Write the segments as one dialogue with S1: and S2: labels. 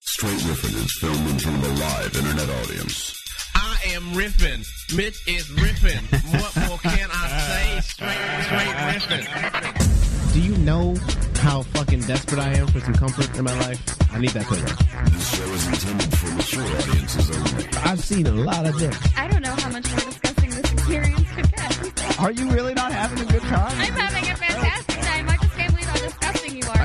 S1: Straight Riffin is filmed in front of a live internet audience.
S2: I am riffing. Mitch is riffing. what more can I say? Straight, straight riffing.
S3: Do you know how fucking desperate I am for some comfort in my life? I need that pillow.
S1: This show is intended for mature audiences only.
S3: I've seen a lot of dick.
S4: I don't know how much more disgusting this experience could get.
S5: Are you really not having a good time?
S4: I'm having a fantastic time. I just can't believe how disgusting you
S3: I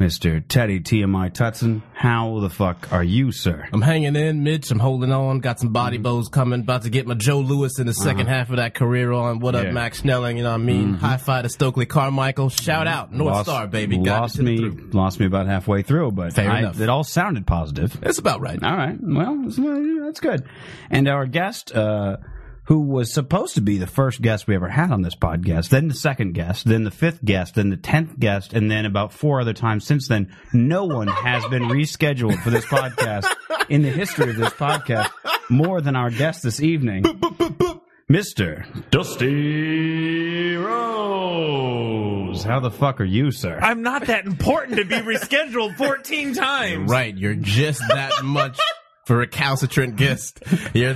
S6: Mr. Teddy TMI Tutson. How the fuck are you, sir?
S2: I'm hanging in, Mitch. I'm holding on. Got some body
S6: Mm-hmm.
S2: blows coming. About to get my Joe Lewis in the 2nd half of that career on. What up,
S6: Yeah. Mm-hmm.
S2: Max Snelling? You know what I mean? High five to Stokely Carmichael. Shout out, North Star, baby. Got
S6: lost
S2: it to the
S6: me,
S2: through.
S6: lost me about halfway through, but
S2: Fair
S6: I-
S2: enough.
S6: it all sounded positive.
S2: That's about right.
S6: All right. Well, that's- that's good. And our guest, uh, who was supposed to be the first guest we ever had on this podcast, then the second guest, then the fifth guest, then the tenth guest, and then about four other times since then, no one has been rescheduled for this podcast in the history of this podcast more than our guest this evening. Mr. Dusty Rose. How the fuck are you, sir?
S7: I'm not that important to be rescheduled 14 times.
S2: Right. You're just that much for a recalcitrant guest. You're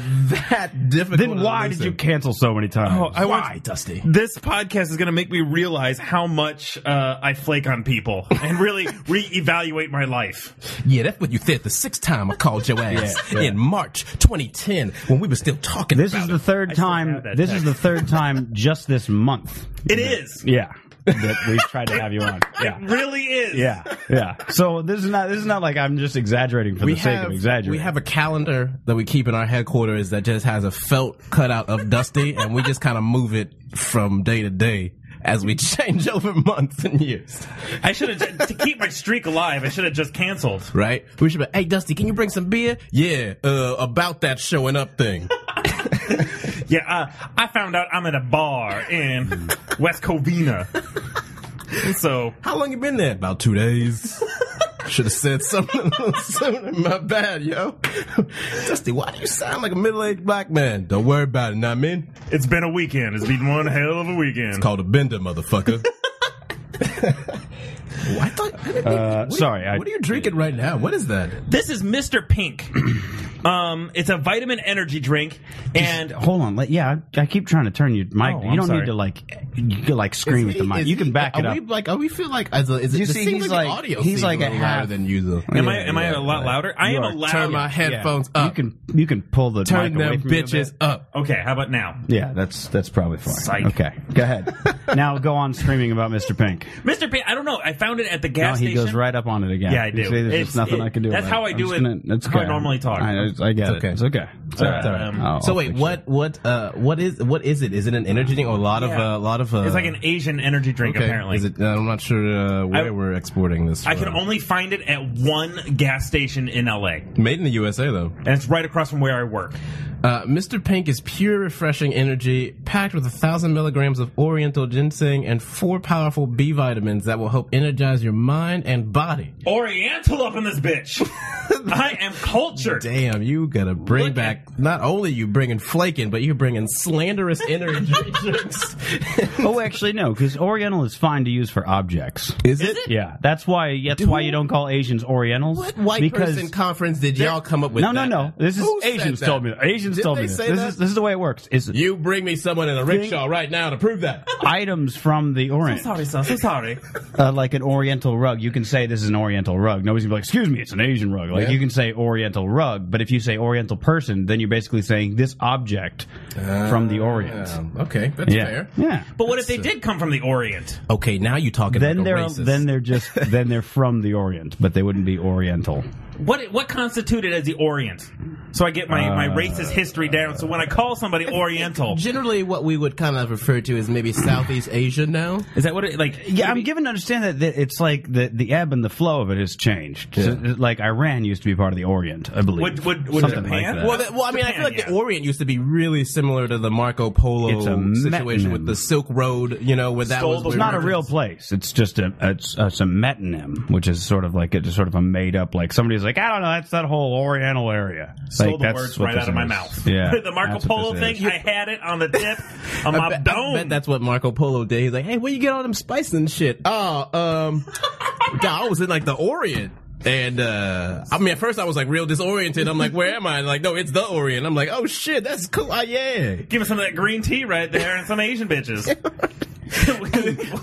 S2: that difficult.
S6: then
S2: and
S6: why did you
S2: elusive.
S6: cancel so many times?
S7: Oh, I
S2: Why,
S7: want-
S2: Dusty?
S7: This podcast is going to make me realize how much uh, I flake on people and really reevaluate my life.
S2: Yeah, that's what you said the sixth time I called your ass in March 2010 when we were still talking
S6: This
S2: about
S6: is
S2: it.
S6: the third
S7: still
S6: time.
S7: have that
S6: This is
S7: text.
S6: the third time just this month.
S7: It is.
S6: Yeah, that we've tried to have you on.
S7: It
S6: Yeah,
S7: really is.
S6: yeah, yeah. So this is not. This is not like I'm just exaggerating for the sake of exaggerating.
S2: We have a calendar that we keep in our headquarters that just has a felt cutout of Dusty, and we just kind of move it from day to day as we change over months and years.
S7: I should have, to keep my streak alive, I should have just canceled.
S2: Right? We should be, hey, Dusty, can you bring some beer? Yeah, uh, about that showing up thing.
S7: Yeah, uh, I found out I'm at a bar in West Covina. So,
S2: How long you been there? About two days. Should have said something a little sooner. My bad, yo. Dusty, why do you sound like a middle-aged black man? Don't worry about it, not me.
S7: it's been a weekend. It's been one hell of a weekend.
S2: Called a bender, motherfucker. Well, I thought, I didn't- what are you-
S6: Uh, sorry, I-
S2: what are you drinking right now? What is that?
S7: This is Mr. Pink. um, it's a vitamin energy drink, and
S6: Hold on. Let, yeah, I, I keep trying to turn your mic.
S7: Oh,
S6: you
S7: I'm
S6: don't need
S7: sorry.
S6: to like. You can, like scream at the mic.
S2: Is
S6: You can
S2: he-
S6: back it
S2: are
S6: up.
S2: We like, are we feel like? As a, is it,
S6: You
S2: it
S6: see,
S2: seems
S6: he's
S2: like, the
S6: like-
S2: audio
S6: he's
S2: seems
S6: like a
S2: little
S6: half-
S2: louder than usual.
S7: am
S2: Yeah,
S7: I am I
S2: yeah,
S7: a lot
S2: yeah.
S7: louder? I am a
S6: are.
S7: loud.
S2: Turn my headphones
S6: you
S2: up.
S6: can you can pull the
S2: Turn
S6: mic away
S2: them
S6: from you a
S2: bitches
S6: bit.
S2: up.
S7: Okay, how about now?
S6: Yeah, that's that's probably fine.
S7: Psych.
S6: Okay, go ahead. now go on screaming about Mr. Pink.
S7: Mr. Pink, I don't know. I found it at the
S6: No,
S7: gas
S6: he
S7: station.
S6: goes right up on it again.
S7: Yeah, I
S6: You
S7: do.
S6: see, there's
S7: It's-
S6: just nothing
S7: it-
S6: I can do.
S7: that's
S6: about
S7: how I
S6: I'm
S7: do
S6: just
S7: it.
S6: gonna- that's
S7: How I
S6: okay.
S7: normally talk.
S6: I, I get it.
S2: okay.
S6: It's okay. It's all right. Oh,
S7: Um,
S6: I'll-
S2: So
S6: I'll
S2: wait,
S6: fix it.
S2: what what uh what is what is it? Is it an energy drink or a lot of
S7: Yeah.
S2: uh, a lot of? Uh,
S7: It's like an Asian energy drink,
S2: okay.
S7: apparently.
S2: Is it? Uh, I'm not sure uh, where
S7: I-
S2: we're exporting this.
S7: I can
S2: from.
S7: only find it at one gas station in LA, and
S2: made in the USA though.
S7: it's right across from where I work.
S2: Uh, Mr. Pink is pure, refreshing energy packed with a thousand milligrams of oriental ginseng and four powerful B vitamins that will help energize your mind and body.
S7: Oriental up in this bitch. I am cultured.
S2: Damn, you gotta bring
S7: Look at-
S2: back. not only you bringing flaking, but you bringing slanderous energy drinks.
S6: Oh, actually, no, because Oriental is fine to use for objects.
S2: Is it?
S6: Yeah, that's why. That's why you don't call Asians Orientals.
S2: What white
S6: because
S2: person conference did y'all come up with?
S6: no, no,
S2: that?
S6: no. This is
S2: Who said
S6: Asians
S2: that?
S6: told me. Asians
S2: Did
S6: told
S2: they
S6: me this.
S2: say
S6: This
S2: that?
S6: is this is the way it works. Is
S2: You bring me someone in a rickshaw right now to prove that.
S6: items from the Orient,
S7: Sorry, son. So sorry.
S6: uh, like an Oriental rug. You can say this is an Oriental rug. Nobody's gonna be like, "Excuse me, it's an Asian rug." Like
S2: Yeah.
S6: you can say Oriental rug, but if you say Oriental person, then you're basically saying this object from the Orient.
S2: Um, okay, that's
S6: yeah,
S2: fair.
S6: yeah.
S7: But what if they did come from the Orient?
S2: Okay, now you talking
S6: Then
S2: like a
S6: they're
S2: racist.
S6: then they're just then they're from the Orient, but they wouldn't be Oriental.
S7: What what constituted as the Orient? So I get my, my racist history down. So when I call somebody Oriental,
S2: Generally, what we would kind of refer to as maybe Southeast Asia now.
S7: is that what it like?
S6: Yeah, I'm given to understand that, that it's like the the ebb and the flow of it has changed. So, like Iran used to be part of the Orient, I believe.
S7: Would- would- would
S6: Something
S7: Japan?
S6: Like that.
S2: Well, that, well, I mean, I feel
S7: Japan,
S2: like the
S7: yeah.
S2: Orient used to be really similar to the Marco Polo
S6: It's a
S2: situation
S6: metonym.
S2: with the Silk Road, you know, where that
S7: Stole
S2: was.
S7: the
S6: it's
S2: where-
S6: not a real place. It's just a it's, it's a metonym, which is sort of like it's sort of a made up. Like somebody's like, I don't know, that's that whole Oriental area.
S7: Stole
S6: like,
S7: the
S6: that's
S7: words
S6: what
S7: right
S6: this
S7: out of my
S6: is.
S7: mouth.
S6: Yeah,
S7: the Marco
S6: that's what
S7: Polo
S6: this
S7: thing,
S6: is.
S7: I had it on the tip of
S2: I
S7: my
S2: bet, I bet
S7: dome.
S2: that's what Marco Polo did. He's like, "Hey, where you get all them spices and shit?" Oh, um, God, I was in like the Orient, and uh I mean, at first I was like real disoriented. I'm like, "Where am I?" Like, no, it's the Orient. I'm like, "Oh shit, that's cool." Ah, yeah.
S7: Give me some of that green tea right there and some Asian bitches.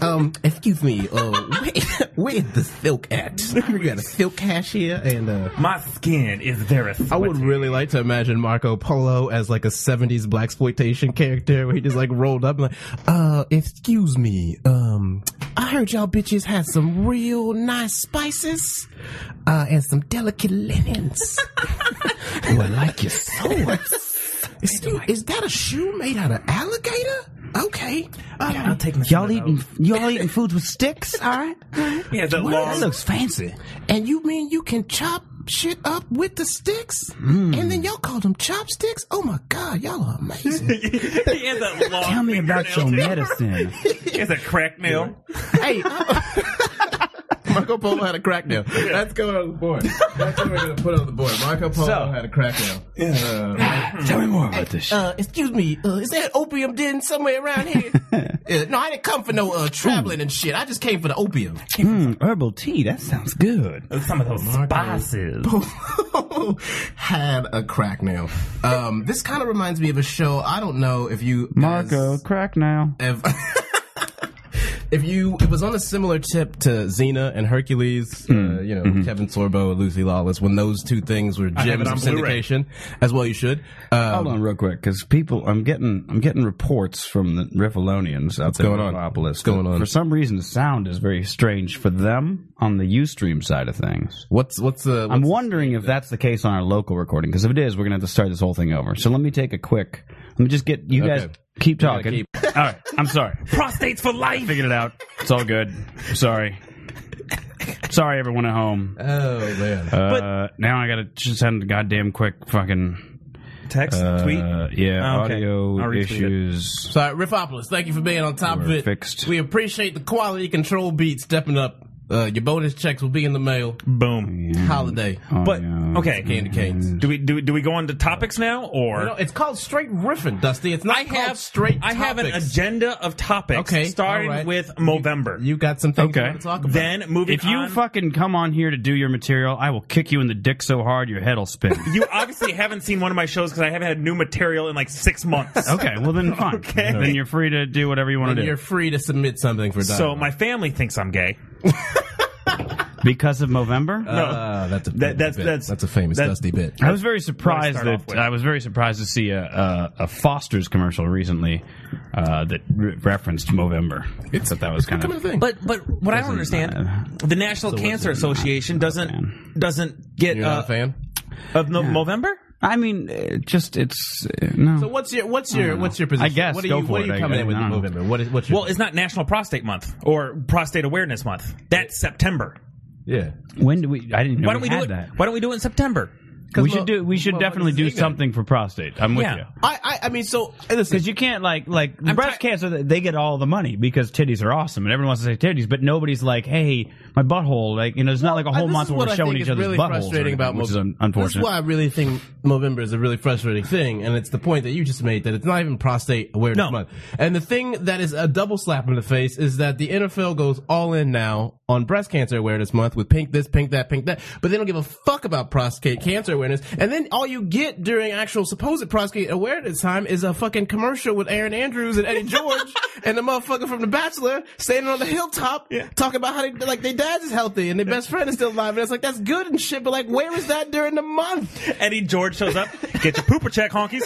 S2: Um, excuse me. Uh, where, where's the silk at? We got a silk cash here, and uh
S7: my skin is very sweaty.
S2: I would really like to imagine Marco Polo as like a 70s black exploitation character where he just like rolled up and like, uh, excuse me, um, I heard y'all bitches had some real nice spices, uh, and some delicate linens. oh, I like your swords. Excuse, is that a shoe made out of alligator? Okay. Uh,
S6: Y'all eating y'all eating foods with sticks? All right,
S7: Yeah, that
S2: Wow,
S7: long.
S2: that looks fancy. And you mean you can chop shit up with the sticks? And then y'all call them chopsticks? Oh my god, y'all are amazing.
S7: he has that long.
S6: tell me about your
S7: fingernail too.
S6: medicine.
S7: He has a crack nail.
S2: hey, Marco Polo had a crack nail. Let's go on the board. That's what we're gonna put on the board. Marco Polo had a crack nail.
S6: tell me more about this.
S2: Uh, excuse me, uh, is there an opium den somewhere around here? Uh, no, I didn't come for no uh, traveling and shit. I just came for the opium.
S6: Mm, herbal tea. That sounds good.
S7: Some of those spices.
S2: had a crack nail. Um, this kind of reminds me of a show. I don't know if you guys-
S6: Marco, crack now.
S2: if if you it was on a similar tip to Xena and Hercules, uh, you know Kevin Sorbo, Lucy Lawless, when those two things were
S7: have
S2: gems
S7: it
S2: of
S7: on Blu-ray.
S2: syndication, as well you should. Um,
S6: Hold on, real quick, because people, I'm getting, I'm getting reports from the Riffalonians out there
S2: going on?
S6: in Riffopolis
S2: What's going
S6: that
S2: on?
S6: For some reason, the sound is very strange for them on the UStream side of things.
S2: What's what's uh,
S6: I'm
S2: what's-
S6: wondering if that's the case on our local recording, because if it is, we're gonna have to start this whole thing over. So let me take a quick. Let me just get you guys
S2: Okay.
S6: keep
S2: Yeah,
S6: talking.
S2: keep-
S6: All right, I'm sorry.
S7: Prostates for life.
S6: Figured it out. It's all good. I'm sorry. Sorry, everyone at home.
S2: Oh man,
S6: Uh, now I gotta just send a goddamn quick fucking
S7: Text, tweet.
S6: uh, yeah
S7: Okay.
S6: audio
S7: I'll retweet it.
S6: issues.
S2: so all right, Riffopolis, thank you for being on top of
S6: We're
S2: it.
S6: fixed.
S2: We appreciate the quality control beat stepping up. Uh, your bonus checks will be in the mail.
S7: Boom.
S2: Hmm. Holiday
S7: But
S6: yeah.
S7: okay,
S2: candy canes.
S7: do we do we- do we go on to topics now or?
S2: You know, it's called straight riffing, Dusty. It's not
S7: I
S2: called
S7: have
S2: straight.
S7: I have an
S2: topics.
S7: agenda of topics.
S2: Okay,
S7: starting
S2: all right.
S7: with Movember.
S2: You got some things you
S6: Okay.
S2: want to talk about.
S7: then moving
S6: If you
S7: on-
S6: fucking come on here to do your material, I will kick you in the dick so hard your head'll spin.
S7: you obviously haven't seen one of my shows because I haven't had new material in like six months.
S6: okay, well then fine.
S7: Okay.
S6: Then you're free to do whatever you want
S2: And
S6: to
S2: you're
S6: do.
S2: free to submit something for
S7: So
S2: dialogue.
S7: my family thinks I'm gay.
S6: Because of Movember?
S2: Ah, that's a
S7: That- that's-
S2: bit.
S7: that's-
S2: a famous
S7: that-
S2: dusty bit.
S6: I was very
S7: What
S6: surprised
S7: do I start
S6: that
S7: off with?
S6: I was very surprised to see a a, a Foster's commercial recently uh, that re- referenced Movember. It's that was kind of
S2: thing.
S7: But but what I don't understand, the National Cancer Association doesn't doesn't get uh,
S2: you're not a fan.
S7: of no- Movember.
S6: I mean, uh, just it's uh, no.
S2: So what's your what's your what's your position?
S6: I guess,
S2: What are
S6: go
S2: you
S6: for
S2: what
S6: it,
S2: are you
S6: I
S2: coming
S6: guess.
S2: in with
S6: I
S2: the
S6: don't know.
S2: movement? man? What is what's your
S7: Well, it's not National Prostate Month or Prostate Awareness Month. That's September.
S2: yeah?
S6: when do we? I didn't know
S7: Why don't we do
S6: had
S7: it?
S6: that.
S7: Why don't we do it in September?
S6: We
S2: mo-
S6: should do. We should
S2: motherfuckers
S6: definitely do
S2: is ignorant.
S6: something for prostate. I'm with
S8: Yeah.
S6: you.
S2: I, I, I mean, so listen,
S6: Because you can't like like breast cancer, they- they get all the money because titties are awesome and everyone wants to say titties, but nobody's like, hey, my butthole. Like you know, it's not like a
S2: I-
S6: whole
S2: this
S6: month
S2: is
S6: where
S2: what
S6: we're
S2: I
S6: showing
S2: think
S6: each
S2: is
S6: other's
S2: really
S6: buttholes, or
S2: frustrating
S6: anything,
S2: about
S6: which is
S2: Mov-
S6: un-
S2: This is
S6: unfortunate.
S2: why I really think Movember is a really frustrating thing, and it's the point that you just made that it's not even prostate awareness
S6: No.
S2: month. And the thing that is a double slap in the face is that the NFL goes all in now on breast cancer awareness month with pink this, pink that, pink that, but they don't give a fuck about prostate cancer awareness. And then all you get during actual supposed prostate awareness time is a fucking commercial with Aaron Andrews and Eddie George and the motherfucker from The Bachelor standing on the hilltop talking about how they like their dad's is healthy and their best friend is still alive. And it's like that's good and shit, but like where is that during the month?
S8: Eddie George shows up. Get your pooper check, honkies.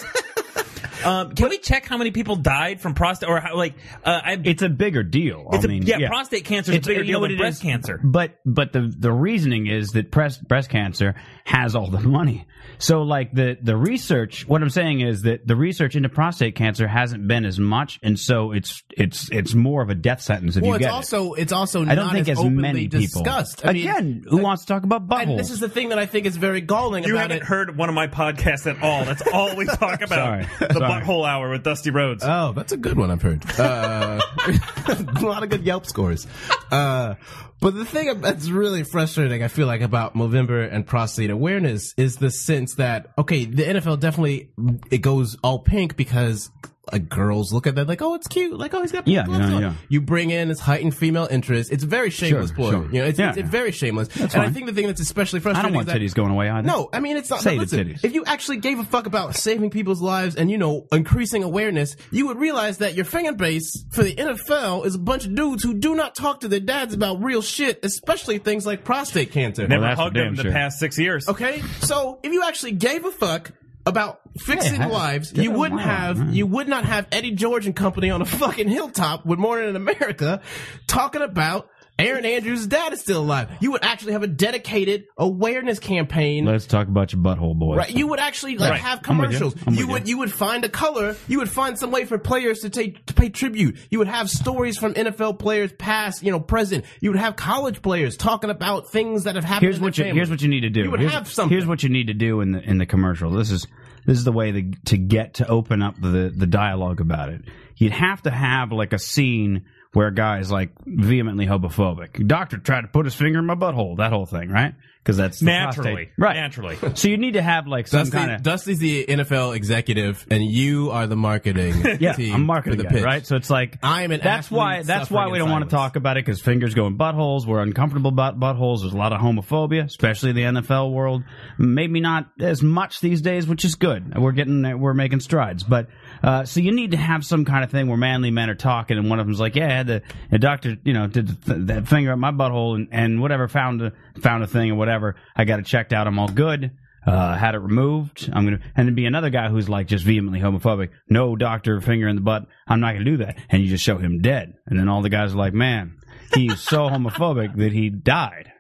S8: Um, can we check how many people died from prostate or how, like uh, I,
S6: It's a bigger deal.
S8: It's
S6: I
S8: a-
S6: mean,
S8: yeah, prostate cancer is a bigger
S6: you know
S8: deal
S6: what
S8: than
S6: it
S8: breast
S6: is?
S8: cancer.
S6: But but the the reasoning is that breast breast cancer has all the money. So like the the research, what I'm saying is that the research into prostate cancer hasn't been as much, and so it's it's it's more of a death sentence if
S2: Well,
S6: you
S2: it's
S6: get it.
S2: also it's also
S6: I don't
S2: not
S6: think
S2: as
S6: as,
S2: openly
S6: many people.
S2: discussed. I mean,
S6: Again, who wants to talk about buttholes?
S2: and this is the thing that I think is very galling
S8: you
S2: about
S8: haven't
S2: it.
S8: heard one of my podcasts at all. That's all we talk about.
S6: Sorry.
S8: The
S6: Sorry.
S8: butthole hour with Dusty Rhodes.
S2: Oh, that's a good one I've heard. Uh, a lot of good Yelp scores. Uh, but the thing that's really frustrating, I feel like, about Movember and prostate awareness is the sense that, okay, the NFL definitely, it goes all pink because like girls look at that like, oh, it's cute. Like, oh, he's got pink
S6: Yeah,
S2: gloves
S6: yeah,
S2: on.
S6: yeah.
S2: You bring in this heightened female interest. It's very shameless ploy.
S6: sure.
S2: You know, it's,
S6: Yeah,
S2: it's, it's
S6: yeah.
S2: very shameless. and I
S6: fine.
S2: think the thing that's especially
S6: I
S2: frustrating
S6: don't want
S2: is that-
S6: titties going away either.
S2: no, I mean it's not.
S6: Say
S2: but
S6: the
S2: listen,
S6: titties.
S2: If you actually gave a fuck about saving people's lives and you know increasing awareness, you would realize that your fan base for the NFL is a bunch of dudes who do not talk to their dads about real shit, especially things like prostate cancer.
S8: Never
S6: that's for
S8: hugged him
S6: damn
S8: in the
S6: sure.
S8: past six years.
S2: Okay, so if you actually gave a fuck about fixing
S6: Yeah,
S2: lives,
S6: yeah,
S2: you wouldn't
S6: wow,
S2: have
S6: man.
S2: you would not have Eddie George and company on a fucking hilltop with Morning in America talking about. Aaron Andrews' dad is still alive. You would actually have a dedicated awareness campaign
S6: Let's talk about your butthole, boys.
S2: Right, you would actually like
S8: Right.
S2: have
S6: I'm with you.
S2: commercials.
S6: I'm
S2: You,
S6: with
S2: would
S6: you.
S2: you would find a color. You would find some way for players to take to pay tribute. You would have stories from NFL players, past you know, present. You would have college players talking about things that have happened.
S6: here's
S2: in
S6: what you
S2: their family.
S6: here's what you need to do.
S2: You would
S6: here's,
S2: have something.
S6: here's what you need to do in the in the commercial. This is this is the way to, to get to open up the the dialogue about it. You'd have to have like a scene where a guy is like vehemently homophobic. Doctor tried to put his finger in my butthole. That whole thing, right? Because that's the
S8: Naturally.
S6: prostate. right?
S8: Naturally.
S6: So you need to have like some
S2: Dusty,
S6: kind of
S2: Dusty's the NFL executive, and you are the marketing.
S6: yeah,
S2: team
S6: I'm marketing
S2: for the
S6: guy,
S2: pitch.
S6: right? So it's like
S2: I am an
S6: That's
S2: athlete
S6: why. That's why
S2: suffering
S6: we
S2: in
S6: don't want to
S2: silence.
S6: talk about it because fingers go in buttholes. We're uncomfortable about buttholes. There's a lot of homophobia, especially in the NFL world. Maybe not as much these days, which is good. We're getting we're making strides, but uh, so you need to have some kind of thing where manly men are talking, and one of them's like, "Yeah, I had the, the doctor, you know, did the, that finger up my butthole, and, and whatever found a, found a thing or whatever. I got it checked out. I'm all good." uh, had it removed. I'm gonna, and then be another guy who's like just vehemently homophobic. No doctor, finger in the butt. I'm not gonna do that. And you just show him dead, and then all the guys are like, man, he's so homophobic that he died.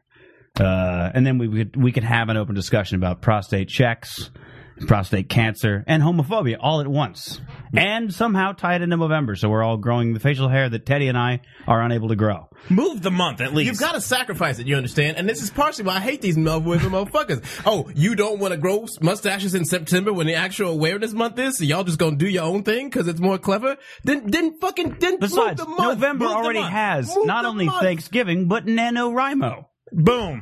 S6: Uh, and then we could we could have an open discussion about prostate checks, prostate cancer, and homophobia all at once, and somehow tie it into November, so we're all growing the facial hair that Teddy and I are unable to grow.
S8: Move the month at least.
S2: You've got to sacrifice it, you understand? And this is partially why I hate these motherfuckers. motherfuckers. Oh, you don't want to grow mustaches in September when the actual awareness month is, so y'all just gonna do your own thing because it's more clever? Then, then fucking, then
S6: Besides,
S2: move the month.
S6: November
S2: Move the
S6: already
S2: month.
S6: has
S2: Move
S6: not
S2: the
S6: only
S2: month.
S6: Thanksgiving but NaNoWriMo.
S8: Boom.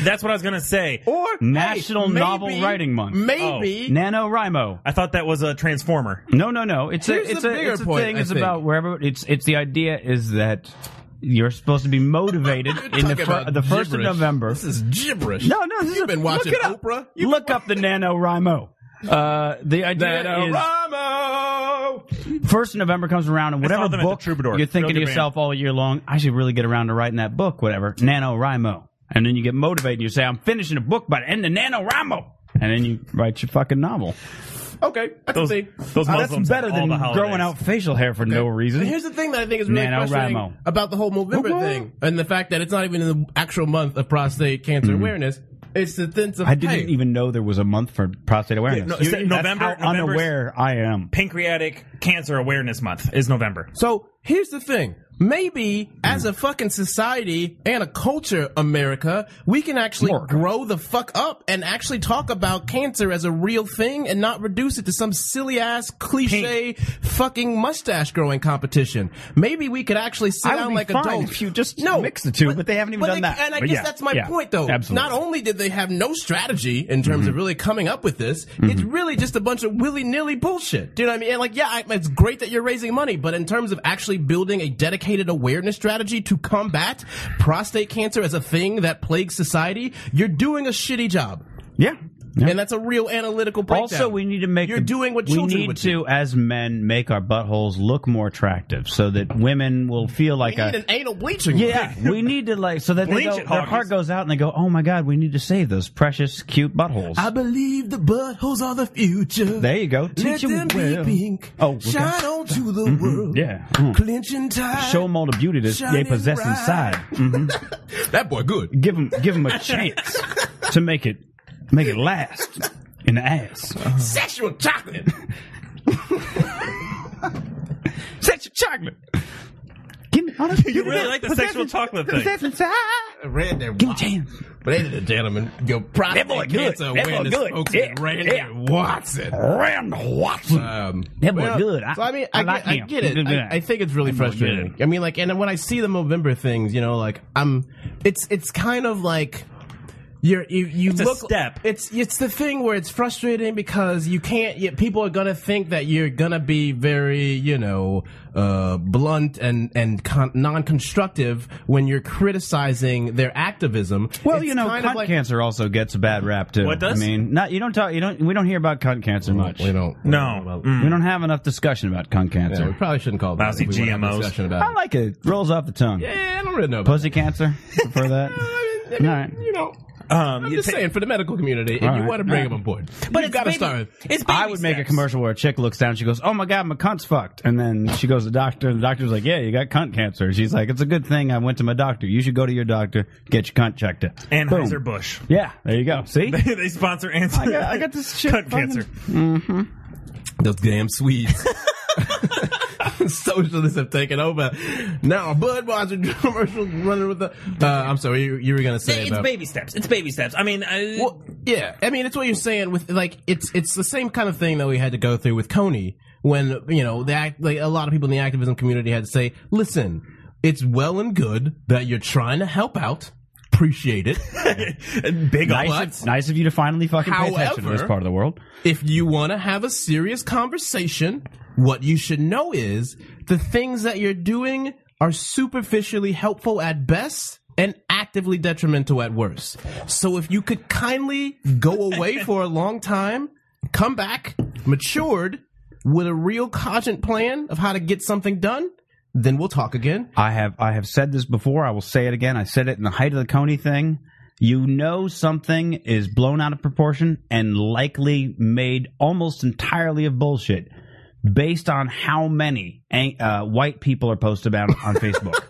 S8: That's what I was gonna say.
S2: or
S6: National
S2: hey, maybe-
S6: Novel Writing Month. Oh,
S2: Maybe
S6: NaNoWriMo.
S8: I thought that was a transformer.
S6: No, no, no. It's
S2: Here's
S6: a it's
S2: the
S6: a,
S2: bigger
S6: it's a
S2: point,
S6: thing.
S2: I
S6: It's
S2: think.
S6: about wherever it's it's the idea is that you're supposed to be motivated in the
S2: Talk
S6: fir-
S2: about
S6: the first of
S2: gibberish.
S6: November.
S2: This is gibberish.
S6: No, no. This is
S2: You've
S6: a-
S2: been watching
S6: look it up.
S2: Oprah. You've
S6: look up the NaNoWriMo. Uh, the idea
S2: NaNoWriMo!
S6: is first of November comes around and
S8: saw
S6: whatever
S8: them at the
S6: book
S8: Troubadour.
S6: you're thinking
S8: Real
S6: to
S8: good
S6: yourself all year long, I should really get around to writing that book, whatever. NaNoWriMo. And then you get motivated and you say, I'm finishing a book by the end of NaNoWriMo. And then you write your fucking novel.
S2: Okay, that's
S8: Those,
S2: a thing.
S8: those Muslims.
S6: Oh, That's better
S8: have all
S6: than
S8: the holidays.
S6: growing out facial hair for no reason.
S2: But here's the thing that I think is really
S6: NaNoWriMo.
S2: frustrating about the whole Movember
S6: Okay.
S2: thing and the fact that it's not even in the actual month of prostate cancer awareness. It's the sense of
S6: Mm-hmm. I didn't
S2: hey,
S6: even know there was a month for prostate awareness.
S8: no,
S6: You-
S8: so
S6: that's
S8: November-
S6: how
S8: November's-
S6: unaware I am.
S8: Pancreatic Cancer Awareness Month is November.
S2: So here's the thing. Maybe as a fucking society and a culture, America, we can actually grow the fuck up and actually talk about cancer as a real thing and not reduce it to some silly ass cliche fucking mustache growing competition. Maybe we could actually sit
S6: I would
S2: down
S6: be
S2: like
S6: fine
S2: adults.
S6: if you just mix the two, but they haven't even done that.
S2: And I
S8: But
S2: guess
S8: yeah,
S2: that's my
S8: yeah,
S2: point, though.
S8: absolutely.
S2: Not only did they have no strategy in terms
S6: Mm-hmm.
S2: of really coming up with this, it's really just a bunch of willy nilly bullshit. Do you know what I mean? And like, yeah, I, it's great that you're raising money, but in terms of actually building a dedicated awareness strategy to combat prostate cancer as a thing that plagues society, you're doing a shitty job.
S6: Yeah. Yeah.
S2: And that's a real analytical breakdown.
S6: Also, we need to make
S2: You're
S6: the-
S2: doing what
S6: we
S2: children
S6: need
S2: would
S6: to,
S2: do.
S6: as men, make our buttholes look more attractive, so that women will feel like
S2: You
S6: a
S2: need an anal bleaching.
S6: yeah. we need to like so that they
S8: Bleach
S6: go,
S8: it,
S6: their
S8: Hawkins.
S6: heart goes out and they go, oh my god, we need to save those precious cute buttholes.
S2: I believe the buttholes are the future.
S6: there you go.
S2: Let
S6: Teach
S2: them
S6: 'em well.
S2: be pink.
S6: Oh, okay.
S2: shine on to the world.
S6: Yeah. Mm.
S2: Clinching tight.
S6: Show them all the beauty that they
S2: Shining
S6: possess
S2: bright.
S6: inside. Mhm.
S2: that boy good.
S6: Give them, give them a chance to make it, make it last in the ass.
S2: Sexual chocolate.
S6: Sexual chocolate. Give me all
S8: You really like the sexual chocolate thing.
S2: I read that.
S6: Give me
S2: Watts.
S6: a chance.
S2: Ladies and gentlemen, your prostate
S6: boy good.
S2: cancer
S6: That boy
S2: awareness
S6: good.
S2: spokesman
S6: Yeah,
S2: Randy
S6: yeah.
S2: Watson.
S6: Rand Watson.
S2: Um,
S6: That boy good. I-
S2: so I mean,
S6: I
S2: I,
S6: like
S2: get, I
S6: him.
S2: get
S6: He
S2: it.
S6: did
S2: I,
S6: that.
S2: I think it's really frustrating. I mean, like, and when I see the Movember things, you know, like I'm, it's it's kind of like. You're, you you
S8: a
S2: look
S8: step.
S2: It's it's the thing where it's frustrating because you can't. You, people are gonna think that you're gonna be very you know uh, blunt and and con- non constructive when you're criticizing their activism.
S6: Well,
S2: It's
S6: you know,
S2: kind
S6: cunt
S2: of like-
S6: cancer also gets a bad rap too.
S8: What does?
S6: I mean, not you don't talk. You don't. We don't hear about cunt cancer much.
S2: We don't.
S6: Oh,
S8: No. Mm.
S2: Mm.
S6: We don't have enough discussion about cunt
S2: Yeah, we
S6: cancer.
S2: probably shouldn't call it that.
S8: Lousy
S2: if we wanna have a
S8: GMOs.
S2: discussion
S6: I
S2: about it.
S6: like it. Rolls off the tongue.
S2: Yeah, I don't really know. About
S6: Pussy cancer. Prefer that.
S2: I
S6: All right.
S2: You know,
S8: Um,
S2: I'm
S8: you
S2: just
S8: ta-
S2: saying for the medical community, if
S6: All
S2: you
S6: right.
S2: want to bring them on board, but you've got to start.
S7: It's baby
S6: I would make a
S7: steps.
S6: commercial where a chick looks down, she goes, "Oh my god, my cunt's fucked," and then she goes to the doctor, and the doctor's like, "Yeah, you got cunt cancer." And she's like, "It's a good thing I went to my doctor. You should go to your doctor, get your cunt checked out."
S8: Anheuser
S6: Boom.
S8: Busch.
S6: Yeah, there you go. See,
S8: they sponsor Anheuser.
S6: I got, I got this shit.
S8: Cut
S6: fucking-
S8: cancer.
S2: Those damn Swedes. Socialists have taken over. Now Budweiser commercial running with the. Uh, I'm sorry, you, you were gonna say
S7: It's
S2: about.
S7: baby steps. It's baby steps. I mean, I,
S2: Well, yeah, I mean, it's what you're saying with like it's it's the same kind of thing that we had to go through with Coney when you know the act, like a lot of people in the activism community had to say, listen, it's well and good that you're trying to help out, appreciate it.
S8: Big
S2: Nice.
S8: old-
S2: What?
S6: Nice of you to finally fucking pay attention to
S2: However-
S6: this part of the world.
S2: if you want to have a serious conversation, what you should know is the things that you're doing are superficially helpful at best and actively detrimental at worst. So if you could kindly go away for a long time, come back matured with a real cogent plan of how to get something done, then we'll talk again.
S6: I have I have said this before. I will say it again. I said it in the height of the Coney thing. You know something is blown out of proportion and likely made almost entirely of bullshit based on how many uh, white people are posted about on Facebook.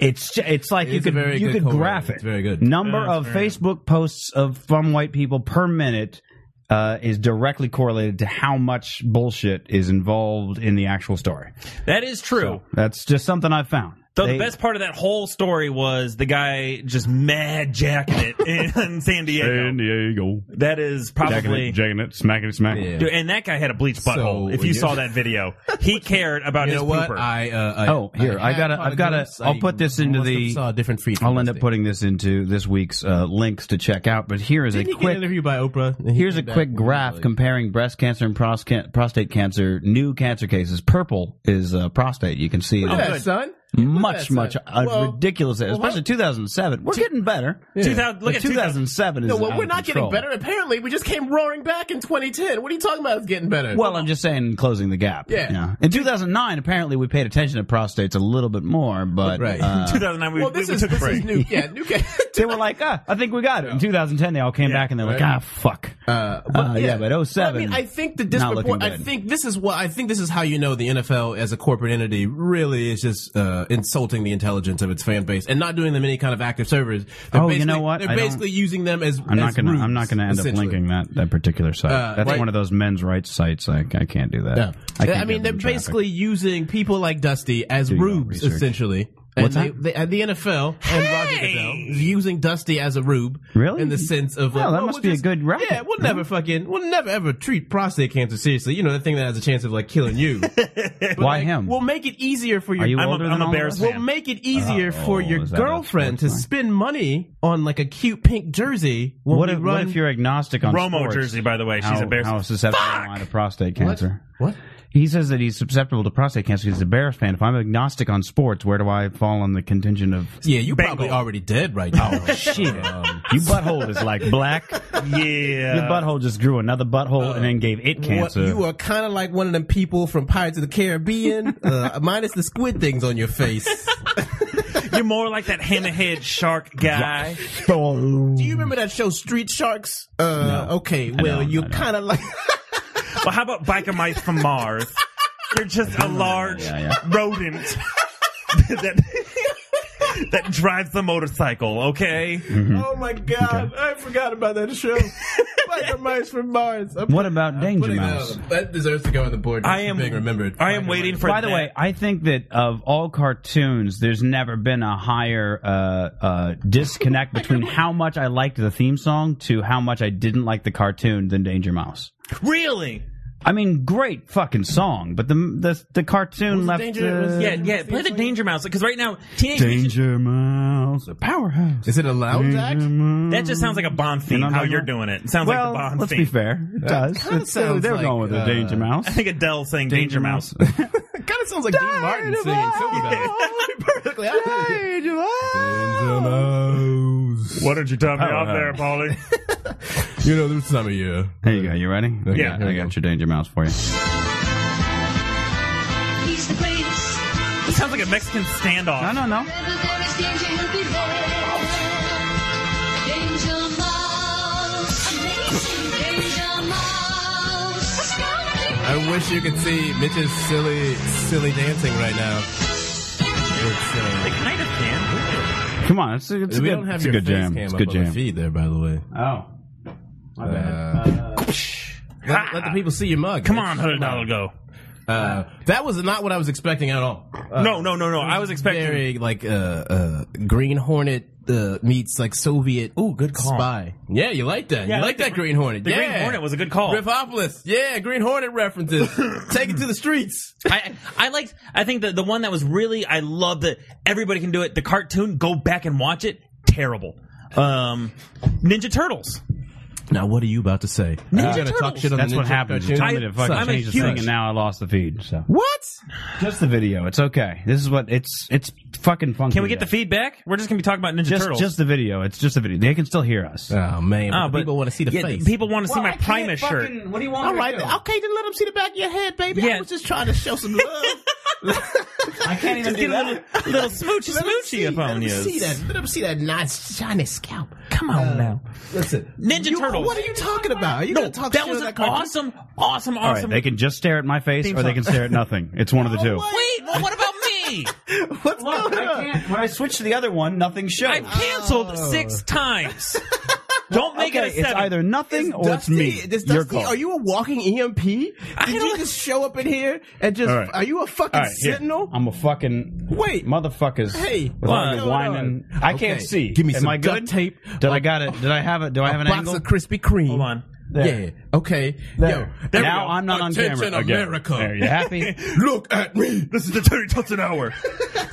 S6: It's ju- it's like you
S2: is a
S6: could
S2: very
S6: you
S2: good
S6: could
S2: correlate.
S6: graph it.
S2: It's very good.
S6: Number of Facebook posts of from white people per minute uh, is directly correlated to how much bullshit is involved in the actual story.
S7: that is true.
S6: That's just something I've found.
S7: So,
S6: They-
S7: the
S8: Best part of that whole story was the guy just mad jacking it in San Diego.
S6: Diego.
S8: That is probably.
S6: jacking it, smacking it, smacking
S2: it.
S8: Dude, and that guy had a bleach butthole.
S2: So-
S8: if you saw that video, he cared about
S2: You
S8: his
S2: know what?
S8: pooper.
S2: I, uh, I
S6: Oh, here, I
S2: had
S6: gotta-
S2: caught
S6: I've gotta-
S2: glimpse.
S6: I'll
S2: I
S6: put this into
S2: must have
S6: the-
S2: saw a different feed.
S6: I'll end up
S2: posting.
S6: putting this into this week's uh, links to check out, but here is
S2: Didn't
S6: a
S2: he get
S6: quick
S2: interviewed by Oprah. And he
S6: here's a
S2: came back
S6: quick
S2: and
S6: graph
S2: was like-
S6: comparing breast cancer and pros- can- prostate cancer new cancer cases. Purple is uh, prostate. You can see
S2: Look at
S6: that
S2: that, son.
S6: much
S2: that,
S6: much
S2: son.
S6: uh,
S2: Well-
S6: ridiculous,
S2: well,
S6: especially 2007. We're getting better.
S8: 2000 look
S6: But
S8: at 2000.
S6: 2007 is
S2: No, well,
S6: out
S2: we're
S6: of
S2: not
S6: control.
S2: getting better. Apparently, we just came roaring back in 2010. What are you talking about? It's getting better.
S6: Well, I'm just saying closing the gap.
S2: Yeah.
S6: In 2009, apparently we paid attention to prostates a little bit more, but
S2: Right.
S6: uh,
S8: 2009, we,
S2: well, this
S8: we
S2: is
S8: took a
S2: this
S8: break.
S2: is new. Yeah, new.
S6: they were like, ah, I think we got it. In 2010, they all came back and they're like,
S2: right.
S6: ah, fuck.
S2: Uh,
S6: Uh, yeah, but 07,
S2: I mean, I think the
S6: not looking
S2: disproportion. I
S6: good.
S2: think this is what I think this is how you know the NFL as a corporate entity really is just uh, uh, insulting the intelligence of its fan base and not doing them any kind of active service. They're
S6: Oh, you
S2: basically-
S6: know what?
S2: They're
S6: I don't-
S2: basically using them as
S6: I'm not
S2: as
S6: gonna.
S2: rubes,
S6: I'm not gonna end up
S2: essentially.
S6: linking that that particular site.
S2: Uh,
S6: That's
S2: right.
S6: one of those men's rights sites. I, I can't do that.
S2: Yeah.
S6: I, can't
S2: I, mean,
S6: give
S2: they're
S6: them traffic.
S2: basically using people like Dusty as
S6: your own
S2: rubes,
S6: research.
S2: essentially. And
S6: What's
S2: they,
S6: that?
S2: they, and the NFL and Roger Goodell is using Dusty as a rube,
S6: Really?
S2: in the sense of
S6: Wow,
S2: like,
S6: that
S2: well,
S6: must
S2: we'll
S6: be a
S2: just-
S6: good racket.
S2: Yeah, we'll never fucking, we'll never ever treat prostate cancer seriously. You know, the thing that has a chance of like killing you. But,
S6: Why
S2: like,
S6: him?
S2: We'll make it easier for your.
S6: Are you
S8: I'm a-
S6: older
S8: I'm
S6: than
S8: a
S6: all
S8: Bears
S6: of us?
S8: fan.
S2: We'll make it easier
S6: Uh-oh,
S2: for your
S6: is that a
S2: girlfriend to
S6: sports line?
S2: spend money on like a cute pink jersey. When
S6: What
S2: we
S6: if,
S2: run,
S6: what if you're agnostic on
S8: Romo
S6: sports?
S8: jersey, by the way. She's
S6: how,
S8: a Bears
S6: How
S8: fan.
S6: susceptible am I to prostate cancer?
S2: What?
S6: He says that he's susceptible to prostate cancer. He's a Bears fan. If I'm agnostic on sports, where do I fall on the contingent of
S2: Yeah, you
S8: Bengal.
S2: probably already dead right now. Oh shit!
S6: you? Butthole is like black.
S8: Yeah.
S6: Your butthole just grew another butthole and then gave it cancer.
S2: What, you are kind of like one of them people from Pirates of the Caribbean, uh, minus the squid things on your face.
S8: You're more like that hammerhead shark guy.
S2: Do you remember that show Street Sharks? Uh, Okay, well,
S6: don't,
S2: you're
S6: I don't.
S2: kind of like.
S8: well, how about biker mice from Mars? You're just a large
S6: Yeah, yeah.
S8: rodent that, that drives the motorcycle, okay?
S2: oh my god, I forgot about that show. Biker Mice from Mars. I'm
S6: What about Danger
S2: putting that
S6: Mouse?
S2: on the- That deserves to go on the board.
S8: I am
S2: being remembered.
S8: I am
S2: Biker
S8: waiting
S2: Mice.
S8: for
S6: By the
S8: that.
S6: way, I think that of all cartoons, there's never been a higher uh, uh, disconnect between how much I liked the theme song to how much I didn't like the cartoon than Danger Mouse.
S7: Really?
S6: I mean, great fucking song, but the the, the cartoon left.
S2: Danger-
S6: uh,
S2: was-
S7: Yeah, yeah. Play the Danger Mouse because right now, teenage Mutant-
S6: Danger Mouse, a powerhouse.
S2: Is it a
S6: Oh, Mm-hmm.
S2: loud act?
S8: that just sounds like a Bond theme,
S6: know,
S8: how
S6: Daniel?
S8: you're doing it. It sounds
S6: well,
S8: like the Bond
S6: let's
S8: theme.
S6: be fair. It does.
S2: kinda
S6: It's- they're-
S2: sounds
S6: they're
S2: like,
S6: going with the
S2: uh,
S6: Danger Mouse.
S8: I think Adele saying Danger, Mouse.
S2: kind of sounds like Dean Martin singing Silky Perfectly.
S6: Danger Mouse.
S8: Why don't you top me
S6: Oh,
S8: off
S6: uh,
S8: there, Paulie?
S2: You know, this time of year.
S6: There you go. You ready? I
S8: Yeah.
S6: got- I got your Danger Mouse for you.
S4: He's the greatest.
S8: It sounds like a Mexican standoff.
S6: No, no, no.
S4: Everybody's danger, he'll be there. Danger Mouse. Amazing Danger Mouse. Astounding
S2: I wish you could see Mitch's silly, silly dancing right now. It's, uh,
S8: They kind of can.
S6: Come on, it's a, it's a
S2: we
S6: good,
S2: don't have
S6: it's a
S2: your
S6: good
S2: face
S6: jam.
S2: cam
S6: It's a
S2: up
S6: good
S2: on the
S6: jam.
S2: feed there, by the way.
S6: Oh, my bad.
S2: Uh, Let, let the people see your mug.
S8: Come
S2: Mitch.
S8: on, hundred dollar go.
S2: Uh, that was not what I was expecting at all. Uh,
S8: no, no, no, no. I was expecting.
S2: very like uh, uh, Green Hornet uh, meets like Soviet. Ooh, good
S8: call.
S2: Spy. Yeah, you like that.
S8: Yeah,
S2: you
S8: I
S2: like
S8: like the
S2: that
S8: Gre-
S2: Green Hornet.
S8: the
S2: yeah.
S8: Green Hornet was a good call.
S2: Griffopolis. Yeah, Green Hornet references. Take it to the streets.
S7: I I liked. I think the the one that was really I love that everybody can do it. The cartoon, go back and watch it. Terrible. Um, Ninja Turtles.
S2: Now, what are you about to say? You're gonna talk
S7: Turtles.
S2: shit on
S6: That's
S2: the
S6: what
S2: Ninja
S6: happens. You
S2: cartoon?
S6: told me to fucking
S2: I'm a
S6: change the
S2: huge-
S6: thing, and now I lost the feed. So
S2: What?
S6: just the video. It's okay. This is what it's. It's fucking funky.
S7: Can we get the feedback? We're just gonna be talking about Ninja
S6: Just
S7: Turtles.
S6: just the video. It's just the video. They can still hear us.
S2: Oh man,
S7: Ah,
S2: but people want to see the
S7: yeah,
S2: face.
S7: People want to see my Primus shirt.
S6: What do you want?
S2: All right, okay, then let them see the back of your head, baby. I
S7: Yeah.
S2: was just trying to show some love.
S6: I can't even
S7: Get a little, little smoochy
S2: Let 'em see,
S7: smoochy up
S2: let
S7: on
S2: 'em
S7: you.
S2: see that. Let them see that nice shiny scalp.
S7: Come on now.
S2: Listen,
S7: Ninja
S2: you-
S7: Turtles.
S2: What are you talking about? Are you
S7: No,
S2: gonna talk
S7: that
S2: shit
S7: was
S2: on
S7: an
S2: that cartoon?
S7: awesome, awesome,
S6: All right,
S7: awesome.
S6: they can just stare at my face, or they can stare at nothing. It's one of the two.
S7: Wait, well, what about me?
S2: What's going on?
S6: When I switch to the other one, nothing shows.
S7: I've canceled
S2: Oh.
S7: six times. Don't make
S6: Okay,
S7: it a
S6: it's
S7: seven.
S6: either nothing or
S2: Dusty,
S6: it's me.
S2: This
S6: Your
S2: Dusty,
S6: call.
S2: are you a walking EMP? Did you
S7: don't-
S2: just show up in here and just?
S6: All right.
S2: Are you a fucking
S6: All right, here.
S2: sentinel?
S6: I'm a fucking
S2: Wait.
S6: motherfuckers.
S2: Hey,
S6: with all
S2: what's
S6: your
S2: going
S6: whining.
S2: on?
S6: I
S2: Okay,
S6: can't see.
S2: give me
S6: Am
S2: some
S6: I good?
S2: duct tape,
S6: Did I
S2: a-
S6: got it? Did I have it? Do I have an
S2: box
S6: angle?
S2: of Krispy Kreme.
S7: Hold on.
S6: There.
S2: Yeah. Okay.
S6: There.
S2: Yo, there
S6: now
S2: we go.
S6: I'm not
S2: Attention
S6: on camera again.
S2: America.
S6: There, you happy?
S2: Look at me.
S8: This is the Terry Tutson hour.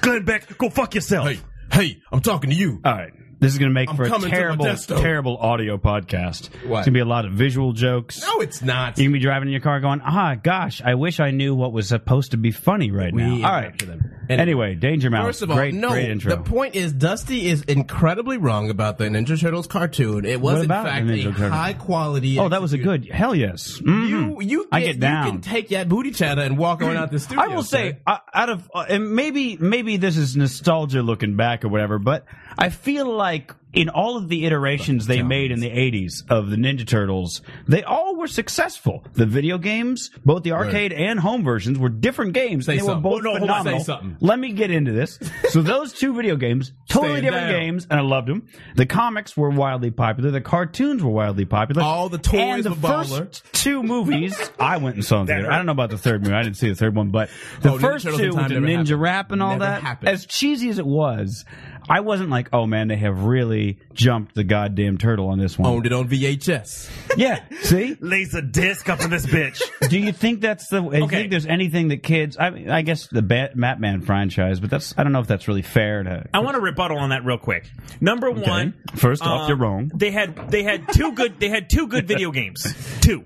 S8: Glenn Beck, go fuck yourself.
S2: Hey, hey, I'm talking to you.
S6: all right. This is going to make
S2: I'm
S6: for a
S2: coming to
S6: terrible,
S2: Modesto.
S6: terrible audio podcast. It's
S2: Why?
S6: going to be a lot of visual jokes.
S2: No, it's not.
S6: You can be driving in your car going, ah, gosh, I wish I knew what was supposed to be funny right
S2: We
S6: now. All right.
S2: interrupted them.
S6: Anyway, Danger Mouse.
S2: First of all,
S6: great,
S2: no.
S6: great intro.
S2: The point is, Dusty is incredibly wrong about the Ninja Turtles cartoon. It was,
S6: What
S2: in
S6: about
S2: fact,
S6: the Ninja
S2: a
S6: Turtles?
S2: high quality.
S6: oh, that was a good. Hell yes. Mhm.
S2: You, you,
S6: I
S2: get-
S6: get down.
S2: You can take that booty chatter and walk on out the studio.
S6: I will
S2: sir.
S6: say, uh, out of uh, and maybe maybe this is nostalgia looking back or whatever, but I feel like in all of the iterations they made in the 80s of the Ninja Turtles, they all were successful. The video games, both the arcade and home versions, were different games.
S9: Say
S6: and they
S9: something.
S6: were both
S9: No, hold on, say
S6: phenomenal.
S9: something.
S6: Let me get into this. So those two video games, totally
S9: Stand
S6: different
S9: down.
S6: games, and I loved them. The comics were wildly popular. The cartoons were wildly popular.
S9: All the toys
S6: and the
S9: were
S6: first
S9: baller.
S6: two movies, I went and saw in theater. I don't know about the third movie. I didn't see the third one, but the
S9: Oh, Ninja
S6: first
S9: Turtles in
S6: two with
S9: Time
S6: the
S9: never
S6: ninja
S9: happened.
S6: rap and all
S9: Never
S6: that,
S9: happened.
S6: as cheesy as it was, I wasn't like, oh man, they have really jumped the goddamn turtle on this one.
S9: Owned it on VHS.
S6: yeah, see.
S8: Laser disc up in this bitch.
S6: Do you think that's the? Do you
S7: Okay.
S6: think there's anything that kids? I, mean, I guess the Bat, Batman franchise, but that's I don't know if that's really fair to.
S7: I want to rebuttal on that real quick. Number one, uh,
S6: First off, you're wrong.
S7: They had they had two good they had two good video games. Two.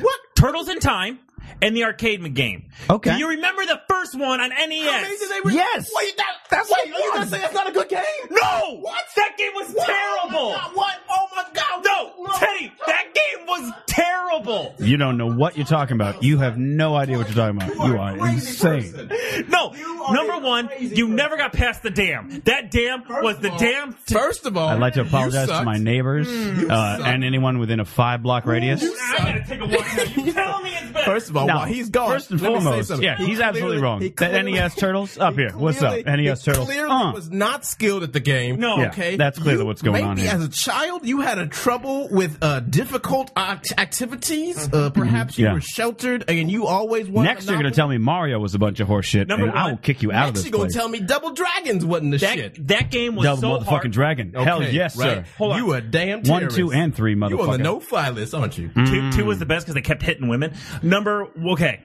S7: What? Turtles in Time and the arcade game.
S6: Okay.
S7: Do you remember the first one on E NES?
S6: Yes.
S2: Wait, that, that's wait, are you gonna say that's not a good game?
S7: no. What? That game was terrible.
S2: What? Oh my god!
S7: No, Teddy, that game was terrible.
S6: You don't know what you're talking about. You have no idea what you're talking about. You are insane.
S7: No, number one, you never got past the dam. That dam was the dam. To,
S2: First of all,
S6: I'd like to
S2: you
S6: apologize to
S2: sucked.
S6: my neighbors uh,
S2: suck.
S6: and anyone within a five block radius.
S7: I gotta take a walk. now. You tell me it's better.
S2: First of all,
S6: No,
S2: while he's gone,
S6: First and
S2: let me say
S6: foremost,
S2: something.
S6: yeah,
S2: He
S6: he's absolutely
S2: clearly-
S6: wrong.
S2: he
S6: That
S2: clearly-
S6: NES Turtles up here. What's up,
S2: Clearly-
S6: NES
S2: he
S6: Turtles?
S2: Clearly
S6: Uh.
S2: was not skilled at the game.
S7: No. Yeah,
S2: okay,
S6: that's clearly
S2: You-
S6: what's going on
S2: Maybe
S6: here.
S2: as a child, you had a trouble with uh, difficult act- activities. Uh, perhaps you
S6: Mm-hmm. Yeah.
S2: were sheltered, and you always wanted.
S6: Next, you're going to tell me Mario was a bunch of horseshit, and
S7: Number
S6: I
S7: one.
S6: will kick you out of
S2: Next,
S6: this
S2: you're gonna
S6: place.
S2: tell me Double Dragons wasn't the
S7: That,
S2: shit.
S7: that game was
S6: Double
S7: so
S6: motherfucking
S7: hard.
S6: dragon. Hell
S2: Okay,
S6: yes,
S2: right.
S6: sir.
S7: Hold on.
S2: You a damn
S6: One,
S2: terrorist.
S6: two, and three,
S2: You on the
S6: motherfucker. Mm.
S2: no-fly list, aren't you?
S7: Two, two was the best because they kept hitting women. Number okay,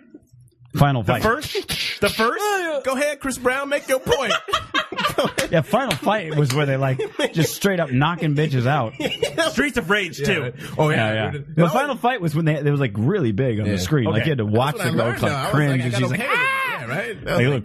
S6: Final
S7: the
S6: fight.
S7: first, the first.
S2: Go ahead, Chris Brown, make your point.
S6: yeah, final fight was where they like just straight up knocking bitches out. Yeah,
S7: Streets of Rage too.
S2: Oh
S6: yeah.
S2: yeah,
S6: The final fight was when they it was like really big on the
S2: Yeah.
S6: screen. Like
S7: Okay.
S6: you had to watch
S2: That's
S6: it.
S2: what I
S6: It
S2: learned,
S6: was like
S2: though. I was
S6: cringe.
S2: I
S6: and
S2: got
S6: she's like, "Ah!"
S2: okay with it. yeah, right. I was
S6: like
S2: like,
S6: little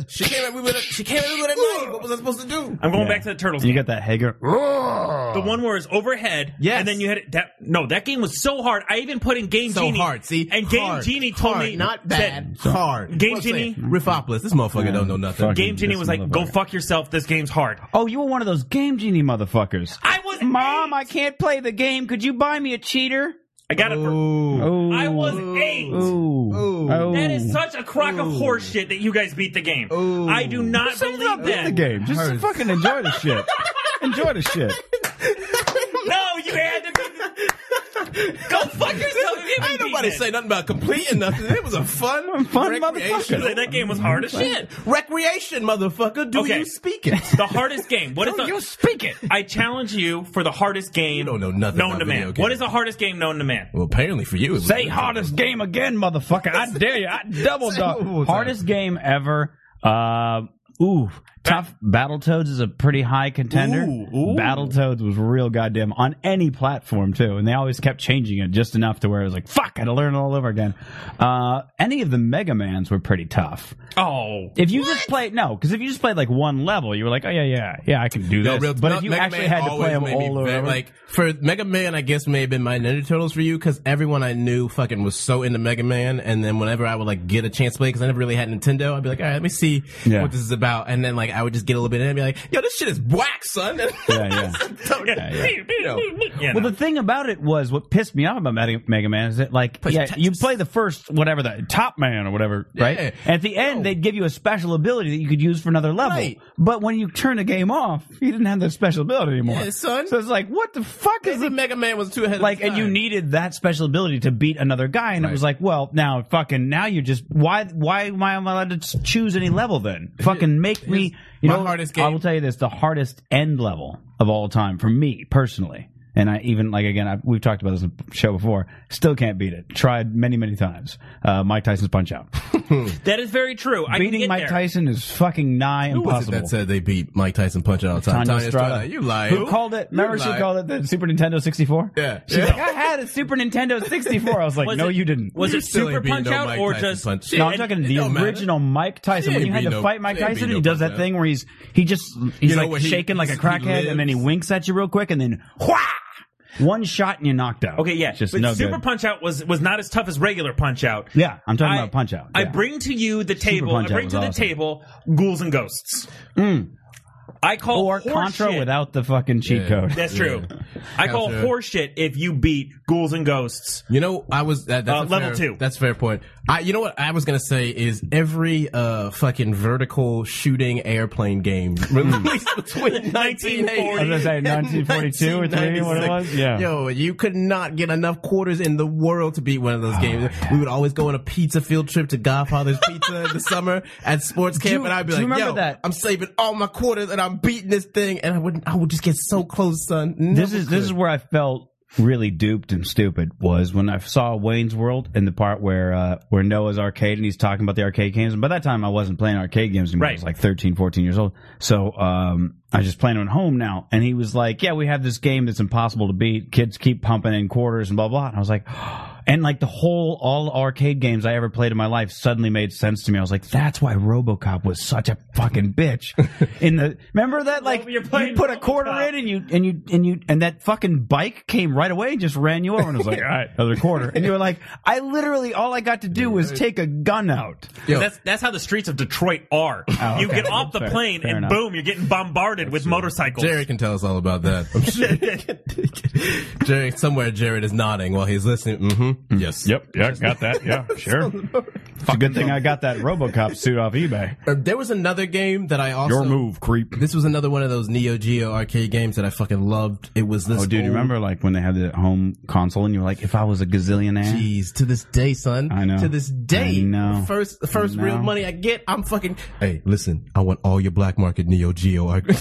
S6: crackheads.
S2: she came at me with a, she came at me with a knife. What was I supposed to do?
S7: I'm going
S6: Yeah.
S7: back to the Turtles.
S6: And you
S7: game.
S6: got that Hager.
S7: the one where it's overhead,
S2: Yes.
S7: and then you had it. That no, that game was so hard. I even put in Game
S2: so
S7: Genie.
S2: hard. See,
S7: and Game
S2: Hard.
S7: Genie told
S2: Hard.
S7: me
S2: not
S7: that-
S2: bad, hard.
S7: Game
S2: What's
S7: Genie-
S2: that? Riffopolis. This motherfucker don't know nothing.
S6: Fuck.
S7: Game Genie
S6: This
S7: was like, "Go
S6: motherfucker.
S7: fuck yourself. This game's hard."
S6: Oh, you were one of those game genie motherfuckers.
S7: I was
S6: Mom,
S7: eight.
S6: I can't play the game. Could you buy me a cheater?
S7: I got it. For,
S2: Ooh.
S6: Oh,
S7: I was eight.
S6: Ooh. Oh.
S7: That is such a crock of horse shit that you guys beat the game.
S2: Ooh.
S7: I do not believe
S6: Beat the
S7: that.
S6: game. Just
S2: Hers.
S6: fucking enjoy the shit. enjoy the shit.
S7: No, you had to go fuck yourself. You
S2: Ain't nobody say nothing about completing nothing. It was a fun,
S6: Fun
S2: recreation.
S6: motherfucker.
S7: that game was hard as shit.
S2: Recreation, motherfucker. Do
S7: Okay.
S2: you speak it?
S7: The hardest game. What is the?
S6: You speak it.
S7: I challenge you for the hardest game.
S2: don't know nothing
S7: known
S2: about
S7: to
S2: video
S7: man.
S2: games.
S7: What is the hardest game known to man?
S2: well, apparently for you, it was
S6: Say hardest game again, motherfucker. I dare you. I double
S2: Say it one more
S6: dog.
S2: time.
S6: Hardest game ever. Uh, ooh. Tough Battletoads is a pretty high contender.
S7: Ooh, ooh.
S6: Battletoads was real goddamn on any platform too, and they always kept changing it just enough to where it was like, fuck, I had to learn it all over again. Uh, any of the Mega Mans were pretty tough.
S7: Oh,
S6: If you just played no, because if you just played like one level, you were like, oh yeah, yeah, yeah, I can do
S2: No,
S6: this.
S2: real,
S6: but
S2: no,
S6: if you
S2: Mega
S6: actually
S2: Man
S6: had to play
S2: always
S6: them
S2: made me
S6: all over,
S2: very- like for Mega Man, I guess may have been my Ninja Turtles for you because everyone I knew fucking was so into Mega Man, and then whenever I would like get a chance to play because I never really had Nintendo, I'd be like, all right, let me see
S6: Yeah.
S2: what this is about, and then like I would just get a little bit in and be like, yo, this shit is whack, son.
S6: yeah, yeah.
S7: yeah.
S2: You know.
S7: Yeah,
S6: Well,
S7: no.
S6: the thing about it was what pissed me off about Mega, Mega Man is that like
S2: Push
S6: yeah,
S2: Tetris.
S6: you play the first whatever the Top Man or whatever, right?
S2: Yeah.
S6: And at the end,
S2: No.
S6: they'd give you a special ability that you could use for another level.
S2: Right.
S6: But when you turn the game off, you didn't have that special ability anymore.
S2: Yeah, son.
S6: So it's like, what the fuck is
S2: Maybe
S6: the
S2: Mega Man was too ahead.
S6: like?
S2: of his
S6: And you
S2: time.
S6: needed that special ability to beat another guy, and it
S2: Right.
S6: was like, well, now fucking now you're just why why am I allowed to just choose any level then? Fucking make me you
S2: my
S6: know
S2: hardest
S6: I
S2: game.
S6: will tell you this: the hardest end level of all time for me personally. And I even like again, I, we've talked about this on the show before. Still can't beat it. Tried many, many times. Uh, Mike Tyson's punch out.
S7: that is very true. I can
S6: Beating
S7: get
S6: Mike
S7: there.
S6: Tyson is fucking nigh
S2: Who was it
S6: impossible.
S2: that said they beat Mike Tyson punch out all the time?
S6: Tanya
S2: Tanya Estrada.
S6: Estrada.
S2: You lying?
S6: Who called it? Remember,
S2: You
S6: she
S2: lied.
S6: called it the Super Nintendo 64.
S2: Yeah.
S6: She's
S2: Yeah.
S6: like, I had a Super Nintendo 64. I was like,
S7: Was
S6: No,
S7: it-
S6: you didn't.
S7: Was
S2: You're
S7: it
S2: silly
S7: Super
S2: being
S7: Punch
S2: no
S7: Out
S2: Mike
S7: or
S2: Tyson
S7: just
S2: punch.
S6: No,
S2: It-
S6: I'm talking
S2: it
S6: the
S2: don't matter.
S6: original Mike Tyson.
S2: It
S6: When
S2: ain't
S6: you had
S2: be
S6: to
S2: no-
S6: fight Mike
S2: it ain't
S6: Tyson,
S2: be
S6: and he
S2: no
S6: does
S2: punch
S6: that
S2: out.
S6: thing where he's he just he's
S2: You know
S6: like
S2: where he-
S6: shaking like a
S2: he
S6: crackhead, and then he
S2: lives?
S6: winks at you real quick, and then wha one shot and you're knocked out.
S7: Okay, yeah.
S6: It's just
S7: but
S6: no
S7: Super
S6: good.
S7: Punch Out was was not as tough as regular Punch Out.
S6: Yeah, I'm talking about Punch Out.
S7: I
S6: Yeah.
S7: bring to you the table. I
S6: Punch Out
S7: bring
S6: was
S7: to the
S6: awesome.
S7: table Ghouls and Ghosts. I call
S6: or
S7: horse
S6: Contra
S7: shit.
S6: without the fucking cheat
S2: Yeah.
S6: code.
S7: That's true. I call
S2: Gotcha.
S7: horseshit if you beat ghouls and ghosts.
S2: You know, I was that, that's
S7: Uh,
S2: a
S7: level
S2: fair-
S7: two.
S2: That's a fair point. I, you know what I was gonna say is every uh fucking vertical shooting airplane game released between 1940
S7: I was
S6: gonna say 1942 or 3, what it was? Yeah.
S2: Yo, you could not get enough quarters in the world to beat one of those
S6: Ah,
S2: games. We would always go on a pizza field trip to Godfather's Pizza in the summer at sports camp,
S6: you-
S2: and I'd be
S6: do you
S2: like, "Yo,
S6: remember that?"
S2: I'm saving all my quarters and I'm beating this thing," and I wouldn't. I would just get so close, son. Never
S6: this is this is
S2: could.
S6: where I felt really duped and stupid was when I saw Wayne's World and the part where uh, where Noah's arcade and he's talking about the arcade games and by that time I wasn't playing arcade games anymore I was
S7: Right.
S6: like 13 14 years old so um, I was just playing them at home now and he was like yeah we have this game that's impossible to beat kids keep pumping in quarters and blah blah and I was like and like the whole all arcade games I ever played in my life suddenly made sense to me I was like that's why RoboCop was such a fucking bitch in the remember that like
S7: Well, you're
S6: you
S7: playing
S6: put a quarter
S7: RoboCop.
S6: in and you and you and you and that fucking bike came right away and just ran you over and was like, all right, another quarter. And you were like, I literally all I got to do was take a gun out.
S2: Yo.
S7: That's that's how the streets of Detroit are.
S6: Oh,
S7: You
S6: okay.
S7: get off the
S6: Fair-
S7: plane
S6: fair
S7: and
S6: enough.
S7: boom, you're getting bombarded with motorcycles.
S2: Jerry can tell us all about that. I'm sure. Jerry, somewhere Jared is nodding while he's listening. Mm-hmm. Yes.
S5: Yep. Yeah. Got that. Yeah. Sure.
S6: It's a good thing I got that RoboCop suit off eBay.
S2: Uh, There was another game that I also.
S5: Your move, creep.
S2: This was another one of those Neo Geo arcade games that I fucking loved. It was this.
S6: Oh, dude,
S2: old-
S6: you remember like when they had the home console and you were like, if I was a gazillionaire,
S2: Jeez, to this day, son.
S6: I know.
S2: To this day,
S6: I know.
S2: first first
S6: I know.
S2: real money I get, I'm fucking. Hey, listen, I want all your black market Neo Geo. arcade-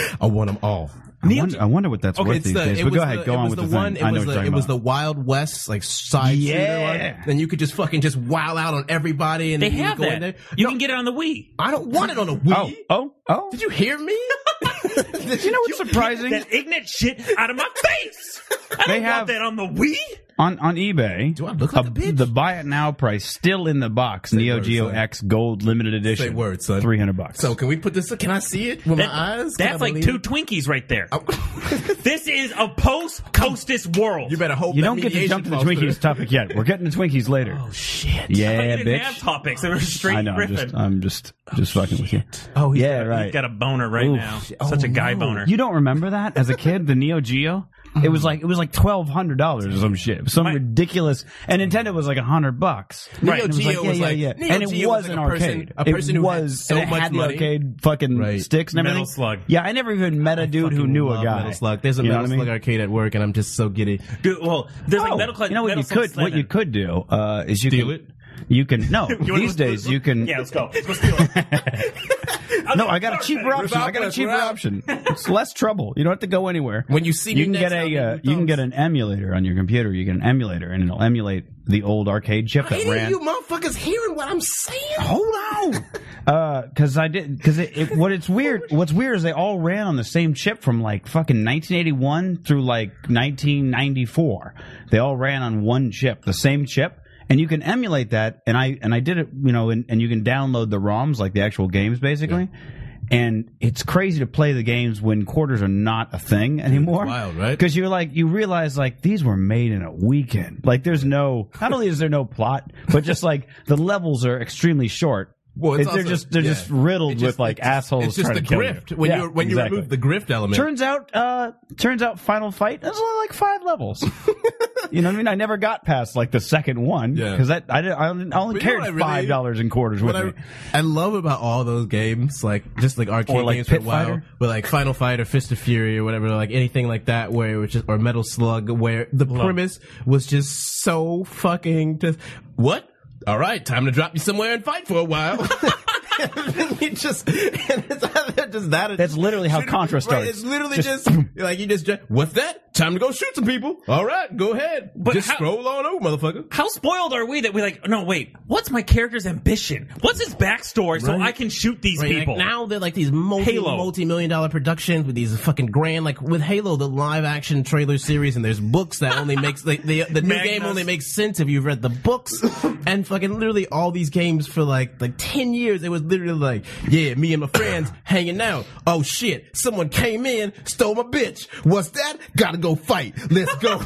S2: I want them all.
S6: I, wonder, I wonder what that's
S2: Okay,
S6: worth
S2: it's
S6: these
S2: the,
S6: days.
S2: it
S6: But
S2: was
S6: go ahead,
S2: the,
S6: go
S2: it
S6: on
S2: was
S6: with
S2: the
S6: the,
S2: one.
S6: thing.
S2: It
S6: I know
S2: was
S6: what
S2: the
S6: you're
S2: it
S6: talking
S2: was the
S6: about.
S2: Wild West like side
S6: Yeah.
S2: shooter one. Then you could just fucking just wow out on everybody, and
S7: They
S2: then you
S7: have
S2: go in there.
S7: that. You can get it on the Wii.
S2: I don't want it on a Wii.
S6: Oh, oh, oh!
S2: Did you hear me?
S6: You know what's surprising?
S7: That ignorant shit out of my face. I
S6: They
S7: don't
S6: have-
S7: want that on the Wii.
S6: on on eBay.
S2: Do I look like a bitch?
S6: The buy it now price still in the box. Neo
S2: word,
S6: Geo
S2: son.
S6: X Gold Limited Edition.
S2: Say word, son.
S6: Three hundred bucks.
S2: So can we put this? Can I see it with
S7: That-
S2: my eyes? Can I
S7: That's like
S2: believe
S7: two
S2: it?
S7: Twinkies right there.
S6: Oh.
S7: this is a post Costas world.
S2: You better hope
S6: you
S2: that
S6: don't get to
S2: mediation
S6: jump to the
S2: falls
S6: Twinkies
S2: through.
S6: topic yet. We're getting to Twinkies later.
S2: Oh shit!
S7: But
S6: yeah,
S7: you didn't have
S6: bitch.
S7: topics. It was straight
S6: I know. I'm
S7: Griffin.
S6: just, I'm just, just fucking with you.
S2: Oh, he's
S6: yeah,
S2: got-
S6: right.
S7: He's got a boner right
S6: Oof.
S7: now.
S6: Oh,
S7: Such a guy
S6: no.
S7: boner.
S6: You don't remember that as a kid? The Neo Geo. It
S2: Mm.
S6: was like it was like twelve hundred dollars or some shit, some
S7: My-
S6: ridiculous. And Nintendo was like a hundred bucks.
S2: Neo
S6: And it
S2: Geo was
S6: yeah,
S2: like-
S6: yeah, yeah.
S2: Neo
S6: and it
S2: Geo
S6: was
S2: was
S6: an
S2: like a person-
S6: arcade.
S2: a person
S6: it
S2: who had
S6: was
S2: so
S6: and it
S2: much
S6: had the
S2: money.
S6: arcade fucking
S2: Right.
S6: sticks and everything.
S7: Metal Slug.
S6: Yeah, I never even met a dude who knew a
S2: Love
S6: guy.
S2: Metal Slug. There's a
S6: You know
S2: Metal
S6: what I
S2: Slug
S6: mean?
S2: arcade at work, and I'm just so giddy.
S7: Dude, well, there's like
S6: Oh,
S7: metal. Cl-
S6: you know what
S7: metal
S6: you could
S7: Slug
S6: what you
S7: Slug.
S6: could do uh, is you
S2: Steal
S6: can,
S2: it?
S6: You can no
S7: You wanna-
S6: these days you can
S7: Yeah, let's go. Let's go steal it.
S6: no I got a cheaper option I got a
S2: Revolver,
S6: cheaper
S2: grab.
S6: option it's less trouble you don't have to go anywhere
S2: When you see
S6: you
S2: me
S6: can
S2: next,
S6: get
S2: I'll
S6: a
S2: be
S6: uh,
S2: with
S6: you can
S2: thumbs.
S6: get an emulator on your computer you get an emulator and it'll emulate the old arcade chip that
S2: Any of
S6: ran
S2: you motherfuckers hearing what I'm saying?
S6: hold on because Uh, i did because it, it what it's weird what's weird is they all ran on the same chip from like fucking 1981 through like 1994 they all ran on one chip the same chip and you can emulate that and i and i did it you know and, and you can download the roms like the actual games basically And it's crazy to play the games when quarters are not a thing anymore.
S2: wild, right?
S6: Because you're like, you realize like these were made in a weekend. Like there's no, not only is there no plot, but just like the levels are extremely short.
S2: Well, it's
S6: It- they're
S2: also-
S6: just they're
S2: yeah.
S6: just riddled
S2: It's
S6: with
S2: just-
S6: like
S2: it's just-
S6: assholes.
S2: It's just
S6: trying
S2: the
S6: to kill
S2: grift.
S6: you.
S2: When
S6: Yeah,
S2: you when
S6: exactly.
S2: you remove the grift element,
S6: Turns out, uh, turns out, Final Fight there's only like five levels. you know what I mean? I never got past like the second one
S2: Yeah.
S6: because that I didn't, I only, I
S2: But you
S6: only
S2: know
S6: carried
S2: what I really-
S6: five dollars in quarters with
S2: what I,
S6: me.
S2: I love about all those games, like just like arcade
S6: Or, like,
S2: games for a
S6: Pit
S2: while,
S6: Fighter?
S2: but like Final Fight or Fist of Fury or whatever, like anything like that, where it was just or Metal Slug, where the premise was just so fucking just what? All right, time to drop you somewhere and fight for a while. it just, and it's either just that. or
S6: That's
S2: just
S6: literally how
S2: shoot-
S6: Contra starts.
S2: Right, it's literally
S6: Just-
S2: just, like you just what's that? Time to go shoot some people. All right, go ahead.
S7: But
S2: just
S7: how-
S2: scroll on over, motherfucker.
S7: How spoiled are we that we like? No, wait. What's my character's ambition? What's his backstory so
S2: Right.
S7: I can shoot these
S2: Right, like,
S7: people?
S2: now they're like these multi
S7: Halo.
S2: multi million dollar productions with these fucking grand like with Halo the live action trailer series and there's books that only makes like the the new
S7: Magnus.
S2: game only makes sense if you've read the books and fucking literally all these games for like like ten years it was literally like yeah me and my friends hanging out oh shit someone came in stole my bitch what's that gotta go fight let's go.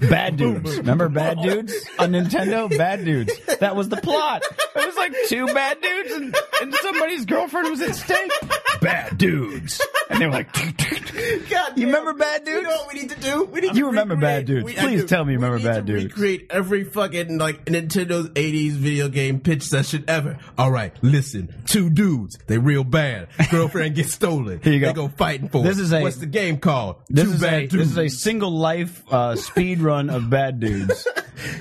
S6: Bad dudes. Remember bad dudes on Nintendo? Bad dudes. That was the plot. It was like two bad dudes and, and somebody's girlfriend was at stake. bad dudes. And they were like,
S2: God,
S6: You remember Bad
S2: You know
S6: Dudes?
S2: what we need to do? We need
S6: You
S2: to
S6: remember
S2: recreate-
S6: Bad Dudes.
S2: we- I
S6: Please
S2: do.
S6: tell me you
S2: We
S6: remember
S2: need
S6: Bad
S2: to
S6: Dudes.
S2: Recreate every fucking like Nintendo's '80s video game pitch session ever. All right, listen. Two dudes, they real bad. Girlfriend gets stolen.
S6: Here you go.
S2: They go fighting for.
S6: This
S2: it.
S6: is a-
S2: what's the game called?
S6: This
S2: Two
S6: is,
S2: bad
S6: a,
S2: dudes.
S6: this is a single life uh, speed run of bad dudes.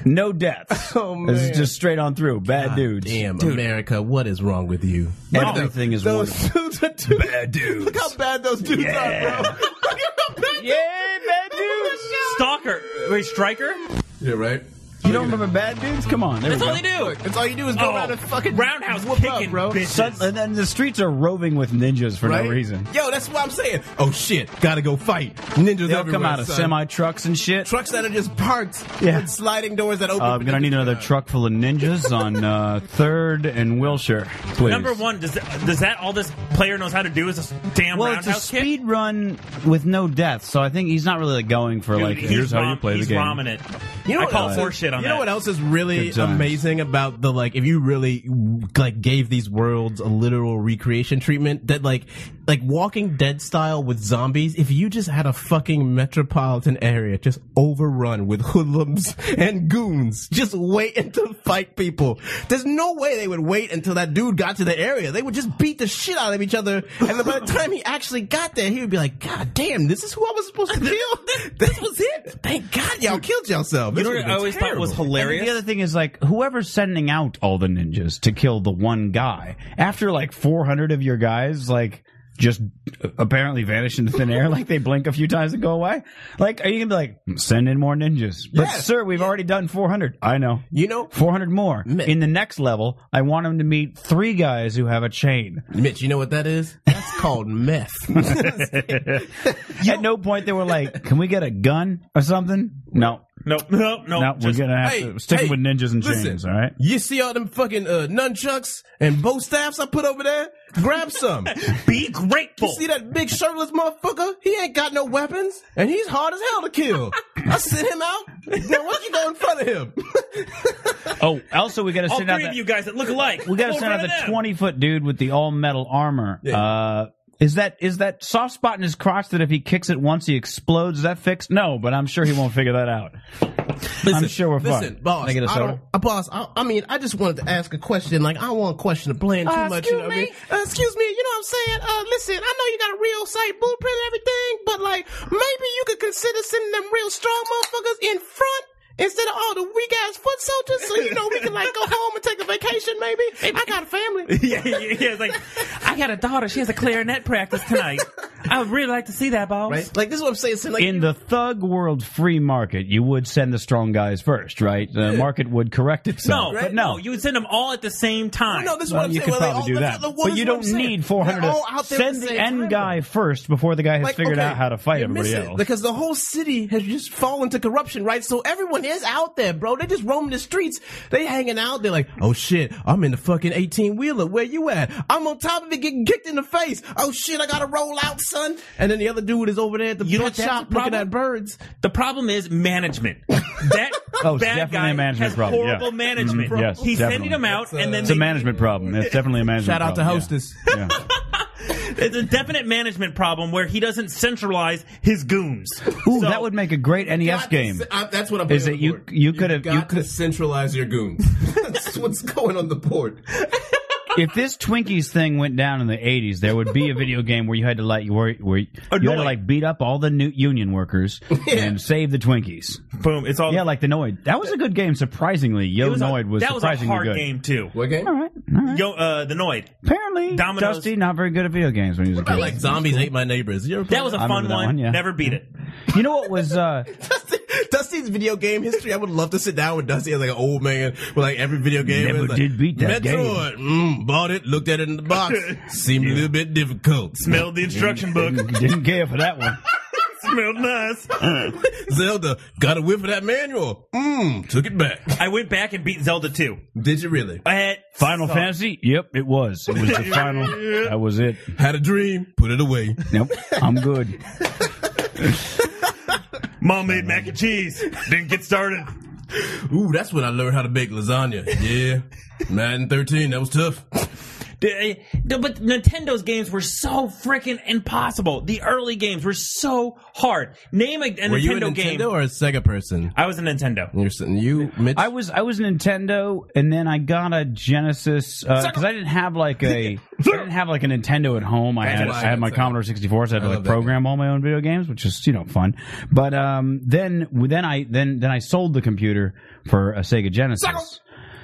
S6: No deaths.
S2: Oh,
S6: This
S2: man.
S6: is just straight on through. Bad
S2: God
S6: dudes.
S2: Damn, America, what is wrong with you?
S6: Everything is
S2: those
S6: wonderful.
S2: dudes are dudes.
S6: Bad dudes.
S2: Look how bad those dudes
S6: Yeah.
S2: are, bro. Look at how bad.
S6: Yeah, bad dudes.
S7: Stalker. Wait, Striker?
S2: Yeah, right.
S6: You don't remember bad dudes? Come on. There
S7: That's
S6: we go.
S7: all they do.
S2: That's all you do is go
S7: Oh,
S2: around and fucking
S7: roundhouse
S2: whoop up,
S7: kicking,
S2: bro.
S7: bitches.
S6: Sud- and then the streets are roving with ninjas for
S2: right?
S6: no reason.
S2: Yo, that's what I'm saying. Oh shit, gotta go fight ninjas.
S6: They'll
S2: everywhere,
S6: come out of
S2: son.
S6: semi trucks and shit.
S2: trucks that are just parked.
S6: Yeah.
S2: with sliding doors that open.
S6: Uh, I'm gonna need another truck full of ninjas on uh, Third and Wilshire, please.
S7: Number one, does that, does that all this player knows how to do is a s- damn
S6: Well, it's
S7: roundhouse
S6: a
S7: kick?
S6: speed run with no death, so I think he's not really like, going for
S7: Dude,
S6: like.
S7: he's
S6: Here's how you
S7: rom-
S6: play the
S7: he's
S6: game.
S7: ramming it.
S2: You know
S7: I
S2: what
S7: call
S2: else
S7: horse
S2: is-
S7: shit on
S2: You
S7: that.
S2: know what else is really
S6: Good times.
S2: amazing about the like if you really like gave these worlds a literal recreation treatment that like like Walking Dead style with zombies. If you just had a fucking metropolitan area just overrun with hoodlums and goons just waiting to fight people, there's no way they would wait until that dude got to the area. They would just beat the shit out of each other, and then by the time he actually got there, he would be like, "God damn, this is who I was supposed to kill. this was it. Thank God y'all killed yourself."
S7: You know what I always thought was
S6: And the
S7: hilarious?
S6: other thing is like whoever's sending out all the ninjas to kill the one guy after like 400 of your guys like just apparently vanish into thin air like they blink a few times and go away like are you gonna be like send in more ninjas but
S2: Yes.
S6: sir we've already done 400 i know
S2: You know,
S6: 400 more
S2: Mi-
S6: in the next level i want him to meet three guys who have a chain
S2: Mitch, you know what that is? That's called meth.
S6: at no point they were like can we get a gun or something no
S7: Nope, nope, nope.
S6: no
S7: Just-
S6: we're gonna have
S2: hey,
S6: to stick
S2: hey,
S6: with ninjas and
S2: listen.
S6: chains all right
S2: you see all them fucking uh, nunchucks and bow staffs I put over there? Grab some.
S7: be grateful.
S2: You see that big shirtless motherfucker? He ain't got no weapons, and he's hard as hell to kill. I sent him out. Now why don't you go in front of him?
S6: oh also we gotta
S7: all
S6: send out
S7: three
S6: that-
S7: of you guys that look alike.
S6: We gotta
S7: Go
S6: send out
S7: over to
S6: the
S7: them.
S6: twenty foot dude with the all metal armor.
S2: Yeah.
S6: Uh, is that is that soft spot in his crotch that if he kicks it once he explodes? Is that fixed? No, but I'm sure he won't figure that out. I'm sure we're fine.
S2: Listen, boss.
S6: Can I
S2: I,
S6: get a soda?
S2: don't, uh, boss. I, I mean, I just wanted to ask a question. Like, I don't want a question to blame too
S6: Uh,
S2: much.
S6: excuse
S2: you know what
S6: me?
S2: I mean? Uh, excuse me. You know what I'm saying? Uh, listen, I know you got a real site blueprint and everything, but like, maybe you could consider sending them real strong motherfuckers in front. Instead of all the weak ass foot soldiers, so you know we can like go home and take a vacation, maybe. I got a family.
S7: yeah, yeah, yeah. It's like, I got a daughter. She has a clarinet practice tonight. I would really like to see that, boss.
S2: Right? Like this is what I'm saying. So, like,
S6: In the thug world free market, you would send the strong guys first, right? The market would correct
S7: No,
S6: itself. but
S7: no,
S6: no.
S7: you would send them all at the same time.
S2: no, this is
S6: Well,
S2: what I'm
S6: you
S2: saying.
S6: could
S2: Well, they
S6: probably
S2: all-
S6: do
S2: that's
S6: that,
S2: what the-
S6: but
S2: this
S6: you
S2: is what
S6: don't
S2: I'm saying.
S6: need 400.
S2: They're
S6: of-
S2: all out there at
S6: send
S2: the
S6: the
S2: same
S6: end
S2: time, though.
S6: guy first before the guy has
S2: Like,
S6: figured
S2: okay,
S6: out how to fight
S2: you
S6: everybody
S2: miss it,
S6: else.
S2: Because the whole city has just fallen to corruption, right? So everyone is out there, bro. They just roaming the streets. They hanging out. They're like, oh shit, I'm in the fucking 18 wheeler. Where you at? I'm on top of it getting kicked in the face. Oh shit, I gotta roll out, son. And then the other dude is over there at the
S7: You know
S2: pet
S7: what that's
S2: shop
S7: the
S2: looking
S7: problem?
S2: at birds.
S7: The problem is management. That
S6: Oh, it's
S7: bad
S6: definitely
S7: guy
S6: a management
S7: has
S6: problem, yeah.
S7: horrible management.
S6: Mhm, yes,
S7: He's
S6: definitely.
S7: sending them out,
S2: It's, uh,
S7: and then
S6: it's a
S7: they-
S6: management problem. It's definitely a management
S2: Shout out to
S6: problem, yeah.
S2: hostess.
S6: Yeah.
S7: it's a definite management problem where he doesn't centralize his goons.
S6: Ooh,
S7: So-
S6: that would make a great NES game.
S2: uh, that's what I'm.
S6: Is putting that on the you- board. you could have-
S2: got
S6: you could-
S2: to centralize your goons. that's what's going on the board.
S6: if this Twinkies thing went down in the '80s, there would be a video game where you had to like you were, where you had to
S7: Annoying.
S6: like beat up all the new union workers and save the Twinkies.
S7: boom. It's all
S6: Yeah, like the Noid. That was a good game, surprisingly. Yo
S7: it was a-
S6: Noid was
S7: that was a
S6: surprisingly
S7: hard
S6: good.
S7: game too.
S2: What game?
S6: All right, all right.
S7: Yo, uh, the Noid.
S6: Apparently,
S7: Dominoes.
S6: Dusty not very good at video games when he was a
S2: I
S6: kid.
S2: like zombies ate my neighbors. You ever play
S7: That was a
S6: I remember
S7: fun
S6: that
S7: one.
S6: one, yeah.
S7: Never beat it.
S6: you know what was? uh
S2: Dusty, Dusty's video game history. I would love to sit down with Dusty as like an old man with like every video game.
S6: Never
S2: It's like,
S6: did beat that
S2: Metroid, Mm, bought it, looked at it in the box. Seemed a little bit difficult.
S7: Smelled the instruction book.
S6: Didn't care for that one.
S7: Smelled nice.
S2: Zelda got a whiff of that manual. Mmm, took it back.
S7: I went back and beat Zelda 2.
S2: Did you really?
S7: I had
S6: Final Fantasy? Yep, it was. It was the final. That was it.
S2: Had a dream, put it away.
S6: Nope, I'm good.
S7: mom made mac and cheese. Didn't get started.
S2: Ooh, that's when I learned how to bake lasagna. Yeah, nine and thirteen, that was tough.
S7: D- eh, But Nintendo's games were so freaking impossible. The early games were so hard. Name a, a
S2: Were
S7: Nintendo,
S2: you a Nintendo
S7: game.
S2: or a Sega person?
S7: I was a Nintendo.
S2: You're sitting- you, Mitch.
S6: I was I was Nintendo, and then I got a Genesis because I didn't have like a I didn't have like a Nintendo at home. I had
S2: why
S6: I had my
S2: that's a-
S6: Commodore sixty four, so I had to
S2: I
S6: like
S2: love that
S6: program all my own video games, which is you know fun. But um, then then I then then I sold the computer for a Sega Genesis,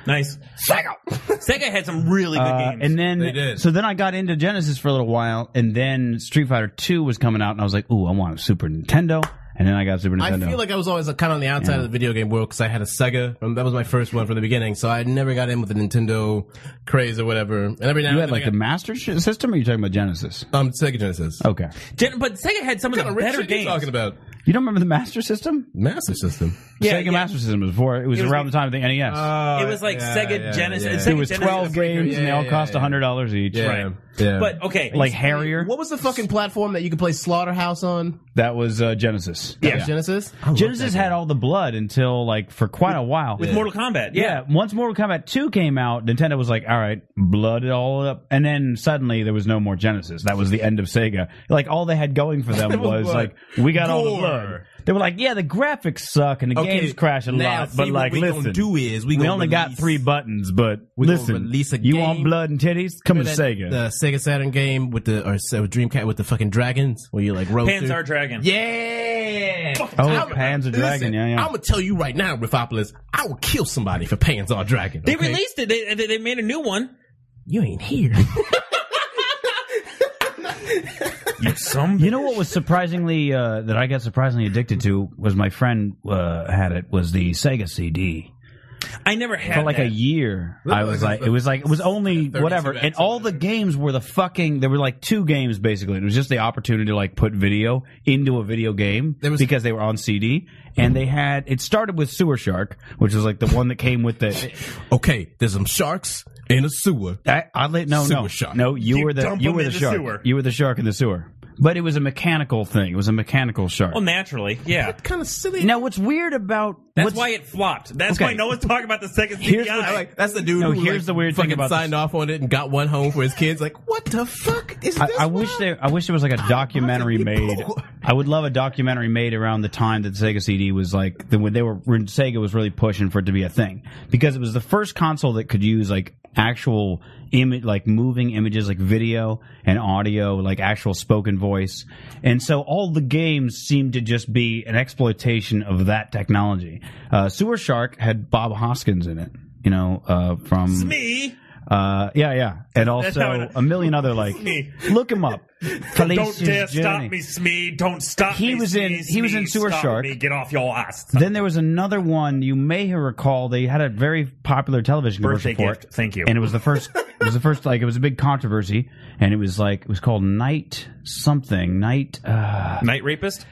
S7: Nice. Sega. Sega had some really good
S6: Uh,
S7: games.
S6: and then
S2: They did.
S6: so then I got into Genesis for a little while, and then Street Fighter two was coming out, and I was like, ooh, I want a Super Nintendo, and then I got a Super
S2: I
S6: Nintendo.
S2: feel like I was always kind of on the outside of the video game world because I had a Sega. Um, that was my first one from the beginning, so I never got in with the Nintendo craze or whatever. And every now and
S6: you had
S2: then
S6: like Oh.
S2: I
S6: the Master Sh- System, or are you talking about Genesis?
S2: got, um, Sega Genesis.
S6: Okay.
S7: Gen- but Sega had some of
S2: What
S7: the
S2: kind of rich
S7: better
S2: shit are you
S7: games.
S2: talking about?
S6: You don't remember the Master System?
S2: Master System.
S7: Yeah,
S6: Sega
S7: yeah.
S6: Master System was before. It was,
S7: was
S6: around the time of the NES.
S2: Uh,
S7: It was like Sega Genesis.
S2: yeah.
S7: Sega
S6: it was
S7: Genesis
S6: 12 games, and they all
S2: yeah,
S6: cost
S2: yeah.
S6: hundred dollars each.
S2: Yeah,
S7: Right.
S2: yeah.
S7: But okay,
S6: Like Harrier,
S2: what was the fucking platform that you could play Slaughterhouse on?
S6: that was uh, Genesis.
S2: That was Genesis. I love
S6: Genesis
S2: that
S6: had all the blood until like for quite a while.
S7: with Mortal Kombat. Yeah.
S6: yeah, once Mortal Kombat 2 came out, Nintendo was like, all right, blood it all up. And then suddenly there was no more Genesis. That was the end of Sega. Like, all they had going for them was,
S2: blood.
S6: like, we got all the
S2: Gore.
S6: blood. They were like, yeah, the graphics suck and the
S2: Okay,
S6: games crash a
S2: now,
S6: lot.
S2: see,
S6: But,
S2: what
S6: like,
S2: we gonna
S6: listen,
S2: do is we
S6: we
S2: gonna
S6: only got
S2: release-
S6: three buttons, but
S2: gonna
S6: listen,
S2: release a
S6: you want
S2: game.
S6: blood and titties? Come to
S2: Remember that- uh,
S6: Sega.
S2: The Sega Saturn game with the or so Dreamcat with the fucking dragons where you like rode through.
S7: Panzer Dragon.
S2: Yeah.
S6: Oh, Panzer Dragon, yeah, yeah.
S2: I'm gonna tell you right now, Riffopolis, I will kill somebody for Panzer Dragon.
S7: They
S2: okay?
S7: released it. They, they they made a new one.
S2: You ain't here.
S6: You know what was surprisingly uh, that I got surprisingly addicted to was my friend uh, had it was the Sega CD.
S7: I never had
S6: for like
S7: that.
S6: a year. I was
S2: like
S6: like, it was like, it was only
S2: 32
S6: whatever. And
S2: backs
S6: all the games were the fucking, there were like two games basically. It was just the opportunity to like put video into a video game
S2: There was-
S6: because they were on CD. And they had, it started with Sewer Shark, which was like the one that came with the,
S2: okay, there's some sharks in a sewer.
S6: I, oddly, no, no,
S2: Sewer Shark.
S6: no, you,
S8: You
S6: were the,
S8: dump
S6: you
S8: them
S6: were
S8: in
S6: the
S8: the
S6: shark.
S8: sewer.
S6: You were the shark in the sewer. But it was a mechanical thing. It was a mechanical shark.
S7: Well, naturally, yeah.
S2: Kind of silly.
S6: now what's weird about,
S7: That's
S6: what's,
S7: why it flopped. That's
S6: Okay.
S7: why no one's talking about the second
S6: Here's
S7: CDI.
S6: what I
S2: like that's the dude
S6: No,
S2: who
S6: here's
S2: like,
S6: the weird thing
S2: fucking
S6: about
S2: signed off on it and got one home for his kids. Like, what the fuck is
S6: I,
S2: this?
S6: I wish
S2: wild?
S6: there. I wish there was like a documentary
S2: be
S6: made.
S2: poor.
S6: I would love a documentary made around the time that Sega CD was like the, when they were when Sega was really pushing for it to be a thing because it was the first console that could use like actual image like moving images like video and audio like actual spoken voice and so all the games seemed to just be an exploitation of that technology uh, sewer shark had bob hoskins in it you know uh, from
S7: me.
S6: uh, yeah, yeah, and also a million other like.
S8: Me.
S6: Look him up.
S8: Don't
S6: Felicia's
S8: dare stop
S6: Journey.
S8: me, Smee. Don't stop
S6: He
S8: me.
S6: was in-
S8: Smee.
S6: he was in
S8: Smee,
S6: Sewer
S8: stop
S6: Shark.
S8: Me. Get off your ass.
S6: Then there was another one you may recall. They had a very popular television
S8: Birthday
S6: commercial for
S8: gift.
S6: it.
S8: Thank you.
S6: And it was the first. it was the first. Like it was a big controversy, and it was like it was called Night Something. Night. Uh,
S7: Night Rapist?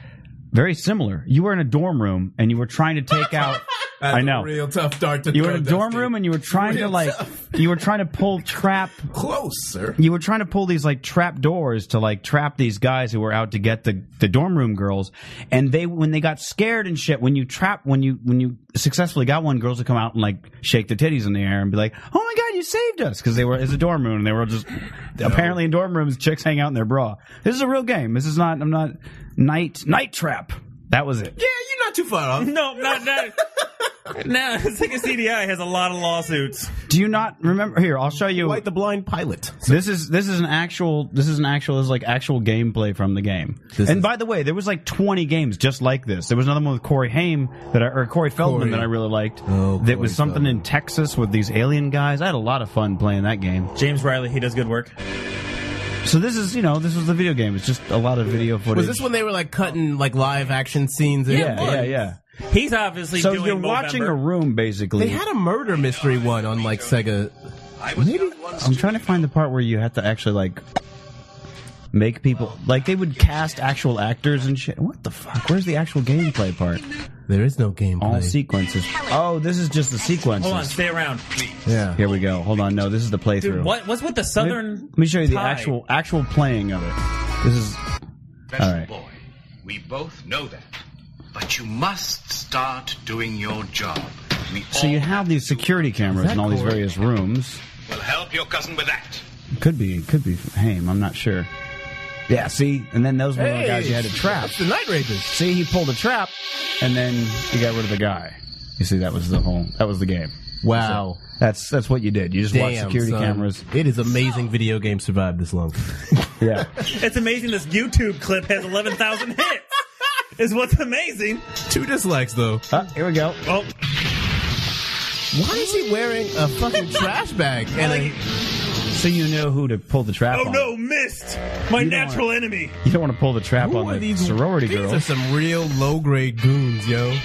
S6: very similar. You were in a dorm room, and you were trying to take out.
S2: That's
S6: I know.
S2: a real tough dart to
S6: you were
S2: throw,
S6: in a dorm
S2: Dusty.
S6: room, and you were trying to
S2: Real
S6: like.
S2: tough.
S6: You were trying to pull trap
S2: close, sir.
S6: you were trying to pull these like trap doors to like trap these guys who were out to get the, the dorm room girls and they when they got scared and shit when you trap when you when you successfully got one girls would come out and like shake their titties in the air and be like oh my god you saved us because they were it's a dorm room and they were just apparently in dorm rooms chicks hang out in their bra this is a real game this is not i'm not night night trap that was it
S2: Yeah, you're not too far off.
S7: No, not that. no, Sega CDI has a lot of lawsuits.
S6: do you not remember here i'll show you
S2: Like the blind pilot.
S6: This is this is an actual this is an actual this is like actual gameplay from the game.
S2: This
S6: and
S2: is-
S6: by the way, there was like twenty games just like this. There was another one with Corey Haim that I, or Corey Feldman
S2: Corey.
S6: that I really liked.
S2: Oh,
S6: that
S2: Corey
S6: was something
S2: Feldman.
S6: in Texas with these alien guys. I had a lot of fun playing that game.
S7: James Riley, he does good work.
S6: So this is you know this was the video game. It's just a lot of video footage.
S2: Was this when they were like cutting like live action scenes? in?
S6: yeah, yeah, yeah.
S7: He's obviously
S6: So
S7: doing
S6: you're watching
S7: Movember.
S6: a room basically.
S2: They had a murder mystery one on like Sega. Maybe
S6: I'm trying to find the part where you have to actually like make people like they would cast actual actors and shit. What the fuck? Where's the actual gameplay part?
S2: there is no
S6: All
S2: gameplay.
S6: sequences. Oh, this is just the sequences.
S7: Hold on, stay around.
S2: yeah.
S6: Here we go. Hold on. No, this is the playthrough.
S7: Dude, what, what's with the
S6: Let me-
S7: Southern.
S6: Let me show you the
S7: tie?
S6: actual actual playing of it. This is
S10: special
S6: All right.
S10: boy. We both know that. But you must start doing your job. We
S6: so you
S10: all
S7: Oh.
S6: have these security cameras in all these various rooms.
S10: will help your cousin with that.
S6: Could be, could be Haim. I'm not sure. Yeah, see, and then those were the
S2: Hey,
S6: guys you had to trap.
S2: that's the Night Raiders.
S6: See, he pulled a trap, and then he got rid of the guy. You see, that was the whole. That was the game.
S2: Wow.
S6: that's that's what you did. You just watched
S2: Damn,
S6: security
S2: son.
S6: cameras.
S2: It is amazing video games survived this long.
S6: yeah.
S7: It's amazing this YouTube clip has 11,000 hits. Is what's amazing.
S2: Two dislikes though.
S6: Uh, here we go.
S7: Oh,
S2: Why is he wearing a fucking trash bag? And a,
S6: So you know who to pull the trap
S7: oh
S6: on.
S7: no, missed. My
S6: You don't
S7: natural enemy.
S6: You don't want to pull the trap
S2: who
S6: on
S2: are
S6: the
S2: these
S6: sorority
S2: these
S6: girls.
S2: are some real low grade goons, yo.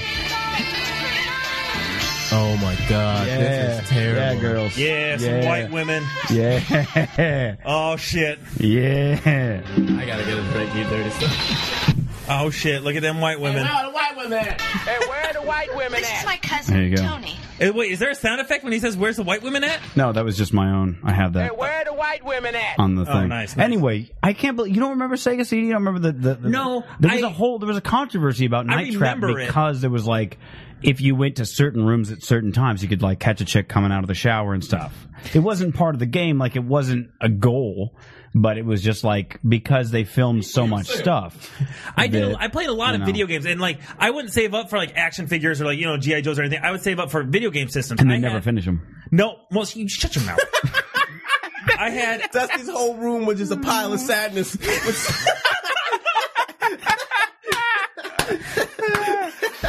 S2: Oh my god, this is terrible.
S6: Yeah, girls.
S7: Yeah, some white women.
S6: Yeah.
S7: Oh shit.
S6: Yeah.
S2: I gotta get a break. You dirty stuff.
S7: Oh shit. Look at them white women.
S2: the white women. Hey, where are the white women
S4: This is my cousin,
S6: There you go.
S4: Tony.
S7: Eh, Wait, is there a sound effect when he says, Where's the white women at?
S6: No, that was just my own. I have that
S2: where are the white women at?
S6: on the
S7: Oh,
S6: thing.
S7: nice, nice.
S6: Anyway, I can't believe you don't remember Sega CD. You don't remember the, the, the-
S7: No,
S6: There was a
S7: I-
S6: whole there was a controversy about
S7: I
S6: Night Trap
S7: remember it.
S6: because there was like if you went to certain rooms at certain times, you could like catch a chick coming out of the shower and stuff. It wasn't part of the game. Like it wasn't a goal, but it was just like because they filmed so much stuff.
S7: I did.
S6: that-
S7: I played a lot
S6: you
S7: of
S6: know.
S7: video games, and like I wouldn't save up for like action figures or like you know GI Joes or anything. I would save up for video game systems.
S6: and
S7: I
S6: they never
S7: had-
S6: finish them.
S7: No, well, you shut your mouth. I had
S2: Dusty's whole room was just a pile of sadness.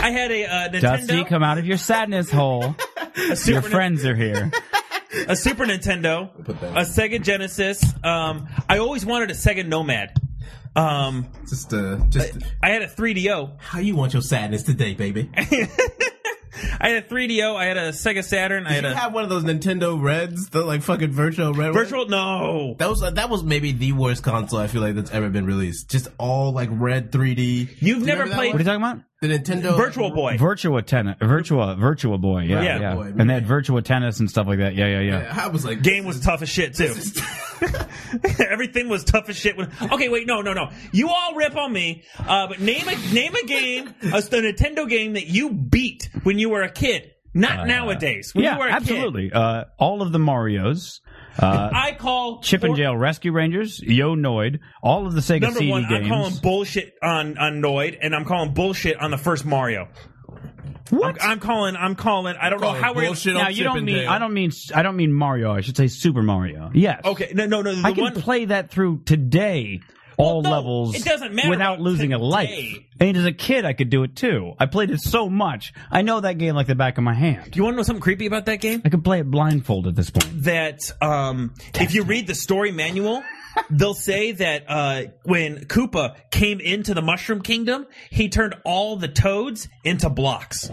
S7: I had a uh, Nintendo,
S6: Dusty, come out of your sadness hole.
S7: a, Super
S6: your friends are here.
S7: Nin- a Super Nintendo,
S2: that
S7: a Sega Genesis. Um, I always wanted a Sega Nomad. Um,
S2: just, uh, just
S7: I had a 3DO.
S2: how you want your sadness today, baby?
S7: I had a 3DO. I had a Sega Saturn. I had
S2: Did you
S7: a
S2: have one of those Nintendo Reds, the like fucking virtual red. ones?
S7: virtual. No,
S2: That was that was maybe the worst console I feel like that's ever been released. Just all like red 3D.
S7: You've
S2: You
S7: never
S2: remember that
S7: played-
S2: one?
S6: What are you talking about?
S2: the Nintendo
S7: Virtual Boy.
S6: Virtua tennis, Virtua, Virtua boy, yeah,
S7: Yeah.
S6: yeah,
S2: Boy.
S6: and they had Virtua tennis and stuff like that. Yeah, yeah, yeah.
S2: I was like,
S7: game was tough as shit too. Everything was tough as shit. When, okay, wait, no, no, no. You all rip on me, uh, but name a name a game, a, s- a Nintendo game that you beat when you were a kid, not nowadays. When
S6: Uh, yeah,
S7: you were a Kid.
S6: absolutely. Uh, all of the Mario's, uh,
S7: I call
S6: Chip and
S7: or-
S6: Jail Rescue Rangers, Yo Noid, all of the Sega
S7: Number
S6: CD
S7: one, I'm
S6: games.
S7: calling bullshit on on Noid, and I'm calling bullshit on the first Mario.
S6: what?
S7: I'm calling. I'm calling. I don't know
S2: Calling
S7: how we're
S2: bullshit on
S6: now you
S2: Chip
S6: don't
S2: and
S6: mean
S2: Dale.
S6: I don't mean I don't mean Mario. I should say Super Mario. Yes.
S7: Okay, no, no, no. The
S6: I can
S7: one,
S6: play that through today. All
S7: no,
S6: levels.
S7: it doesn't matter
S6: Without
S7: about
S6: losing a
S7: today.
S6: life. And as a kid, I could do it too. I played it so much. I know that game like the back of my hand.
S7: you want to know something creepy about that game?
S6: I could play it blindfold at this point.
S7: that um, if you read the story manual, they'll say that uh, when Koopa came into the Mushroom Kingdom, he turned all the toads into blocks.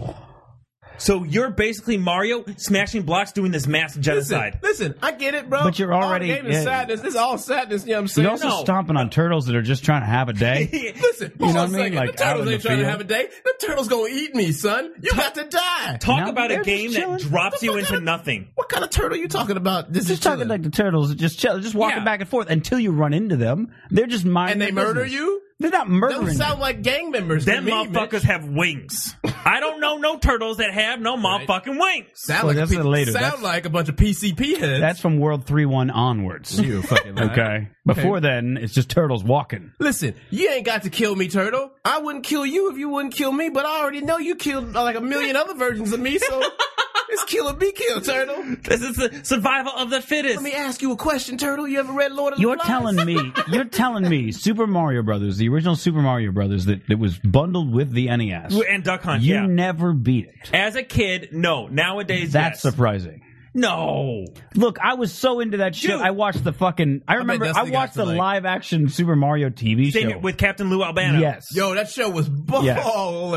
S7: So you're basically Mario smashing blocks, doing this mass
S2: Listen,
S7: genocide.
S2: listen, I get it, bro.
S6: But you're already-
S2: all the game is
S6: yeah.
S2: sadness. This is all sadness. You know what I'm saying?
S6: You're also
S7: no.
S6: stomping on turtles that are just trying to have a day.
S2: Listen, you
S6: know what I
S2: I
S6: mean?
S2: mean?
S6: Like,
S2: the
S6: out
S2: turtles
S6: in
S2: ain't
S6: the
S2: trying to
S6: field.
S2: have a day. The turtle's gonna eat me, son. You got to die.
S7: Talk
S6: No,
S7: about
S6: they're
S7: a
S6: just
S7: game that
S6: chilling.
S7: drops you
S2: What
S7: into
S2: kind of-
S7: nothing.
S2: what kind of turtle you talking about? This is
S6: Just talking
S2: chilling.
S6: like the turtles, that just chill, just walking
S7: Yeah.
S6: back and forth until you run into them. They're just mind
S2: and they
S6: their
S2: murder
S6: business.
S2: you.
S6: They're not
S2: Those
S6: murdering. you.
S2: sound like gang members. to
S7: Them
S2: me,
S7: motherfuckers
S2: Mitch.
S7: have wings. I don't know no turtles that have no motherfucking wings.
S2: sound
S6: Well,
S2: like
S6: that's
S2: a,
S6: a
S2: pe-
S6: later.
S2: Sound
S6: That's-
S2: like a bunch of PCP heads.
S6: That's from World Three One onwards.
S2: you fucking liar.
S6: Okay. Before then, it's just turtles walking.
S2: Listen, you ain't got to kill me, turtle. I wouldn't kill you if you wouldn't kill me, but I already know you killed uh, like a million other versions of me, so it's kill or be killed, turtle.
S7: This is the survival of the fittest.
S2: Let me ask you a question, turtle. You ever read Lord of
S6: You're
S2: the Flies?
S6: telling me, you're telling me, Super Mario Brothers, the original Super Mario Brothers that, that was bundled with the NES,
S7: and Duck Hunt,
S6: you
S7: yeah.
S6: never beat it.
S7: As a kid, no. Nowadays,
S6: That's
S7: yes.
S6: surprising.
S7: no.
S6: Look, I was so into that shit.
S7: Dude.
S6: I watched the fucking. I remember. I,
S2: Destiny got
S6: watched
S2: to,
S6: the
S2: like-
S6: live action Super Mario TV
S7: Same
S6: show.
S7: with Captain Lou Albano.
S6: yes.
S2: Yo, that show was baller,
S6: Yeah.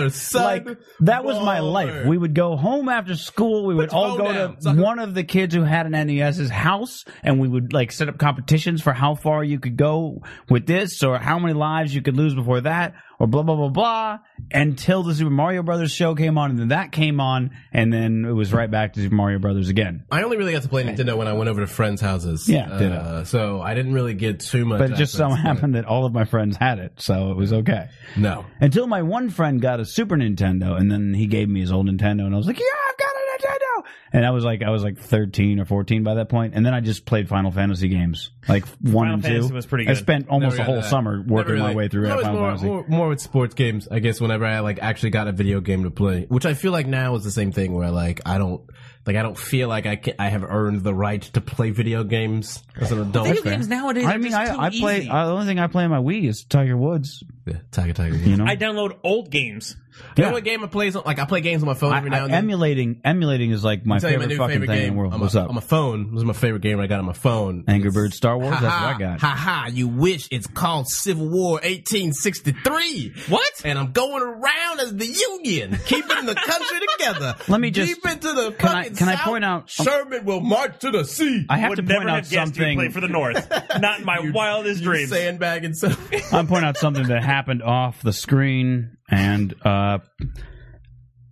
S2: son.
S6: like that was my
S2: Baller.
S6: life. We would go home after school. We would
S2: your
S6: all
S2: phone
S6: go
S2: down,
S6: to
S2: sucker.
S6: one of the kids who had an NES's house, and we would like set up competitions for how far you could go with this, or how many lives you could lose before that, or blah blah blah blah. Until the Super Mario Brothers show came on, and then that came on, and then it was right back to Super Mario Brothers again.
S2: I only really got to play Nintendo when I went over to friends' houses.
S6: Yeah, did
S2: uh,
S6: I.
S2: so I didn't really get too much.
S6: But it just so
S2: access, but-
S6: happened that all of my friends had it, so it was okay.
S2: No,
S6: Until my one friend got a Super Nintendo, and then he gave me his old Nintendo, and I was like, "Yeah, I've got a go. And I was like, I was like 13 or 14 by that point. And then I just played Final Fantasy games, like one
S2: Final
S6: and two.
S2: Fantasy was pretty
S6: I
S2: good.
S6: spent almost
S2: Never
S6: a whole
S2: got that.
S6: summer
S2: Never
S6: working my
S2: really.
S6: way through
S2: No,
S6: at
S2: it's
S6: Final
S2: more,
S6: Fantasy.
S2: More, more with sports games, I guess. Whenever I like actually got a video game to play, which I feel like now is the same thing, where like I don't like I don't feel like I can, I have earned the right to play video games as an adult.
S7: Video games nowadays
S6: I
S7: are
S6: mean,
S7: just
S6: I,
S7: too
S6: I play. uh,
S7: easy.
S6: I, the only thing I play on my Wii is Tiger Woods.
S2: Yeah, Tiger, Tiger.
S6: You know,
S7: I download old games.
S2: The only game I play is like I play games on my phone
S6: I-
S2: every now
S6: I-
S2: and then.
S6: emulating emulating is like my
S2: Tell you
S6: favorite
S2: new
S6: fucking thing
S2: game
S6: in the world.
S2: on my,
S6: What's up?
S2: On my phone. This is my favorite game I got on my phone.
S6: Angry Birds Star Wars. That's
S2: Ha
S6: what I
S2: ha,
S6: got.
S2: ha ha, you wish it's called Civil War 1863.
S7: What?
S2: And I'm going around as the Union, keeping the country together.
S6: Let me just-
S2: Deep into the
S6: can I-
S2: fucking
S6: can I
S2: South,
S6: point out-
S2: Sherman will march to the sea.
S6: I have
S8: Would
S6: to
S8: never
S6: point
S8: have
S6: out
S8: guessed you play
S6: something.
S8: for the North. Not in my wildest
S2: you
S8: dreams.
S2: sandbag and so.
S6: I'm pointing out something that happened off the screen, and uh,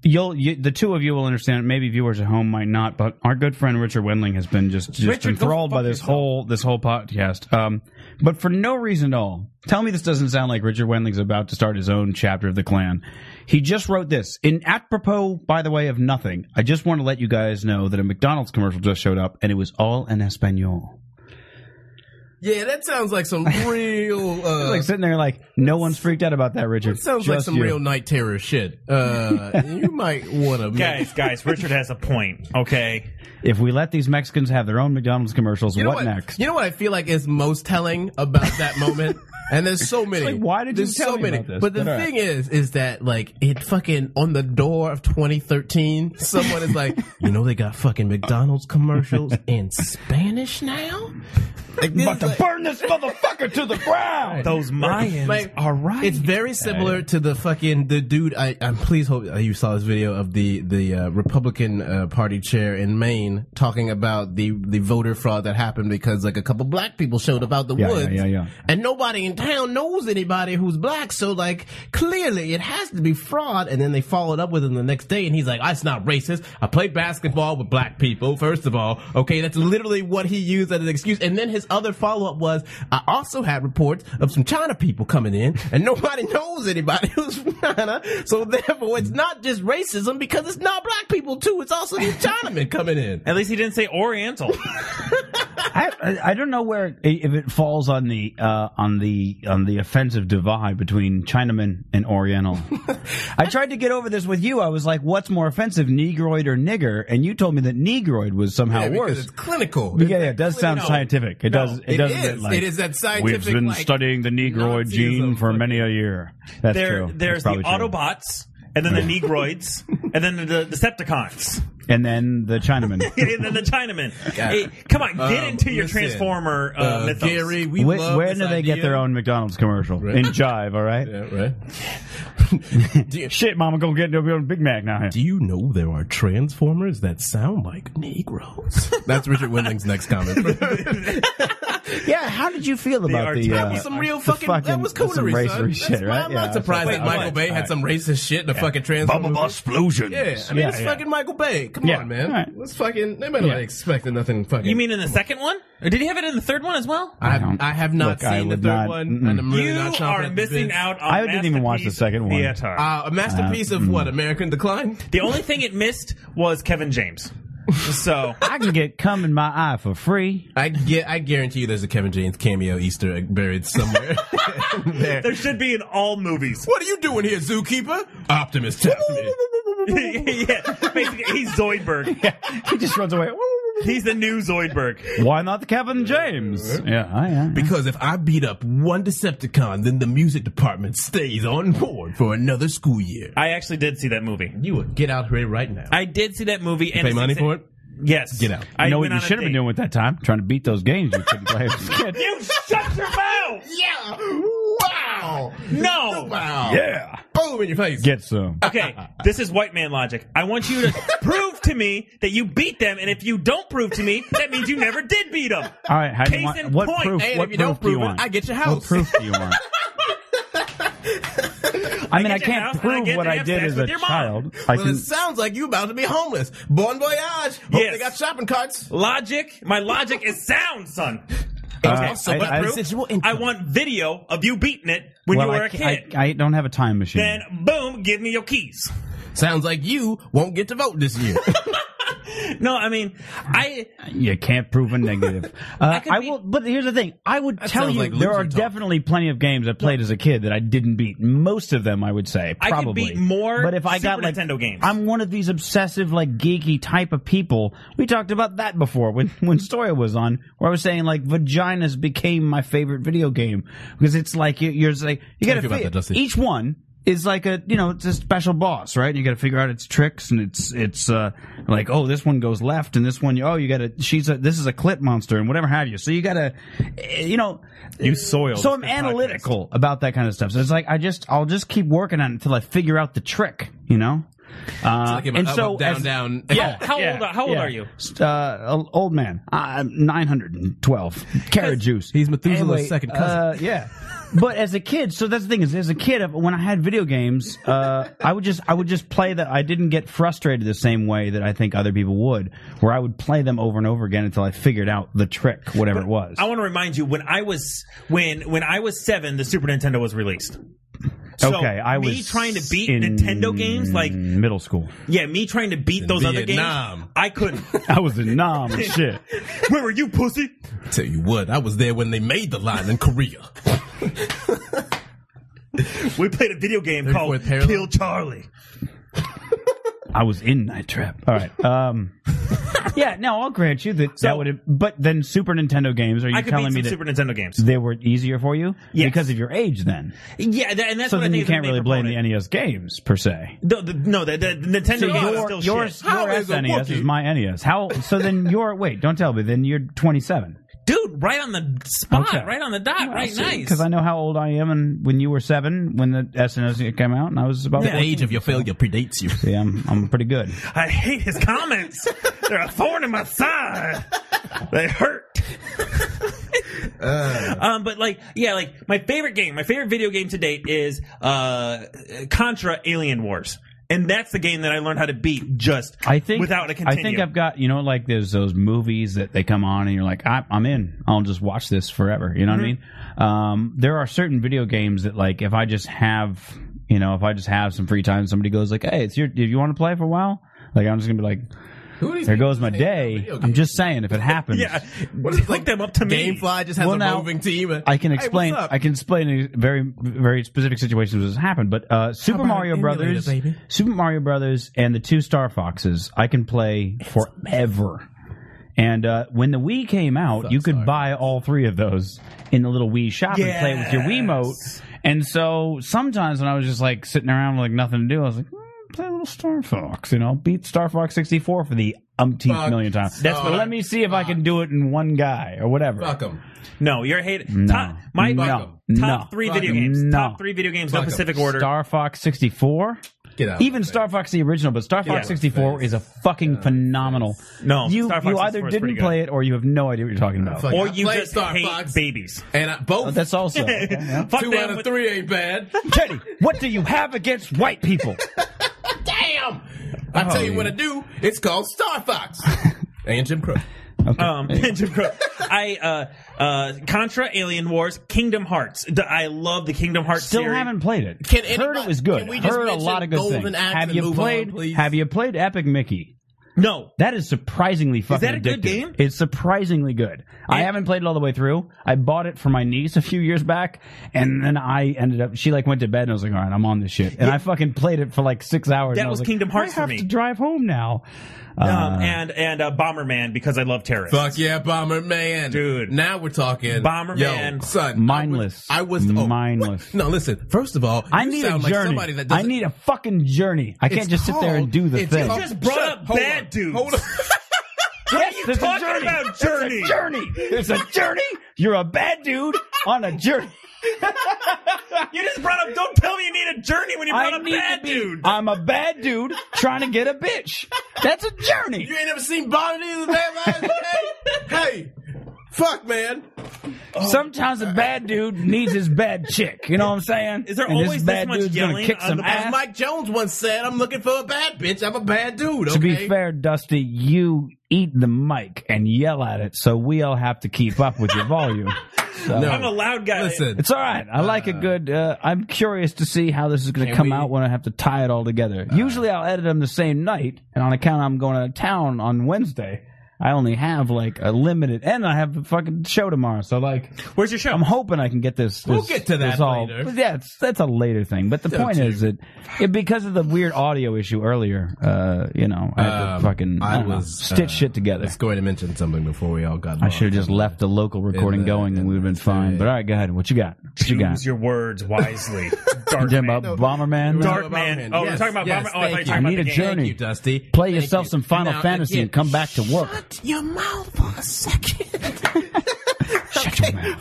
S6: you'll you, the two of you will understand. it. Maybe viewers at home might not, but our good friend Richard Wendling has been just, just
S7: Richard, go
S6: enthralled by
S7: fuck
S6: this
S7: yourself.
S6: whole this whole podcast. Um, but for no reason at all, tell me this doesn't sound like Richard Wendling's about to start his own chapter of the Klan. He just wrote this in apropos, by the way, of nothing. I just want to let you guys know that a McDonald's commercial just showed up, and it was all in Espanol.
S2: Yeah, that sounds like some real. Uh,
S6: Like sitting there, like no one's freaked out about that, Richard.
S2: sounds like
S6: Just
S2: some
S6: you.
S2: real night terror shit. Uh, you might want to.
S8: guys, guys, Richard has a point. Okay.
S6: If we let these Mexicans have their own McDonald's commercials,
S2: You know
S6: what, next?
S2: You know what I feel like is most telling about that moment? and there's so many.
S6: like, why did you
S2: there's
S6: tell
S2: so
S6: me
S2: many.
S6: about this?
S2: But the
S6: But, all right.
S2: thing is, is that like it fucking on the door of 2013, someone is like, you know, they got fucking McDonald's commercials in Spanish now. Like, this is like-
S6: burn this motherfucker to the ground.
S8: Those Mayans
S2: like,
S8: are right.
S2: It's very similar to the fucking the dude. I, I please hope uh, you saw this video of the the uh, Republican uh, Party chair in Maine talking about the the voter fraud that happened because like a couple black people showed up out the
S6: Yeah, yeah,
S2: woods,
S6: yeah, yeah.
S2: and nobody in town knows anybody who's black. So like clearly it has to be fraud. And then they followed up with him the next day, and he's like, "Ah, "It's not racist. I played basketball with black people. First of all, okay, that's literally what he used as an excuse." And then his other follow up was, "I also had reports of some China people coming in, and nobody knows anybody who's from China. So therefore, it's not just racism because it's not black people too. It's also these Chinamen coming in."
S7: At least he didn't say Oriental.
S6: I, I I don't know where if it falls on the uh, on the on the offensive divide between Chinaman and Oriental. I tried to get over this with you. I was like, "What's more offensive, Negroid or nigger?" And you told me that Negroid was somehow
S2: Yeah, because
S6: worse.
S2: it's clinical.
S6: Yeah, yeah, it does sound
S2: No.
S6: scientific. It
S2: No,
S6: does. It,
S2: it
S6: doesn't.
S2: is.
S6: get Like,
S2: It is that scientific,
S6: We've been
S2: like,
S6: studying the Negroid
S2: Nazism.
S6: gene for many a year. That's
S8: there,
S6: true. That's
S8: there's the
S6: probably true.
S8: Autobots, and then the Negroids, and then the Decepticons,
S6: and then the Chinaman.
S8: and then the Chinamen.
S2: God.
S8: Hey, come on, get
S2: Um,
S8: into your
S2: listen,
S8: Transformer uh,
S2: uh,
S8: mythos.
S2: Gary, we
S6: Where,
S2: love
S6: where
S2: this
S6: do they get
S2: idea.
S6: their own McDonald's commercial in Jive? All right.
S2: Yeah, right. do, you,
S6: Shit, Mama, gonna get a Big Mac now.
S2: do you know there are transformers that sound like Negroes? That's Richard Wendling's next comment.
S6: Yeah, how did you feel about
S8: are
S6: the?
S8: terrible.
S6: uh,
S2: That was some real
S6: the
S2: fucking, That was
S6: some
S2: coonery,
S6: racery
S2: son.
S6: shit,
S2: That's why
S6: right?
S2: I'm
S6: Yeah,
S2: not
S6: that's what I
S2: surprised that
S6: thought.
S2: Michael Bay had some racist shit in the fucking transformer.
S1: Bubble
S2: movie.
S1: explosion.
S2: Yeah, I mean
S6: Yeah,
S2: it's
S6: yeah.
S2: fucking Michael Bay. Come
S6: Yeah.
S2: on, man.
S6: All right.
S2: Let's fucking. They might not
S6: Yeah.
S2: expected nothing. Fucking.
S7: You mean in the second one? Or did he have it in the third one as well?
S2: I have,
S6: don't-
S2: I have not
S6: Look, I
S2: seen the
S6: would
S2: third
S6: not-
S2: one,
S6: mm-mm.
S2: and I'm really
S7: you
S2: not chomping
S7: are
S2: at the
S7: missing
S2: bit.
S7: out on
S6: I didn't even watch the
S8: masterpiece
S6: second one.
S8: Theater.
S2: Uh, a masterpiece of
S6: mm.
S2: what? American Decline.
S7: The only thing it missed was Kevin James. So
S6: I can get cum in my eye for free.
S2: I get. I guarantee you, there's a Kevin James cameo Easter egg buried somewhere. There.
S8: there should be in all movies.
S2: What are you doing here, zookeeper? Optimus tapped me.
S8: yeah, basically, he's Zoidberg.
S6: He just runs away.
S8: He's the new Zoidberg.
S6: Why not the Kevin James? Yeah, I am.
S2: Because if I beat up one Decepticon, then the music department stays on board for another school year.
S8: I actually did see that movie.
S2: You would get out here right now.
S7: I did see that movie. and
S2: Pay money
S7: it's-
S2: for it.
S8: Yes.
S2: Get out.
S6: You know what
S8: went
S6: you
S8: on a
S6: should have been
S8: date.
S6: doing with that time? Trying to beat those games you couldn't play as a kid.
S8: You shut your mouth!
S2: Yeah. Wow.
S8: No!
S2: Wow.
S6: Yeah.
S2: Boom in your face.
S6: Get some.
S8: Okay, this is white man logic. I want you to prove to me that you beat them, and if you don't prove to me, that means you never did beat them.
S6: All right, how do
S8: Case
S6: you want?
S8: in
S6: What
S8: point.
S6: proof?
S2: And
S6: what
S2: if you
S6: proof
S2: don't
S6: do
S2: prove
S6: you
S2: it,
S6: want?
S2: I get your
S6: What
S2: house.
S6: proof do you want? I mean,
S8: your
S6: I,
S8: house
S6: can't
S8: and I
S6: prove
S8: get
S6: what
S8: to
S6: I
S8: have
S6: did
S8: sex
S6: as
S8: with
S6: a
S8: your mom.
S6: child. I
S2: Well,
S6: can.
S2: it sounds like you about to be homeless. Bon voyage. Hope
S8: Yes.
S2: they got shopping carts.
S8: Logic? My logic is sound, son.
S6: Uh,
S2: also
S6: I-
S2: what
S6: I-
S2: proof? Residual income.
S8: I want video of you beating it when
S6: well,
S8: you were
S6: I
S8: a
S6: ca-
S8: kid.
S6: I, I don't have a time machine.
S8: then, boom, give me your keys.
S2: Sounds like you won't get to vote this year.
S7: No, I mean, I
S6: You can't prove a negative. Uh, I, will, but here's the thing: I would tell
S7: sounds
S6: you
S7: like
S6: there
S7: loser
S6: are
S7: talk.
S6: definitely plenty of games I played as a kid that I didn't beat. Most of them, I would say,
S7: I could
S6: probably
S7: beat more
S6: But if I got
S7: Super
S6: like
S7: Nintendo games.
S6: I'm one of these obsessive, like geeky type of people. We talked about that before when when Stoya was on, where I was saying like vaginas became my favorite video game because it's like you, you're just like you
S2: Tell
S6: got
S2: me about that,
S6: to
S2: Dusty.
S6: each one is like a you know it's a special boss right and you got to figure out its tricks and it's it's uh like oh this one goes left and this one oh you got to she's a this is a clit monster and whatever have you so you got to you know
S8: You soiled.
S6: so I'm
S8: this podcast.
S6: analytical about that kind of stuff. So it's like I just I'll just keep working on it until I figure out the trick, you know. Uh,
S2: like I'm
S6: and
S2: up,
S6: so
S2: up, down,
S6: as-
S2: down.
S6: Yeah,
S7: How- how
S6: yeah,
S7: old are- how old
S6: yeah.
S7: are you?
S6: Uh, old man. I'm 912. Carrot juice.
S2: He's Methuselah's
S6: Anyway,
S2: second cousin.
S6: Uh, yeah. But as a kid, so that's the thing is, as a kid, uh, when I had video games, uh, I would just I would just play that. I didn't get frustrated the same way that I think other people would, where I would play them over and over again until I figured out the trick, whatever it was.
S7: I want to remind you when I was when when I was seven, the Super Nintendo was released. So
S6: okay, I was
S7: me trying to beat
S6: in
S7: Nintendo games like
S6: middle school.
S7: yeah, me trying to beat those other games.
S2: Vietnam.
S7: I couldn't.
S6: I was in nom and shit.
S7: Where were you, pussy?
S2: Tell you what, I was there when they made the line in Korea.
S7: We played a video game
S2: 34th
S7: called
S2: parallel.
S7: Kill Charlie.
S6: I was in Night Trap. All right. Um, yeah. No, I'll grant you that that would. have But then Super Nintendo games. Are you
S7: I could beat
S6: telling
S7: some
S6: me that
S7: Super Nintendo games.
S6: they were easier for you
S7: Yes.
S6: because of your age? Then
S7: Yeah, that, and that's
S6: so
S7: what I
S6: then
S7: think
S6: you
S7: is the
S6: can't
S7: main
S6: really blame the
S7: proponent.
S6: NES games per se.
S7: No, the, no, the, the Nintendo
S6: So
S7: game is
S6: your
S7: still
S6: your, your
S7: shit.
S2: is a
S6: SNES is
S2: Wookiee?
S6: my NES. How so? Then you're wait. Don't tell me. Then you're 27.
S7: dude, right on the spot,
S6: Okay.
S7: right on the dot, right, nice.
S6: Because I know how old I am, and when you were seven, when the SNES came out, and I was about
S2: The
S6: 14.
S2: age of your failure predates you.
S6: Yeah, I'm, I'm pretty good.
S7: I hate his comments. They're a thorn in my side. They hurt. um, but like, yeah, like my favorite game, my favorite video game to date is uh, Contra Alien Wars, and that's the game that I learned how to beat just
S6: I think
S7: without a
S6: I
S7: continue.
S6: think I've got you know like there's those movies that they come on and you're like I, I'm in. I'll just watch this forever. You know
S7: Mm-hmm.
S6: what I mean? Um, there are certain video games that like if I just have you know if I just have some free time, somebody goes like, hey, it's your. Do you want to play for a while? Like I'm just gonna be like,
S2: Who do you
S6: there
S2: think
S6: goes my
S2: is hanging out
S6: day.
S2: video
S6: I'm
S2: games?
S6: just saying if it happens.
S7: yeah,
S2: What is
S7: hook
S2: it, like,
S7: them up to me.
S2: Gamefly just has
S6: Well,
S2: a
S6: now,
S2: roving team. and-
S6: I can
S2: Hey,
S6: explain.
S2: what's up?
S6: I can explain very very specific situations that's happened. But uh, Super
S2: about
S6: Mario
S2: an emulator,
S6: Brothers,
S2: baby?
S6: Super Mario Brothers, and the two Star Foxes, I can play forever. And uh, when the Wii came out, you could buy all three of those in the little Wii shop and play it with your Wiimote. And so sometimes when I was just like sitting around with like nothing to do, I was like, "Mm, play a little Star Fox, you know, beat Star Fox 64 for the umpteenth
S2: Fuck.
S6: million times. That's
S2: Fuck.
S6: let me see if I can do it in one guy or whatever.
S2: Fuck 'em.
S7: No, you're hating.
S6: No.
S7: Top, my
S6: No.
S7: top
S6: No.
S7: three
S2: Fuck
S7: video
S2: them.
S7: games.
S6: No.
S7: Top three video games. No
S2: Fuck them.
S7: Pacific Order.
S6: Star Fox 64.
S2: Get out.
S6: Even Star Fox the original, but Star Fox
S7: Yeah.
S6: 64 is a fucking phenomenal.
S7: No,
S6: you
S7: Star Fox
S6: you
S7: 64
S6: either
S7: is pretty
S6: didn't
S7: good.
S6: play it or you have no idea what you're talking about.
S2: Fuck.
S7: or
S2: I
S7: you
S2: played
S7: just
S2: Star
S7: hate
S2: Fox.
S7: babies.
S2: And I, both.
S6: Oh, That's also okay, yeah.
S7: Fuck
S2: two
S7: them
S2: out of
S7: with-
S2: three ain't bad.
S6: Teddy. What do you have against white people?
S2: Damn! I tell
S6: Oh,
S2: you what I do. It's called Star Fox. and Jim Crow.
S6: Okay.
S7: Um, Jim Crow. I uh, uh, Contra, Alien Wars, Kingdom Hearts. The- I love the Kingdom Hearts.
S6: Still
S7: series.
S6: haven't played it.
S2: Can
S6: Heard
S2: anybody-
S6: it was good.
S2: can we just
S6: Heard a
S2: mention
S6: lot of good
S2: Golden
S6: things.
S2: Axe
S6: Have
S2: and
S6: you
S2: move
S6: played?
S2: on, please?
S6: have you played Epic Mickey?
S7: No,
S6: That is surprisingly fucking
S7: that a
S6: addictive.
S7: good game?
S6: It's surprisingly good. I haven't played it all the way through. I bought it for my niece a few years back, and then I ended up. She like went to bed, and I was like, "All right, I'm on this shit." And I fucking played it for like six hours.
S7: That
S6: and I
S7: was
S6: like,
S7: Kingdom Hearts
S6: I
S7: for
S6: have
S7: me.
S6: to drive home now.
S7: um, and and uh, Bomberman because I love terrorists.
S2: Fuck yeah, Bomberman.
S7: Dude.
S2: Now we're talking.
S7: Bomberman.
S2: Yo, son.
S6: Mindless.
S2: I was. I was oh, what?
S6: Mindless.
S2: No, listen. First of all,
S6: I
S2: you
S6: need a
S2: sound like
S6: journey.
S2: somebody that
S6: I
S2: doesn't-
S6: need a fucking journey. I can't
S2: It's
S6: just sit there and
S2: called-
S6: do the
S2: it's
S6: thing.
S2: called-
S7: Just brought
S2: Shut-
S7: up
S2: hold
S7: bad
S2: on,
S7: dudes.
S2: Hold on.
S6: Yes, there's a
S7: talking
S6: journey.
S7: about
S6: It's a
S7: journey?
S6: journey. There's a journey. You're a bad dude on a journey.
S7: You just brought up. Don't tell me you need a journey when you brought up bad dude.
S6: I'm a bad dude trying to get a bitch. That's a journey.
S2: You ain't never seen Bonnie and the Vampire Hey, hey, fuck, man.
S6: Sometimes a bad dude needs his bad chick. You know what I'm saying?
S7: Is there
S6: and
S7: always this
S6: bad
S7: much
S6: dude's gonna
S7: yelling
S6: kick
S7: on
S6: some
S7: the-
S6: ass?
S2: As Mike Jones once said, I'm looking for a bad bitch. I'm a bad dude. Okay?
S6: To be fair, Dusty, you eat the mic and yell at it, so we all have to keep up with your volume. No.
S7: I'm a loud guy.
S2: Listen.
S6: It's all right. I like a good. Uh, I'm curious to see how this is going to
S2: Can
S6: come
S2: we-
S6: out when I have to tie it all together.
S7: Uh.
S6: Usually, I'll edit them the same night, and on account I'm going out of town on Wednesday, I only have like a limited, and I have a fucking show tomorrow. So like,
S7: Where's your show?
S6: I'm hoping I can get this.
S2: We'll
S6: this-
S2: get to that
S6: this all,
S2: later.
S6: but Yeah, it's, that's a later thing. But the point is that it, because of the weird audio issue earlier, uh, you know, I had to
S2: Um,
S6: fucking I
S2: I
S6: don't know,
S2: was,
S6: stitch
S2: uh,
S6: shit together.
S2: It's going to mention something before we all got.
S6: I should have just left the local recording
S2: the-
S6: going, and
S2: in
S6: we'd have been fine.
S2: the-
S6: But all right, go ahead. What you got? What you got?
S8: Choose your words wisely.
S6: You
S8: Dark
S6: talking
S8: man.
S6: about Bomberman?
S8: Dark Man. Oh, we're talking about Bomber- oh, I thought you were talking
S6: I need a
S8: about the game.
S6: journey.
S2: Thank you, Dusty.
S6: Play
S2: Thank
S6: yourself
S2: you.
S6: some Final
S2: Now,
S6: Fantasy
S2: again,
S6: and come back to work.
S2: Shut your mouth for a second. okay.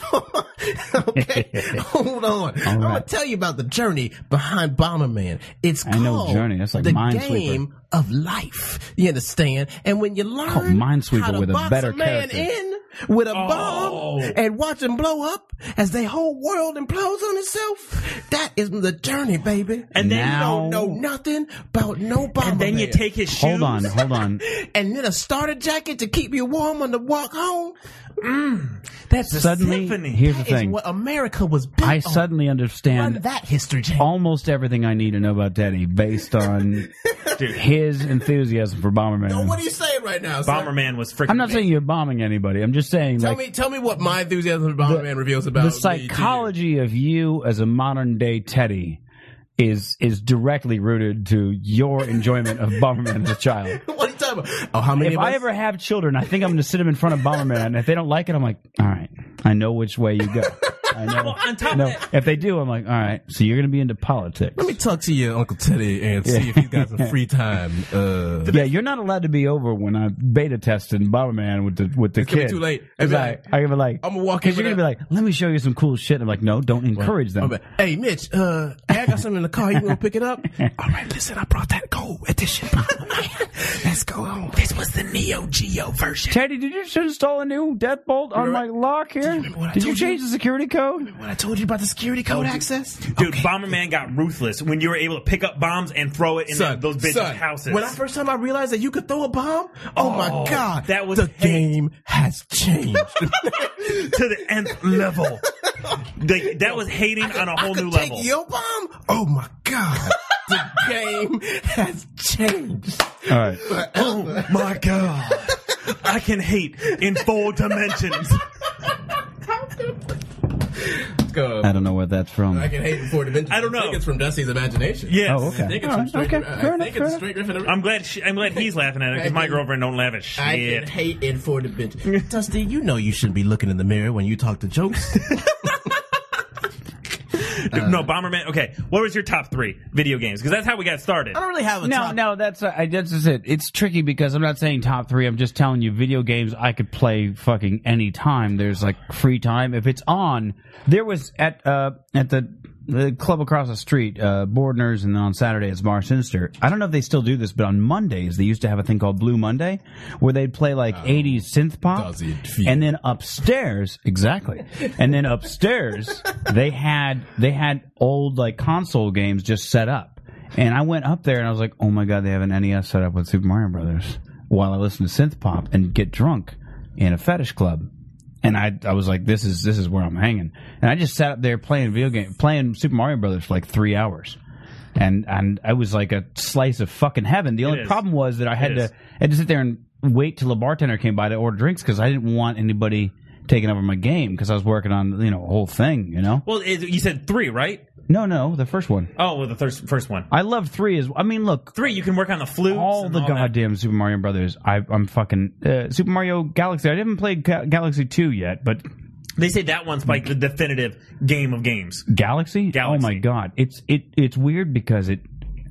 S2: okay. Hold on. I'm gonna
S6: right.
S2: tell you about the journey behind Bomberman. It's
S6: I know
S2: called
S6: Journey. That's like
S2: the
S6: Minesweeper.
S2: game of life. You understand? And when you learn
S6: called Minesweeper
S2: how to
S6: with a
S2: box
S6: better
S2: a man
S6: character. Oh.
S2: in with a bomb and watch him blow up as the whole world implodes on itself, that is the journey, baby.
S7: And then you
S6: Now-
S2: don't know nothing about no Bomberman.
S7: and then you take his shoes.
S6: Hold on, hold on.
S2: and then a starter jacket to keep you warm on the walk home.
S7: That's a
S6: suddenly,
S7: symphony.
S6: here's the
S2: That is
S6: thing.
S2: what America was built
S6: I
S2: on.
S6: suddenly
S2: Run
S6: understand
S2: that history, Jay.
S6: almost everything I need to know about Teddy based on his enthusiasm for Bomberman.
S2: Now, what are you saying right now? son?
S7: Bomberman was freaking.
S6: I'm not saying you're bombing anybody. I'm just saying,
S2: Tell
S6: like,
S2: me, tell me what my enthusiasm for Bomberman reveals about
S6: the
S2: me to you.
S6: psychology of you as a modern day Teddy is is directly rooted to your enjoyment of Bomberman as a child.
S2: What are you talking about? Oh, how many?
S6: If
S2: of us?
S6: I ever have children, I think I'm going to sit them in front of Bomberman. And if they don't like it, I'm like, all right, I know which way you go. I know.
S7: Well, on top of
S6: no,
S7: that-
S6: if they do, I'm like, all right, so you're going to be into politics.
S2: Let me talk to your Uncle Teddy and see if he's got some free time. Uh,
S6: Yeah, you're not allowed to be over when I'm beta testing Bomberman with the with the
S2: gonna be
S6: kid.
S2: too late.
S6: It's
S2: I'd be
S6: like,
S2: like,
S6: I give it like
S2: I'ma walk in
S6: because you're
S2: with
S6: gonna be like, let me show you some cool shit. I'm like, no, don't encourage them.
S2: my bad. Hey, Mitch, uh, I got something in the car. You gonna pick it up? All right, listen, I brought that gold edition. Bomberman. Let's go on. This was the Neo Geo version.
S6: Teddy, did you just install a new deadbolt on my lock here?
S2: remember what I
S6: Did you
S2: told you?
S6: change the security code?
S2: When I told you about the security code access,
S7: Dude, Bomberman got ruthless when you were able to pick up bombs and throw it in
S2: son,
S7: those bitches'
S2: son,
S7: houses.
S2: When I first time I realized that you could throw a bomb, oh, my god,
S7: that was
S2: the
S7: hate.
S2: game has changed.
S7: to the nth level. The- that was hating on a whole
S2: I could
S7: new
S2: take
S7: level.
S2: Your bomb, oh my god, the game has changed.
S6: All right.
S7: oh my god. I can hate in four dimensions.
S2: Let's go.
S6: I don't know where that's from.
S2: I can hate before the vengeance.
S7: I don't know.
S2: I think it's from Dusty's imagination.
S7: Yes.
S6: Oh, okay.
S2: I think it's
S6: All
S2: from
S6: right,
S2: straight.
S6: okay.
S2: I think
S6: Fair enough,
S2: it's
S6: fair enough.
S2: straight Griffin.
S7: I'm glad she, I'm glad he's laughing at it because my girlfriend don't laugh at
S2: I can
S7: shit.
S2: hate in for the bitch. Dusty, you know you shouldn't be looking in the mirror when you talk to jokes.
S7: no, Bomberman. Okay, what was your top three video games? Because that's how we got started.
S2: I don't really have a
S6: No,
S2: top-
S6: no, that's uh, I- that's just it. It's tricky because I'm not saying top three. I'm just telling you, video games I could play fucking any time. There's like free time if it's on. There was at uh at the. The club across the street, uh, Bordner's, and then on Saturday it's Mar Sinister. I don't know if they still do this, but on Mondays they used to have a thing called Blue Monday, where they'd play like
S2: Oh.
S6: 80s synth pop,
S2: does it feel-
S6: and then upstairs, exactly, and then upstairs they had they had old like console games just set up, and I went up there and I was like, oh my god, they have an NES set up with Super Mario Brothers while I listen to synth pop and get drunk in a fetish club. And I, I was like, this is this is where I'm hanging. And I just sat up there playing video game, playing Super Mario Brothers for like three hours, and and I was like a slice of fucking heaven. The only
S7: is.
S6: problem was that I had
S7: It
S6: to
S7: is.
S6: I had to sit there and wait till a bartender came by to order drinks because I didn't want anybody taking over my game because I was working on you know a whole thing. You know,
S7: Well, it, you said three, right?
S6: no, no, the first one.
S7: Oh, well, the first first one.
S6: I love three. Is I mean, look,
S7: Three, you can work on the flute.
S6: all the goddamn Super Mario Brothers. I, I'm fucking uh, Super Mario Galaxy. I haven't played Ga- Galaxy Two yet, but
S7: They say that one's like the definitive game of games.
S6: Galaxy?
S7: Galaxy.
S6: Oh my god, it's it it's weird because it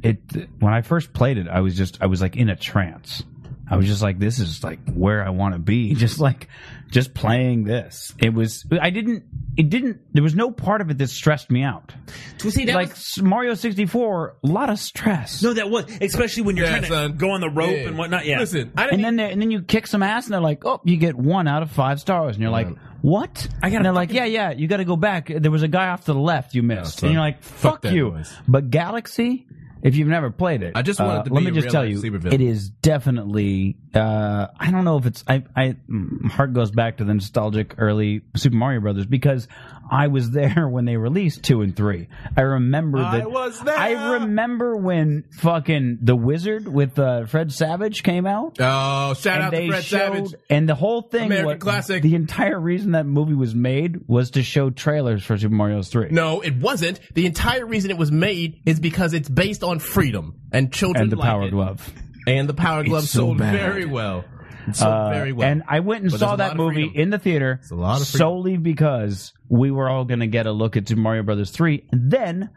S6: it when I first played it, I was just I was like in a trance. I was just like, this is like where I want to be. Just like, just playing this. It was. I didn't. It didn't. There was no part of it that stressed me out.
S7: See, that
S6: like
S7: was-
S6: Mario sixty four, a lot of stress.
S7: no, that was especially when you're
S2: Yeah,
S7: trying to
S2: son.
S7: go on the rope
S2: Yeah.
S7: and whatnot. Yeah,
S2: Listen, I didn't
S6: and then they, and then you kick some ass, and they're like, "Oh, you get one out of five stars," and you're like, "What?"
S7: I gotta
S6: and they're like, "Yeah, yeah, you got to go back. There was a guy off to the left you missed,"
S2: son.
S6: and you're like, "Fuck,
S2: Fuck that
S6: you."
S2: noise.
S6: But Galaxy, If you've never played it, uh,
S2: I just wanted to
S6: let
S2: be
S6: me
S2: a
S6: just
S2: real
S6: tell
S2: life
S6: you,
S2: supervillain.
S6: it is definitely. Uh, I don't know if it's. I, I my heart goes back to the nostalgic early Super Mario Brothers because I was there when they released two and three. I remember
S2: I
S6: that.
S2: was there.
S6: I remember when fucking the Wizard with uh, Fred Savage came out.
S2: Oh, shout
S6: and
S2: out
S6: they
S2: to Fred
S6: showed,
S2: Savage.
S6: and the whole thing,
S2: American
S6: what,
S2: classic.
S6: the entire reason that movie was made was to show trailers for Super Mario 3.
S2: No, it wasn't. The entire reason it was made is because it's based on freedom and children
S6: and the
S2: like
S6: Power
S2: it.
S6: Glove.
S2: And the Power Glove
S6: so
S2: sold
S6: bad.
S2: very well. It sold
S6: Uh,
S2: very well.
S6: And I went and
S2: But there's
S6: saw
S2: a lot
S6: that
S2: of
S6: movie
S2: freedom.
S6: in the theater
S2: It's a lot of freedom.
S6: solely because we were all going to get a look at Super Mario Brothers 3. And then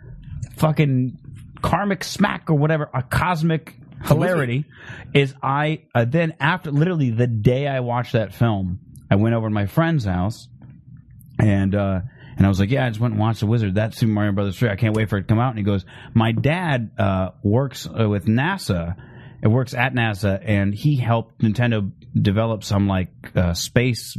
S6: fucking karmic smack or whatever, a cosmic hilarity is I uh, then after literally the day I watched that film, I went over to my friend's house and uh and I was like, yeah, I just went and watched The Wizard. That's Super Mario Brothers 3. I can't wait for it to come out. And he goes, my dad uh, works uh, with NASA. It works at NASA, and he helped Nintendo develop some like uh, space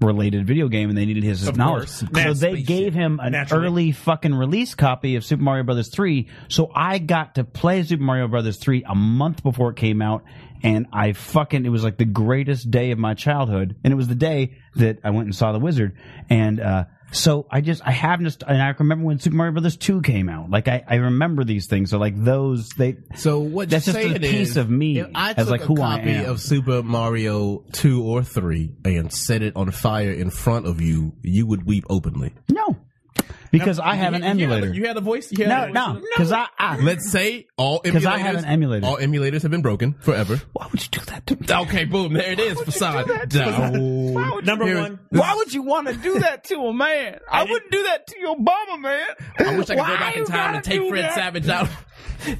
S6: related video game, and they needed his knowledge.
S2: course.
S6: So
S8: That's
S6: they
S8: spaceship.
S6: gave him an
S8: Naturally.
S6: early fucking release copy of Super Mario Brothers 3. So I got to play Super Mario Brothers 3 a month before it came out. And I fucking, it was like the greatest day of my childhood. And it was the day that I went and saw The Wizard. And, uh, so I just, I have just, and I remember when Super Mario Brothers 2 came out. Like I, I remember these things. So like those, they,
S2: So what
S6: That's
S2: you're
S6: just a
S2: saying
S6: piece
S2: is,
S6: of me
S2: If I
S6: as,
S2: took
S6: like,
S2: a
S6: who I
S2: copy
S6: am.
S2: of Super Mario two or three and set it on fire in front of you, you would weep openly.
S6: no, because I have an emulator.
S2: You had a voice. You
S6: No, no, because I, I,
S2: Let's say all emulators.
S6: 'Cause I have an emulator.
S2: All emulators have been broken forever.
S6: why would you do that to me?
S2: Okay, boom. There it is. Facade. No.
S7: Number
S2: Here-
S7: one,
S6: Why would you want to do that to a man? I, wouldn't do that to your mama, man.
S2: I wish I could go
S6: Why
S2: back in
S6: you
S2: time and
S6: gotta
S2: take
S6: do
S2: Fred
S6: that?
S2: Savage out.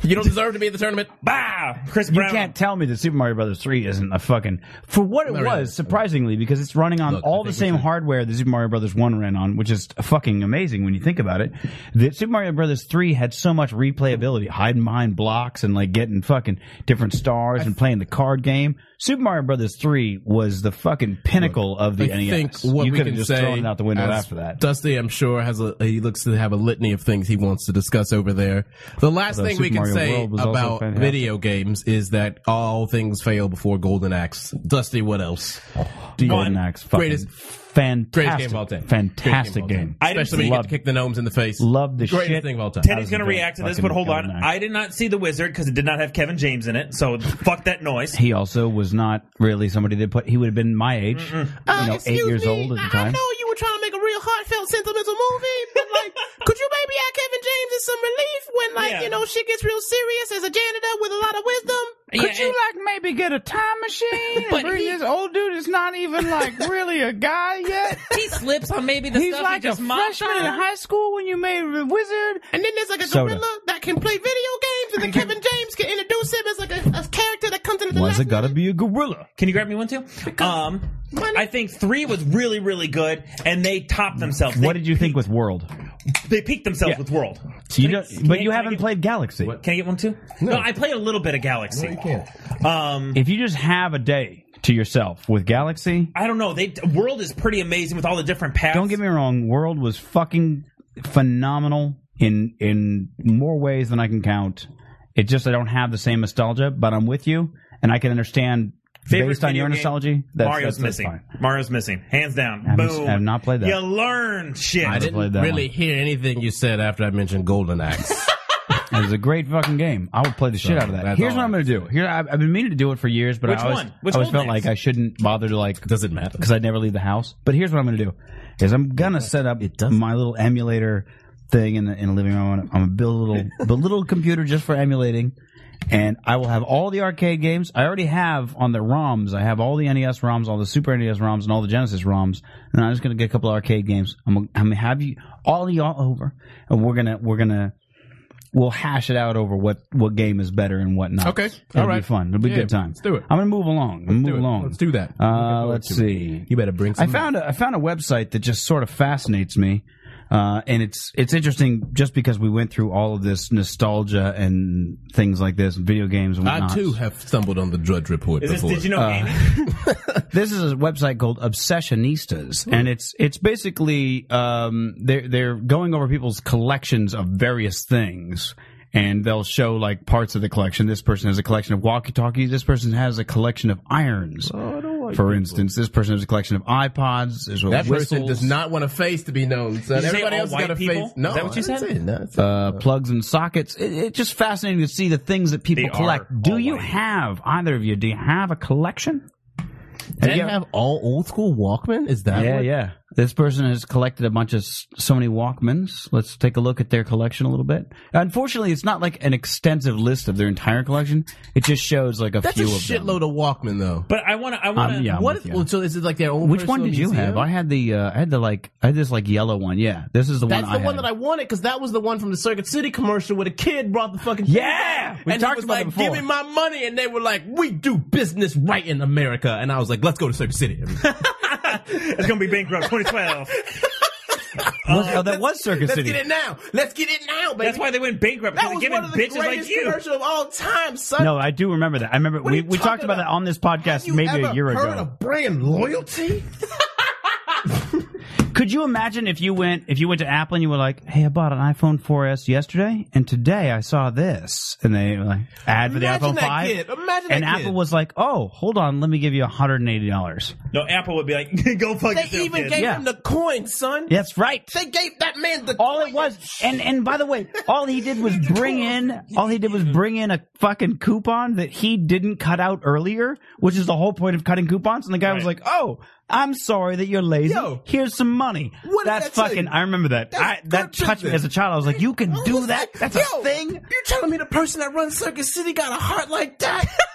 S2: You don't deserve to be in the tournament.
S7: bah, Chris
S6: You
S7: Brown.
S6: can't tell me that Super Mario Brothers 3 isn't a fucking for what it
S2: No, really.
S6: was, surprisingly, because it's running on
S2: Look, I
S6: all
S2: think
S6: the
S2: we
S6: same
S2: should-
S6: hardware that Super Mario Brothers 1 ran on, which is fucking amazing when you think about it. That Super Mario Brothers 3 had so much replayability, hiding behind blocks and like getting fucking different stars and playing the card game. Super Mario Brothers 3 was the fucking pinnacle of the
S2: I
S6: NES.
S2: think what
S6: uh, you
S2: we
S6: could
S2: can
S6: have just
S2: say
S6: thrown it out the window
S2: as
S6: after that.
S2: Dusty, I'm sure, has a he looks to have a litany of things he wants to discuss over there. The last
S6: Although
S2: thing we
S6: Super
S2: can
S6: Mario
S2: say
S6: World was also
S2: about
S6: fantastic.
S2: video games is that all things fail before Golden Axe. Dusty, what else? Do you
S6: Golden Axe, fucking
S2: Greatest-
S6: fantastic,
S2: greatest game of all time. Greatest
S6: fantastic
S2: of all
S6: game.
S2: time. Especially when you get
S6: Love-
S2: to kick the gnomes in the face.
S6: Love the
S2: greatest
S6: shit.
S2: thing of all time.
S7: Teddy's
S6: That
S7: gonna
S6: was a
S7: react to
S6: great
S7: this, but hold on.
S6: fucking comeback.
S7: I did not see the wizard because it did not have Kevin James in it, so fuck that noise.
S6: He also was not really somebody that put. He would have been my age, you know, eight years old at the time.
S2: you were trying to make a real heartfelt, sentimental movie, but like, could you maybe add Kevin James in some relief when like
S7: Yeah. you know,
S2: shit gets real serious as a janitor with a lot of wisdom?
S7: Could you
S6: like maybe get a time machine
S2: But bring he- this
S6: old dude that's not even like really a guy yet?
S11: He slips on maybe the stuff he just mopped on.
S6: high school when you made the wizard.
S2: And then there's like a
S6: Soda.
S2: gorilla that can play video games, and then Kevin James can introduce him as like a, a character that comes into the
S6: Was
S2: last
S6: it gotta
S2: minute.
S6: be a gorilla?
S7: Can you grab me one too? Um, I think three was really, really good, and they topped themselves.
S6: What
S7: they,
S6: did you think with World?
S7: They peaked themselves
S6: Yeah.
S7: with World.
S6: You don't, but
S7: I
S6: you
S7: get-
S6: haven't played Galaxy.
S7: Can I get one too? No, I played a little bit of Galaxy. Um,
S6: If you just have a day to yourself with Galaxy,
S7: I don't know. They World is pretty amazing with all the different paths.
S6: Don't get me wrong, World was fucking phenomenal in in more ways than I can count. It just I don't have the same nostalgia, but I'm with you, and I can understand
S7: Favorite
S6: based on
S7: video
S6: your
S7: game?
S6: nostalgia. That's,
S7: Mario's
S6: that's- that's
S7: missing.
S6: fine.
S7: Mario's missing. Hands down.
S6: haven't-
S7: Boom.
S6: I have not played that.
S7: You learn shit.
S2: I
S6: played
S2: didn't
S6: that
S2: really
S6: one.
S2: hear anything you said after I mentioned Golden Axe.
S6: It was a great fucking game. I would play the shit out of that.
S2: that's
S6: Here's
S2: all
S6: what I'm
S2: right.
S6: gonna do. Here I've, I've been meaning to do it for years, but
S7: Which
S6: I always,
S7: one? Which
S6: I always
S7: Golden
S6: felt
S7: Axe?
S6: like I shouldn't bother to like
S2: Does it matter?
S6: because I'd never leave the house. But here's what I'm going to do: is I'm going to set up my little emulator thing in the in the living room. I'm gonna- I'm going to build a little the little computer just for emulating, and I will have all the arcade games. I already have on the ROMs. I have all the NES ROMs, all the Super NES ROMs, and all the Genesis ROMs. And I'm just going to get a couple of arcade games. I'm gonna- I'm going to have you all y'all over, and we're gonna we're gonna. We'll hash it out over what, what game is better and what not.
S2: Okay.
S6: It'll
S2: All
S6: be
S2: right.
S6: fun. It'll be
S2: Yeah,
S6: a good time.
S2: let's do it.
S6: I'm gonna move along. I'm gonna move
S2: do it.
S6: along.
S2: Let's do that. Looking
S6: Uh,
S2: forward
S6: let's
S2: to it.
S6: see.
S2: you better bring.
S6: I
S2: Some
S6: found a, I found a website that just sort of fascinates me, uh, and it's it's interesting just because we went through all of this nostalgia and things like this, and video games and whatnot.
S2: I too have stumbled on the Drudge Report
S7: Is this,
S2: before.
S7: did you know gaming?
S6: Uh, This is a website called Obsessionistas, and it's it's basically um, they're they're going over people's collections of various things. and they'll show like parts of the collection. This person has a collection of walkie talkies. This person has a collection of irons. for instance, this person has a collection of iPods. There's a
S2: That person
S6: whistle.
S2: does not want a face to be known. So
S7: Did you say
S2: everybody
S7: all
S2: else has
S7: white
S2: got a
S7: people?
S2: face. No,
S7: Is that what you
S2: I didn't
S7: said?
S2: say that.
S6: uh, plugs and sockets. It, it's just fascinating to see the things that people
S7: They
S6: collect.
S7: are
S6: Do
S7: all
S6: you
S7: white.
S6: have either of you? Do you have a collection?
S2: Did
S6: you-
S2: you have all old school Walkman? Is that
S6: yeah,
S2: what?
S6: yeah. This person has collected a bunch of s- so many Walkmans. Let's take a look at their collection a little bit. Unfortunately, it's not like an extensive list of their entire collection. It just shows like a
S2: That's a
S6: few of them.
S2: shitload of Walkman though.
S7: But I want to. I want to.
S6: Um, yeah, I'm
S2: what?
S6: with
S2: If,
S6: you.
S2: well, so is it like their own?
S6: Which one
S2: personal
S6: did you
S2: museum?
S6: have? I had the uh, I had the like I had this like yellow one. Yeah, this is the
S2: That's
S6: one.
S2: the
S6: I
S2: one
S6: had.
S2: that I wanted because that was the one from the Circuit City commercial where the kid brought the fucking
S6: Yeah! We
S2: and he
S6: talked
S2: was
S6: about
S2: like,
S6: it before.
S2: "Give me my money," and they were like, "We do business right in America," and I was like, "Let's go to Circuit City."
S8: It's gonna be bankrupt 2012.
S6: Was- oh, that was Circuit
S2: Let's
S6: City.
S2: get it now. Let's get it now, baby.
S7: That's why they went bankrupt.
S2: that
S7: because
S2: was
S7: they
S2: one
S7: given
S2: of the
S7: bitches like
S2: greatest
S7: you.
S2: commercials of all time, son.
S6: No, I do remember that. I remember
S2: are
S6: we,
S2: you
S6: we talked
S2: talking
S6: about that
S2: about?
S6: on this podcast
S2: you
S6: maybe
S2: ever
S6: a year
S2: heard
S6: ago.
S2: of brand loyalty?
S6: Could you imagine if you went if you went to Apple and you were like, "Hey, I bought an iPhone 4S yesterday, and today I saw this," and they like ad for
S2: Imagine
S6: the iPhone
S2: that
S6: 5,
S2: kid. Imagine that
S6: and
S2: kid.
S6: Apple was like, "Oh, hold on, let me give you 180 dollars."
S7: No, Apple would be like, go fuck
S2: They
S7: yourself.
S2: even
S7: kid.
S2: gave
S6: Yeah.
S2: him the coin, son.
S6: That's right.
S2: They gave that man the
S6: All
S2: coin.
S6: it was, and and by the way, all he did was bring in, all he did was bring in a fucking coupon that he didn't cut out earlier, which is the whole point of cutting coupons. And the guy was like, "Oh, I'm sorry that you're lazy.
S2: Yo.
S6: Here's some money."
S2: What did
S6: That's
S2: that tell
S6: fucking.
S2: you?
S6: I remember that.
S2: That's
S6: I, that
S2: good
S6: touched me
S2: business.
S6: as a child. I was like, "You can
S2: I
S6: do
S2: was
S6: that?
S2: like,
S6: That's
S2: yo,
S6: a thing."
S2: You're telling me the person that runs Circuit City got a heart like that?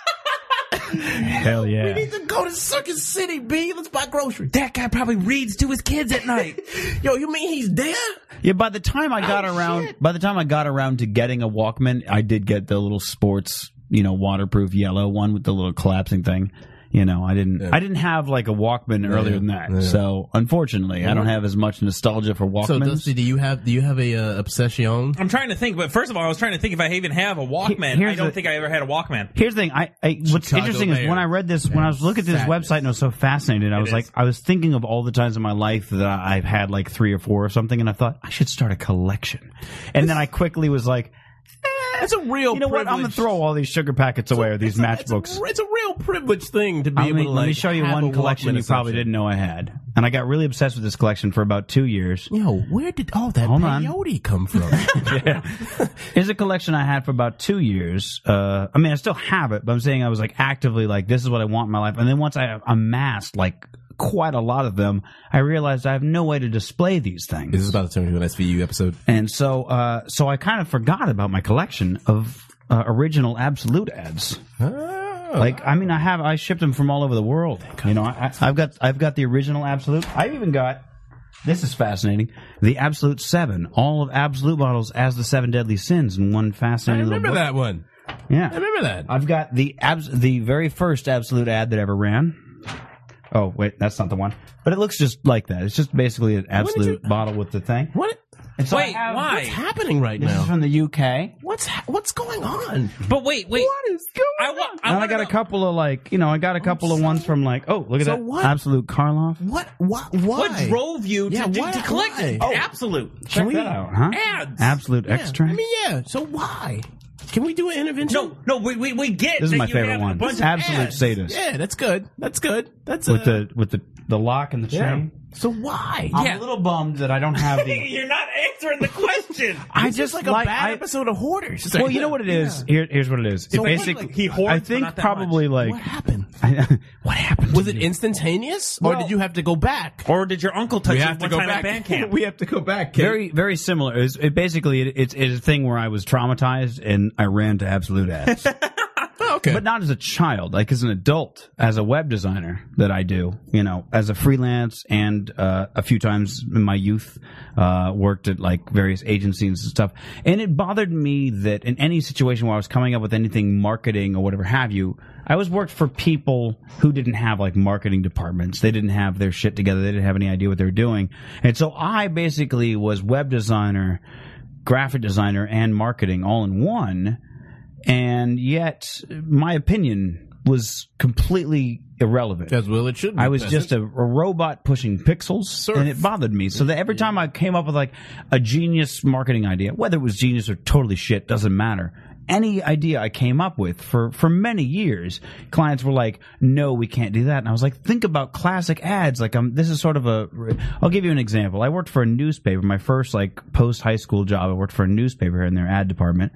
S6: Hell
S2: We
S6: yeah.
S2: need to go to Circuit City, B. Let's buy groceries.
S7: That guy probably reads to his kids at night.
S2: Yo, you mean he's there?
S6: Yeah. By the time I got
S2: Oh,
S6: around,
S2: shit.
S6: by the time I got around to getting a Walkman, I did get the little sports, you know, waterproof yellow one with the little collapsing thing. You know, I didn't, I didn't have like a Walkman earlier than that. So unfortunately, I don't have as much nostalgia for Walkmans.
S2: do you have do you have a uh, obsession?
S7: I'm trying to think, but first of all, I was trying to think if I even have a Walkman.
S6: here's
S7: I don't
S6: a-
S7: think I ever had a Walkman.
S6: Here's the thing. I, I what's
S2: Chicago
S6: interesting is
S2: mayor.
S6: when I read this, when I was looking at this
S2: Sadness.
S6: website and I was so fascinated, I was
S7: is.
S6: like, I was thinking of all the times in my life that I've had like three or four or something, and I thought I should start a collection. And then I quickly was like,
S2: That's a real.
S6: you know what? I'm gonna
S2: privilege.
S6: throw all these sugar packets away or
S2: It's
S6: these
S2: a- it's a-
S6: matchbooks.
S2: It's a, real privilege thing to be
S6: I
S2: able
S6: mean,
S2: to
S6: let
S2: like.
S6: me show you
S2: have
S6: one
S2: a
S6: collection
S2: Walkman
S6: you probably
S2: obsession.
S6: didn't know I had, and I got really obsessed with this collection for about two years.
S2: Yo, where did all that
S6: Hold on.
S2: peyote come from?
S6: Here's a collection I had for about two years. Uh, I mean, I still have it, but I'm saying I was like actively like, this is what I want in my life. And then once I amassed like quite a lot of them, I realized I have no way to display these things.
S2: this is about to turn into an SVU episode.
S6: and so, uh, so I kind of forgot about my collection of uh, original Absolute ads.
S2: Oh,
S6: Like, I mean, I have I shipped them from all over the world. You know, I, I- I've got I've got the original Absolute. I've even got. This is fascinating. The Absolute Seven, all of Absolute bottles as the Seven Deadly Sins in one
S2: I
S6: fascinating. little
S2: remember
S6: book.
S2: that one.
S6: Yeah,
S2: I remember that.
S6: I've got the abs- the very first absolute ad that ever ran. Oh wait, that's not the one. But it looks just like that. It's just basically an absolute bottle with the thing.
S2: What?
S6: And so I
S7: Wait,
S6: have-
S7: why?
S2: What's happening right
S6: This is
S2: now?
S6: from the UK.
S2: What's ha- what's going on?
S7: But wait, wait.
S2: What is going
S7: I,
S2: on?
S7: wa- I,
S6: and I
S7: wanna
S6: got a
S7: know-
S6: couple of like, you know, I got a couple of ones from like, oh, look at
S2: Oh, So
S6: that
S2: what-
S6: absolute Karloff.
S2: What? What? Why?
S7: What drove you to,
S2: Yeah,
S7: to,
S2: why-
S7: to collect
S2: why?
S7: it?
S2: Oh.
S7: Absolute.
S6: Check
S2: we-
S6: that out, huh?
S7: Ads.
S6: Absolute
S2: Yeah,
S6: extract.
S2: I mean, yeah. So why? Can we do an intervention?
S7: No, no, we, we, we get
S6: this
S7: that
S6: is my
S7: you
S6: favorite
S7: have a
S6: one.
S7: bunch of
S6: Absolute
S7: ads.
S6: sadist
S2: Yeah, that's good. That's good. That's
S6: with
S2: uh,
S6: the with the the lock and the
S2: yeah.
S6: chain.
S2: So why?
S6: I'm
S7: Yeah.
S6: a little bummed that I don't have the.
S7: You're not answering the question.
S6: I
S2: It's just like a bad
S6: I-
S2: episode of Hoarders. It's
S6: Well,
S2: like,
S6: you know what it is. Here, here's what it is.
S2: So
S6: it
S2: what, like,
S6: basically,
S7: he hoards,
S6: I
S7: but
S6: think
S7: not that
S6: probably
S2: yeah.
S6: like
S2: What happened?
S6: what happened?
S2: Was
S6: to
S2: it
S6: you?
S2: instantaneous, or
S6: Well-
S2: did you have to go back?
S7: Or did your uncle touch you one time at band camp?
S2: we have to go back. Kate.
S6: very very similar? It, it basically it, it's it's a thing where I was traumatized and I ran to absolute ass,
S2: Oh, okay.
S6: but not as a child, like as an adult, as a web designer that I do. You know, as a freelance and uh, a few times in my youth, uh, worked at like various agencies and stuff, and it bothered me that in any situation where I was coming up with anything marketing or whatever have you. I always worked for people who didn't have like marketing departments. They didn't have their shit together. They didn't have any idea what they were doing. And so I basically was web designer, graphic designer, and marketing all in one. And yet, my opinion was completely irrelevant.
S2: As well, it should. Be
S6: I was
S2: peasant.
S6: just a, a robot pushing pixels, and it bothered me. So that every time I came up with like a genius marketing idea, whether it was genius or totally shit, doesn't matter. Any idea I came up with for for many years, clients were like, "No, we can't do that." And I was like, "Think about classic ads. Like, um, this is sort of a. I'll give you an example. I worked for a newspaper. My first like post high school job, I worked for a newspaper in their ad department,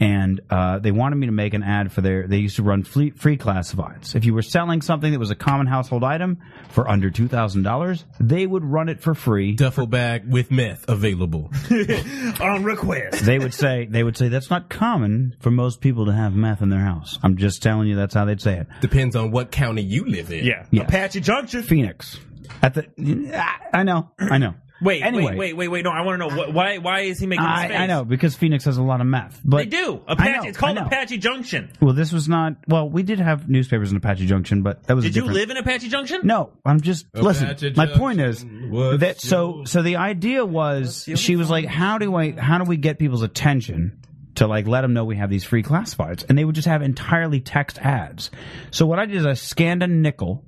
S6: and uh, they wanted me to make an ad for their. They used to run free, free classifieds. If you were selling something that was a common household item for under two thousand dollars, they would run it for free.
S2: duffel bag with meth available.
S8: on request.
S6: they would say they would say that's not common for most people to have meth in their house. I'm just telling you that's how they'd say it.
S2: Depends on what county you live in.
S8: Yeah.
S6: Yeah.
S8: Apache Junction.
S6: Phoenix. At the I- I know, I know.
S7: Wait,
S6: anyway,
S7: wait, wait, wait, wait. No, I want to know what, why. Why is he making this
S6: I,
S7: face?
S6: I know because Phoenix has a lot of meth. But
S7: They do.
S6: I
S7: Apache.
S6: know,
S7: it's
S6: I
S7: called
S6: know.
S7: Apache Junction.
S6: Well, this was not. Well, we did have newspapers in Apache Junction, but that was. a
S7: Did you
S6: different-
S7: live in Apache Junction?
S6: No, I'm just listen.
S2: Apache
S6: My
S2: Junction
S6: point is
S2: was
S6: that so so the idea was she was like, how do I how do we get people's attention to like let them know we have these free classifieds, and they would just have entirely text ads. So what I did is I scanned a nickel,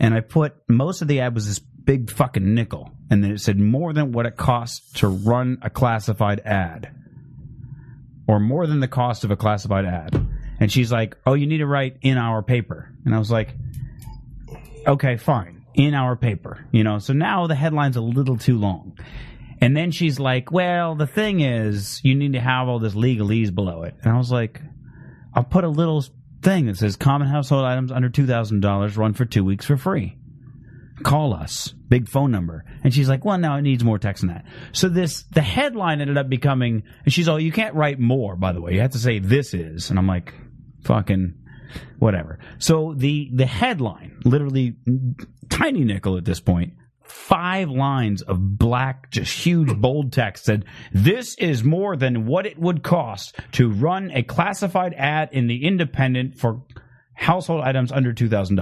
S6: and I put most of the ad was this big fucking nickel, and then it said more than what it costs to run a classified ad or more than the cost of a classified ad. And she's like, Oh, you need to write in our paper. And I was like, Okay, fine. In our paper. You know, so now the headline's a little too long. And then she's like, Well, the thing is, you need to have all this legalese below it. And I was like, I'll put a little thing that says common household items under $2,000 run for two weeks for free call us big phone number and she's like well no it needs more text than that so this the headline ended up becoming and she's all you can't write more by the way you have to say this is and i'm like fucking whatever so the the headline literally tiny nickel at this point five lines of black just huge bold text said this is more than what it would cost to run a classified ad in the independent for household items under $2000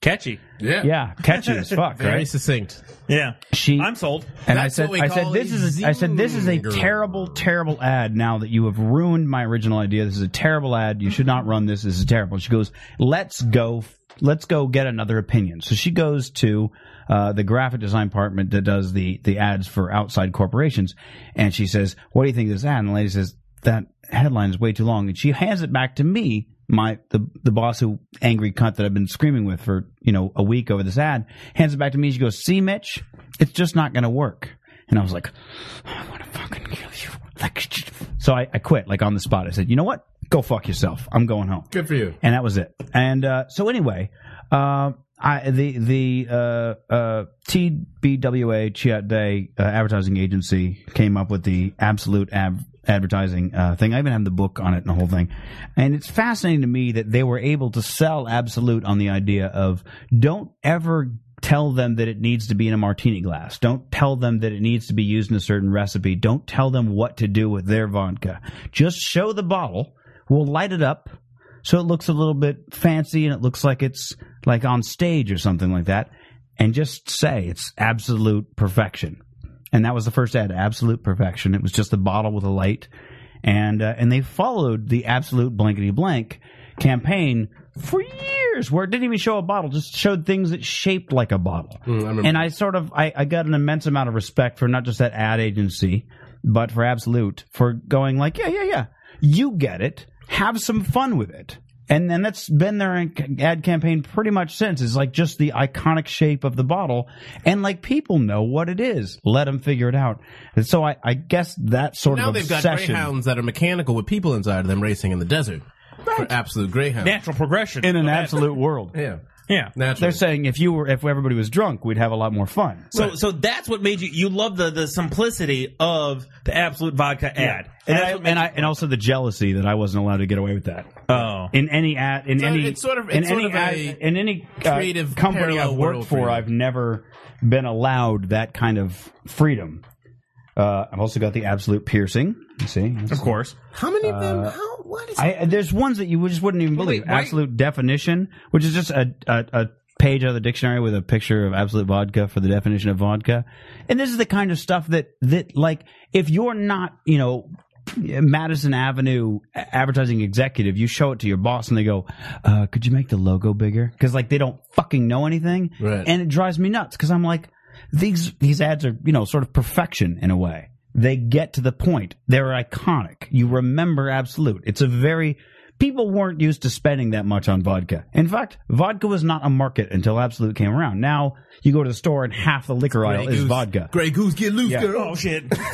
S7: Catchy.
S2: Yeah.
S6: yeah catchy as fuck
S2: Very
S6: right
S2: succinct.
S7: Yeah.
S6: she
S7: I'm sold.
S6: and I
S2: That's
S6: said,
S2: what we
S6: I said,
S2: call
S6: this
S2: a
S6: is, a, I said, this is a
S2: zinger.
S6: terrible, terrible ad. Now that you have ruined my original idea, this is a terrible ad. You should not run this. This is terrible. She goes, let's go, let's go get another opinion. So she goes to uh, the graphic design department that does the the ads for outside corporations, and she says, what do you think of this ad? And the lady says, that headline is way too long, and she hands it back to me. My the the boss who angry cunt that I've been screaming with for you know a week over this ad hands it back to me. She goes, "See, Mitch, it's just not going to work." And I was like, I want to fucking kill you. Like, So I, I quit, like on the spot. I said, you know what? Go fuck yourself. I'm going home.
S2: Good for you.
S6: And that was it. And uh, so anyway, uh, I the the uh, uh, TBWA Chiat Day uh, advertising agency came up with the absolute ab- advertising uh, thing. I even have the book on it and the whole thing. And it's fascinating to me that they were able to sell absolute on the idea of don't ever tell them that it needs to be in a martini glass. Don't tell them that it needs to be used in a certain recipe. Don't tell them what to do with their vodka. Just show the bottle. We'll light it up so it looks a little bit fancy and it looks like it's like on stage or something like that and just say it's absolute perfection and that was the first ad absolute perfection it was just the bottle with a light and uh, and they followed the absolute blankety blank campaign for years where it didn't even show a bottle just showed things that shaped like a bottle
S2: Hmm, remember.
S6: and i sort of I, I got an immense amount of respect for not just that ad agency but for absolute for going like yeah yeah yeah you get it have some fun with it and then that's been their ad campaign pretty much since is like just the iconic shape of the bottle and like people know what it is let them figure it out and so i, I guess that sort
S2: Now
S6: of
S2: they've got
S6: obsession
S2: greyhounds that are mechanical with people inside of them racing in the desert. For absolute greyhounds.
S7: Natural progression.
S6: in an absolute world
S2: yeah.
S7: yeah.
S2: Natural.
S6: they're saying if you were if everybody was drunk we'd have a lot more fun
S7: So so that's what made you you love the the simplicity of the absolute vodka ad.
S6: and,
S7: that's
S6: I,
S7: what made
S6: and, I, and also the jealousy that I wasn't allowed to get away with that
S7: oh.
S6: in any ad in
S2: So
S6: any
S2: it's sort of-
S6: in
S2: it's sort
S6: any
S2: of
S6: ad-
S2: a
S6: in any uh,
S2: creative
S6: company
S2: parallel
S6: I've
S2: world
S6: worked
S2: for
S6: for.
S2: you.
S6: I've never been allowed that kind of freedom. Uh, I've also got the absolute piercing. You see,
S7: Of course.
S2: How many of
S6: Uh,
S2: them? How, what is
S6: I, there's ones that you just wouldn't even believe.
S2: wait, why-
S6: absolute definition, which is just a, a, a page out of the dictionary with a picture of absolute vodka for the definition of vodka. And this is the kind of stuff that, that like, if you're not, you know, Madison Avenue advertising executive, you show it to your boss and they go, uh, could you make the logo bigger? Cause like they don't fucking know anything.
S4: Right.
S6: And it drives me nuts. Cause I'm like, these, these ads are, you know, sort of perfection in a way. They get to the point. They're iconic. You remember absolute. It's a very, people weren't used to spending that much on vodka. In fact, vodka was not a market until absolute came around. Now you go to the store and half the liquor aisle
S2: Grey
S6: is
S2: Goose.
S6: vodka.
S2: Grey Goose, get loose,
S6: Yeah.
S2: girl.
S6: Oh,
S7: shit.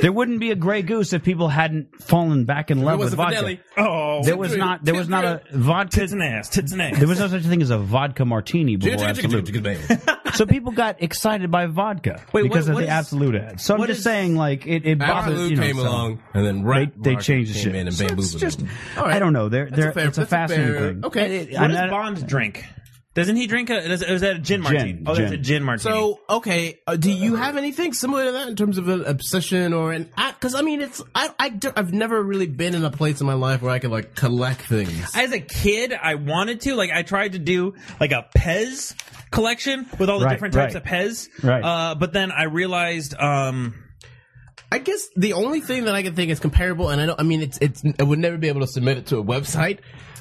S6: There wouldn't be a Grey Goose if people hadn't fallen back in love with vodka.
S7: Oh,
S6: there was not. There was not a vodka.
S7: Tits and ass. Tits and ass.
S6: There was no such thing as a vodka martini
S7: Jigga,
S6: before
S7: jigga, jigga,
S6: absolute.
S7: jigga,
S6: so people got excited by vodka
S7: Wait, what-
S6: because of
S7: what
S6: the
S7: is-
S6: absolute ad. So I'm
S7: what
S6: just
S7: is-
S6: saying, like it. it bothers,
S2: Absolute
S6: you know,
S2: came
S6: some-
S2: along, and then right
S6: they, they
S2: Market
S6: changed the
S2: came
S6: shit.
S2: in and
S6: So it's
S2: bamboozled
S6: just-
S2: them.
S6: I don't know. They're, they're,
S2: fair-
S6: it's a
S2: that's a
S6: fascinating
S2: fair-
S6: thing.
S2: okay.
S6: And it-
S7: What
S6: I'm
S7: does
S6: not-
S7: Bond drink? Doesn't he drink a? Is, is that a gin martini?
S6: Gin,
S7: oh, that's
S6: gin.
S7: a gin martini.
S2: So okay, uh, do you have anything similar to that in terms of an obsession or an? Because I, mean, it's I, I have never really been in a place in my life where I could like collect things.
S7: as a kid, I wanted to. Like, I tried to do like a Pez collection with all the
S2: Right,
S7: different types
S2: right.
S7: of Pez.
S2: Right.
S7: Uh, but then I realized, um,
S2: I guess the only thing that I can think is comparable, and I don't. I mean, it's it's. I would never be able to submit it to a website,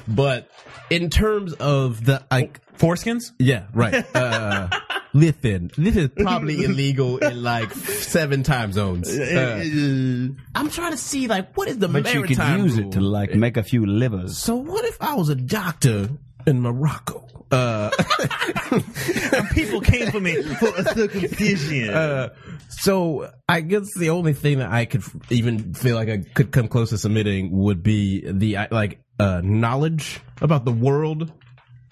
S2: but in terms of the like
S7: foreskins.
S2: Yeah, right. Uh, listen, this is probably illegal in like seven time zones. Uh, I'm trying to see like what is the
S6: But you
S2: maritime
S6: could use
S2: rule?
S6: it to like make a few livers.
S2: So what if I was a doctor in Morocco? Uh,
S7: people came for me for a circumcision.
S2: Uh, so I guess the only thing that I could even feel like I could come close to submitting would be the uh, like uh, knowledge about the world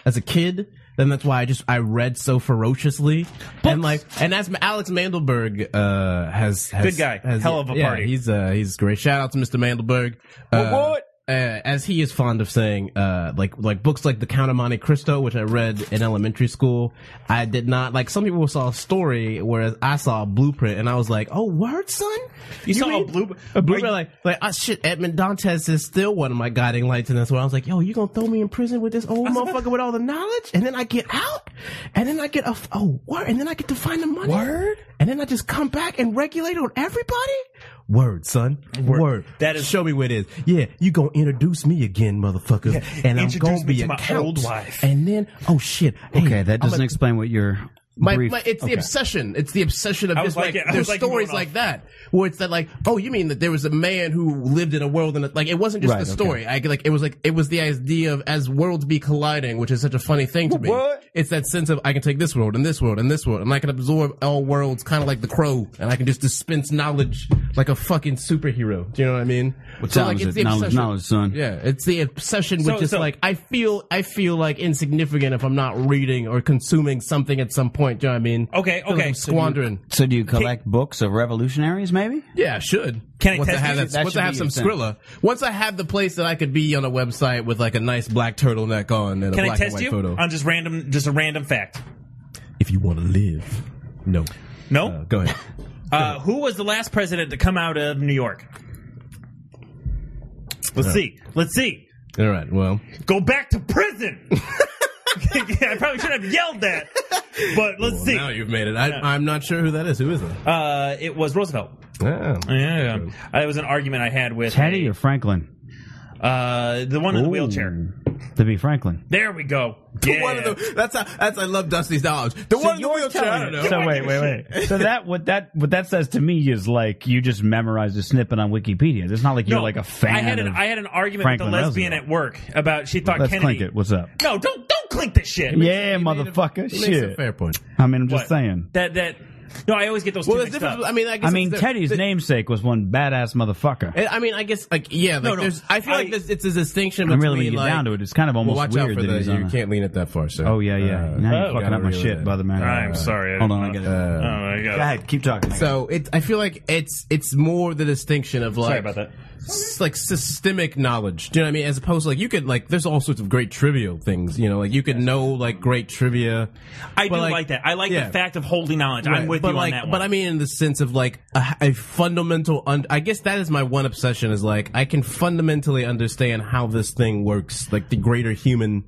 S2: as a kid. And that's why I just I read so ferociously, and like, and as Alex Mandelberg uh, has, has
S7: Good guy.
S2: has-
S7: Hell of a
S2: yeah,
S7: party.
S2: He's uh, he's great. Shout out to Mr. Mandelberg. Uh, uh, as he is fond of saying, uh, like like books like The Count of Monte Cristo, which I read in elementary school, I did not like. Some people saw a story, whereas I saw a blueprint, and I was like, "Oh, word, son!
S7: You, saw a blue
S2: a blueprint like like ah shit." Edmond Dantes is still one of my guiding lights in this. Where I was like, "Yo, you gonna throw me in prison with this old motherfucker with all the knowledge?" And then I get out, and then I get a f- oh word, and then I get to find the money, word, and then I just come back and regulate on everybody. Word, son. Word. That is show me what it is. Yeah, you gonna introduce me again, motherfucker, and I'm
S7: Introduce
S2: gonna
S7: me
S2: be
S7: to
S2: a
S7: my
S2: count.
S7: old wife.
S2: And then, oh shit.
S6: Okay, that doesn't
S2: explain.
S6: explain what your
S2: My,
S6: brief-
S2: my, it's
S6: okay.
S2: the obsession. It's the obsession of
S7: I was
S2: just like,
S7: like it. I
S2: there's
S7: was like
S2: stories
S7: going
S2: like that where it's that like, oh, you mean that there was a man who lived in a world and it- like it wasn't just
S6: Right,
S2: the
S6: okay.
S2: story. I like it was like it was the idea of as worlds be colliding, which is such a funny thing to me. It's that sense of I can take this world and this world and this world and I can absorb all worlds, kind of like the crow, and I can just dispense knowledge like a fucking superhero. Do you know what I mean?
S6: What
S2: So,
S6: time
S2: like,
S6: is
S2: it's
S6: it?
S2: the
S6: Knowledge,
S2: obsession.
S6: knowledge, son.
S2: Yeah, it's the obsession with
S7: So-
S2: just
S7: so-
S2: like I feel I feel like insignificant if I'm not reading or consuming something at some point. Do you know what I mean?
S7: Okay,
S2: Feel like
S7: okay.
S2: I'm squandering.
S6: So do you collect books of revolutionaries, maybe?
S2: yeah, I should.
S6: Can I
S2: once
S6: test
S2: I have
S6: you?
S2: that,
S6: That
S2: once
S6: should
S2: I have
S6: be
S2: some
S6: your thing.
S2: Skrilla. Once I have the place that I could be on a website with like a nice black turtleneck on and a
S7: Can I
S2: black and
S7: test
S2: white
S7: you
S2: photo.
S7: on just random, just a random fact?
S2: If you want to live, no,
S7: no.
S2: go ahead.
S7: Uh, who was the last president to come out of New York? Let's
S2: Uh.
S7: see. Let's see.
S2: All right. Well,
S7: Go back to prison. yeah, I probably should have yelled that, but let's
S2: well,
S7: see.
S2: now you've made it. I,
S7: Yeah.
S2: I'm not sure who that is. Who is it?
S7: Uh, it was Roosevelt.
S2: Yeah.
S7: Yeah, yeah. it was an argument I had with
S6: Teddy or Franklin?
S7: uh, the one in the
S6: Ooh.
S7: wheelchair.
S6: To be Franklin.
S7: There we go. Yeah.
S2: One of the, that's how, that's I love Dusty's knowledge. The one in the wheelchair. I don't know.
S6: So wait, wait, wait. So that what that what that says to me is like you just memorized a snippet on Wikipedia. It's not like you're like a fan.
S7: I had an
S6: of
S7: I had an argument
S6: Franklin
S7: with a lesbian
S6: Roosevelt.
S7: at work about she thought
S6: Let's
S7: Kennedy.
S6: clink it. What's up?
S7: No, don't don't clink this shit.
S6: Yeah, motherfucker.
S2: He makes
S6: Shit.
S2: a fair point.
S6: I mean, I'm just
S7: What?
S6: saying.
S7: That that. No, I always get those.
S2: Well,
S7: two
S2: there's
S7: mixed
S2: different.
S7: up.
S2: I mean, I guess
S6: I mean,
S2: it's-
S6: Teddy's
S2: the-
S6: namesake was one badass motherfucker.
S2: I mean, I guess like yeah, like
S7: No, no.
S2: there's. I feel
S7: I-
S2: like this, it's a distinction
S6: I'm
S2: between
S6: really getting
S2: like,
S6: down to it. It's kind of almost
S2: well, watch
S6: weird
S2: out for
S6: that
S2: the.
S6: he's
S2: You
S6: on a-
S2: can't lean it that far, sir.
S6: Oh yeah, yeah.
S2: Uh,
S6: now you're
S7: oh.
S6: fucking up my
S2: Gotta
S6: shit,
S2: reel it
S6: brother man.
S7: I'm sorry. I
S6: Hold
S7: didn't-
S6: on, I got it.
S7: Oh my
S6: Go
S7: god.
S6: ahead, keep talking.
S2: So it's. I feel like it's. It's more the distinction of like.
S7: Sorry about that.
S2: s- like systemic knowledge. Do you know what I mean? As opposed to like you could like there's all sorts of great trivial things. You know, like you could know like great trivia.
S7: I do
S2: But,
S7: like, that. I like
S2: yeah.
S7: the fact of holding knowledge. I'm
S2: Right,
S7: with
S2: but
S7: you
S2: like,
S7: on that one.
S2: But I mean, in the sense of like a, a fundamental. Un- I guess that is my one obsession. Is like I can fundamentally understand how this thing works, like the greater human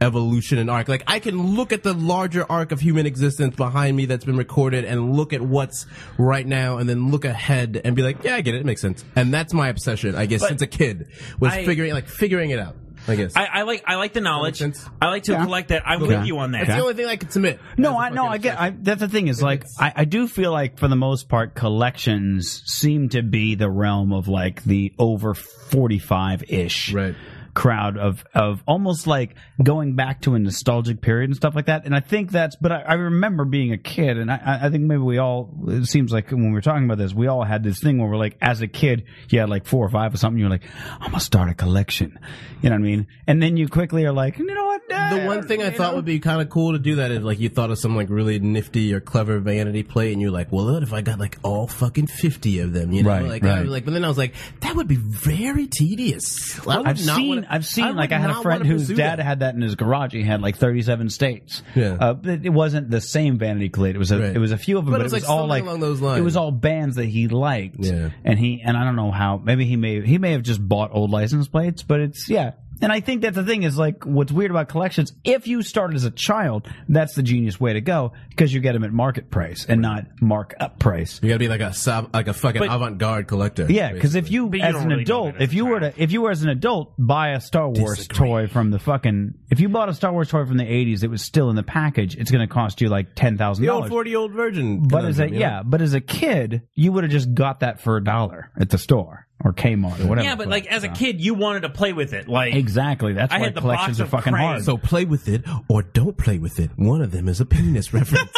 S2: evolution and arc. Like I can look at the larger arc of human existence behind me that's been recorded and look at what's right now and then look ahead and be like, yeah, I get it. It makes sense. And that's my obsession, I guess,
S7: But
S2: since a kid was
S7: I-
S2: figuring, like figuring it out, I guess.
S7: I, I like I like the knowledge.
S2: sense?
S7: I like to collect that. I'm
S2: Okay.
S7: with you on that.
S2: That's the only thing I could submit.
S6: No, I no, I get. I, that's the thing is like I, I do feel like for the most part collections seem to be the realm of like the over forty five ish
S2: Right.
S6: crowd of of almost like going back to a nostalgic period and stuff like that. And I think that's. But I, I remember being a kid, and I- I I think maybe we all. It seems like when we we're talking about this, we all had this thing where we're like, as a kid, you had like four or five or something. You're like, I'm gonna start a collection. You know what I mean? And then you quickly are like, you know what?
S2: the one thing I thought would be kind of cool to do that if like you thought of some like really nifty or clever vanity plate and you're like, well, what if I got like all fucking fifty of them? You know,
S6: Right,
S2: like,
S6: right.
S2: I was like, but then I was like, that would be very tedious. I would
S6: I've
S2: not
S6: seen,
S2: wanna-
S6: I've seen,
S2: would
S6: like I had a
S2: not
S6: friend
S2: wanna
S6: whose
S2: pursue
S6: dad
S2: that.
S6: had that in his garage. He had like 37 states.
S2: Yeah.
S6: Uh, but it wasn't the same Vanity Plate. It was a,
S2: Right.
S6: it was a few of them, but, it was, all
S2: something
S6: like
S2: along those lines.
S6: It was all bands that he liked.
S2: Yeah.
S6: And he, and I don't know how. Maybe he may, he may have just bought old license plates, but it's yeah. And I think that the thing is like what's weird about collections. If you start as a child, that's the genius way to go because you get them at market price and not markup price.
S2: You gotta be like a sub, like a fucking
S7: But-
S2: avant-garde collector.
S6: Yeah, because if you,
S7: But you
S6: as
S7: don't
S6: an
S7: really know
S6: adult,
S7: that as
S6: if
S7: a
S6: you were to, if you were as an adult, buy a Star Wars toy from the fucking, if you bought a Star Wars toy from the '80s, it was still in the package. It's going to cost you like ten thousand
S2: the old
S6: dollars.
S2: forty-year-old virgin.
S6: But as a
S2: conundrum, you know?
S6: yeah, but as a kid, you would have just got that for a dollar at the store or Kmart or whatever.
S7: yeah, but like as a
S6: so.
S7: kid, you wanted to play with it. Like
S6: exactly. That's
S7: I
S6: why
S7: had the
S6: collections
S7: box
S6: are
S7: of
S6: fucking
S7: Crayon.
S6: hard.
S2: So play with it or don't play with it. One of them is a penis reference.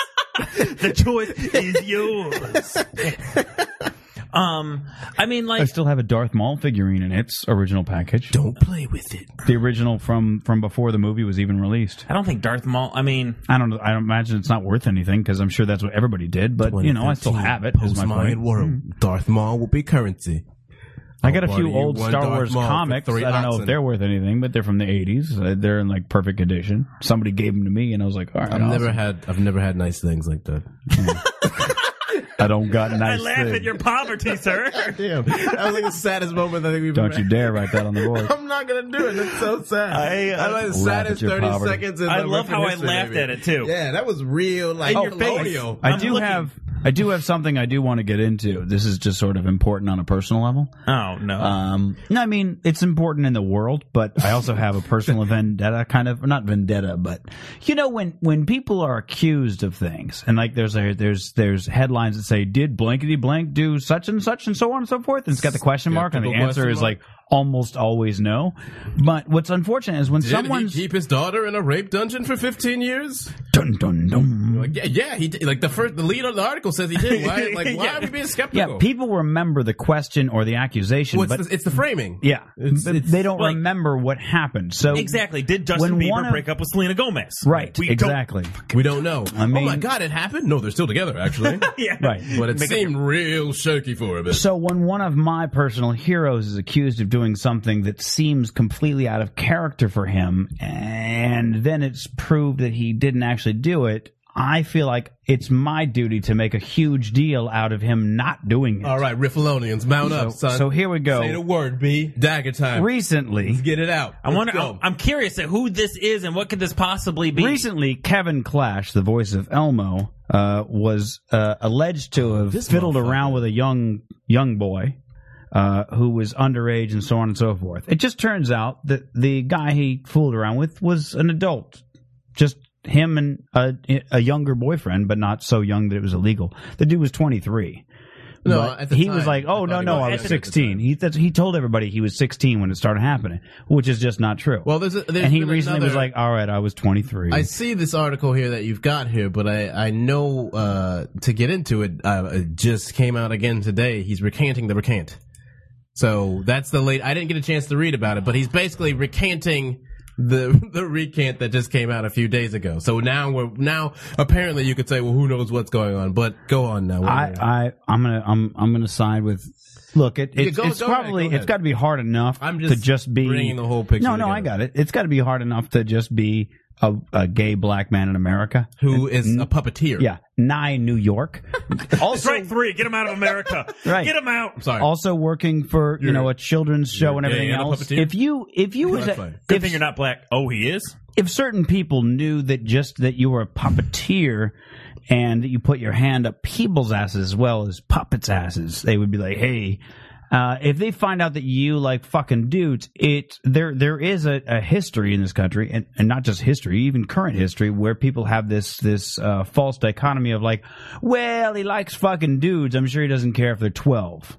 S7: the choice is yours. um, I mean,
S6: I
S7: like
S6: still have a Darth Maul figurine in its original package.
S2: don't play with it.
S6: The original from from before the movie was even released.
S7: I don't think Darth Maul. I mean,
S6: I don't. I don't imagine it's not worth anything because I'm sure that's what everybody did. But you know, I still have it. Is my
S2: Post-modern
S6: point. Mm-hmm.
S2: world. Darth Maul will be currency.
S6: I got a
S2: Buddy,
S6: few
S2: you
S6: old
S2: won
S6: Star
S2: Darth
S6: Wars
S2: Maul for
S6: comics. I
S2: three
S6: don't know if
S2: oxen.
S6: they're worth anything, but they're from the '80s. Uh, They're in like perfect condition. Somebody gave them to me, and I was like, "All right,
S2: I've
S6: awesome.
S2: never had I've never had nice things like that.
S6: I don't got
S7: I
S6: nice
S7: laugh
S6: things.
S7: at your poverty, sir.
S2: Damn, that was like the saddest moment I think we've
S6: Don't you dare write that on the board.
S2: I'm not gonna do it. That's so sad.
S7: I, uh,
S2: that was the
S6: Laugh at
S2: saddest
S6: your
S2: 30
S6: poverty.
S2: seconds. In
S7: I
S2: the
S7: love
S2: record
S7: how I
S2: history,
S7: laughed
S2: baby.
S7: at it, too.
S2: Yeah, that was real. Like
S7: In your face.
S2: colonial.
S6: I
S7: I'm
S6: do
S7: looking.
S6: have. I do have something I do want to get into. This is just sort of important on a personal level.
S7: Oh no.
S6: Um, no, I mean it's important in the world, but I also have a personal vendetta, kind of not vendetta, but you know when when people are accused of things, and like there's a, there's there's headlines that say did blankety blank do such and such and so on and so forth, and it's got the question
S2: Yeah,
S6: mark, and the
S2: triple
S6: answer
S2: question
S6: is
S2: mark.
S6: like almost always no. But what's unfortunate is when
S2: Did
S6: someone's
S2: he keep his daughter in a rape dungeon for 15 years?
S6: dun dun dun.
S2: Like, yeah, yeah, he did. Like the first, the lead of the article says he did. Why? Like, why
S7: Yeah.
S2: are we being
S6: Yeah,
S2: skeptical?
S6: people remember the question or the accusation,
S2: Well, it's,
S6: but
S2: the, it's the framing.
S6: yeah,
S2: It's-
S6: but
S2: it's-
S6: they don't
S7: like-
S6: remember what happened. So
S7: exactly. Did Justin
S6: when one
S7: Bieber
S6: of-
S7: break up with Selena Gomez?
S6: Right,
S7: We don't-
S6: exactly.
S2: We don't know.
S6: I mean-
S2: oh my god, it happened. No, they're still together actually.
S7: Yeah.
S6: Right.
S2: but it seemed real shaky for a bit.
S6: So when one of my personal heroes is accused of doing something that seems completely out of character for him, and then it's proved that he didn't actually do it, I feel like it's my duty to make a huge deal out of him not doing it.
S2: All right, Riffalonians, mount up, son.
S6: so here we go.
S2: Say the word, B. Dagger time.
S6: Recently,
S2: Get it out.
S7: I wonder.
S2: Let's go.
S7: I'm, I'm curious at who this is and what could this possibly be.
S6: recently, Kevin Clash, the voice of Elmo, uh, was uh, alleged to have fiddled around with a young young boy uh, who was underage and so on and so forth. It just turns out that the guy he fooled around with was an adult, just him and a, a younger boyfriend, but not so young that it was illegal. The dude was twenty three.
S2: No,
S6: But
S2: at the
S6: he
S2: time,
S6: was like,
S2: I
S6: "Oh
S2: thought
S6: no,
S2: he
S6: no,
S2: was
S6: I
S2: at
S6: was
S2: the
S6: 16."
S2: time.
S6: He that's, he told everybody he was 16 when it started happening, which is just not true.
S2: Well, there's a- there's
S6: and he
S2: been
S6: recently was
S2: another-
S6: like, "All right, I was 23."
S2: I see this article here that you've got here, but I, I know uh, to get into it, uh, it just came out again today. He's recanting the recant. So that's the late. I didn't get a chance to read about it, but he's basically recanting the the recant that just came out a few days ago. So now we're now apparently you could say, well, who knows what's going on? But go on now. What are you-
S6: I, I, I'm gonna, I'm, I'm gonna side with. Look, it, it's,
S2: go- go
S6: it's
S2: ahead,
S6: probably,
S2: go ahead.
S6: it's got to be hard enough
S2: I'm just
S6: to just be
S2: bringing the whole picture
S6: No, no, I
S2: together.
S6: got it. It's got to be hard enough to just be a, a gay black man in America
S2: who is a puppeteer.
S6: mm, Yeah, nine New York.
S8: Also, Strike three. Get him out of America.
S6: Right.
S8: Get him out.
S6: Also working for you know a children's show and
S8: gay
S6: everything
S8: and a
S6: else.
S8: puppeteer?
S6: If you if you was
S8: That's
S6: a,
S8: fine. Good
S6: if,
S8: thing you're not black. Oh, he is.
S6: if certain people knew that just that you were a puppeteer and that you put your hand up people's asses as well as puppets' asses, they would be like, hey. Uh, if they find out that you like fucking dudes, it there there is a, a history in this country, and, and not just history, even current history, where people have this this uh, false dichotomy of like, well, he likes fucking dudes. I'm sure he doesn't care if they're twelve.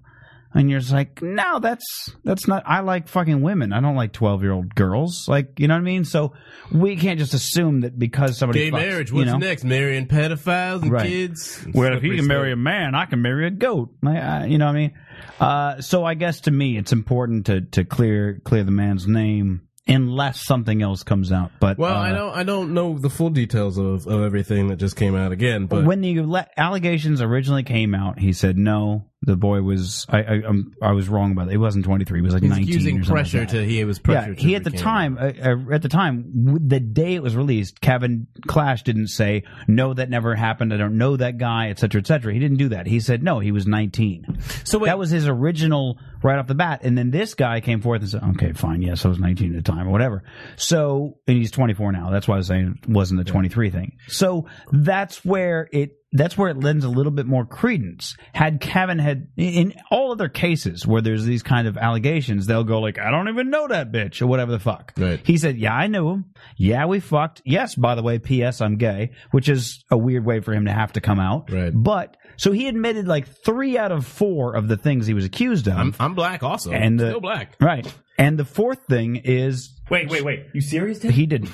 S6: And you're just like, no, that's that's not. I like fucking women. I don't like twelve year old girls. Like, you know what I mean? So we can't just assume that because somebody
S2: Gay
S6: fucks,
S2: marriage.
S6: you
S2: What's
S6: know?
S2: next? Marrying pedophiles and
S6: Right.
S2: kids.
S6: Well, if he
S2: Slippery
S6: can marry a
S2: slope.
S6: man, I can marry a goat. I- I- you know what I mean? Uh, so I guess to me, it's important to to clear clear the man's name unless something else comes out. But
S2: Well,
S6: uh,
S2: I don't. I don't know the full details of, of everything that just came out again, but
S6: when the le- allegations originally came out, he said no. The boy was I I, I'm- I was wrong about it. It wasn't 23. It was like
S2: he's
S6: 19.
S2: using
S6: or something like
S2: pressure
S6: that.
S2: to. He was
S6: Yeah,
S2: pressure.
S6: he at the time, uh, uh, at the time, w- the day it was released, Kevin Clash didn't say no, that never happened. I don't know that guy, et cetera, et cetera. He didn't do that. He said no, he was 19. So that was his original right off the bat, and then this guy came forth and said, okay, fine, yes, I was 19 at the time or whatever. So and he's 24 now. That's why I was saying it wasn't the 23 thing. So that's where it that's where it lends a little bit more credence. Had Kevin had in all other cases where there's these kind of allegations, they'll go like, "I don't even know that bitch" or whatever the fuck.
S2: Right.
S6: He said, "Yeah, I knew him. Yeah, we fucked. Yes, by the way, P.S. I'm gay," which is a weird way for him to have to come out.
S2: Right.
S6: But so he admitted like three out of four of the things he was accused of,
S2: I'm, I'm black also.
S6: and the
S2: still black.
S6: right. And the fourth thing is
S7: Wait, wait, wait. You serious, Dad?
S6: he didn't.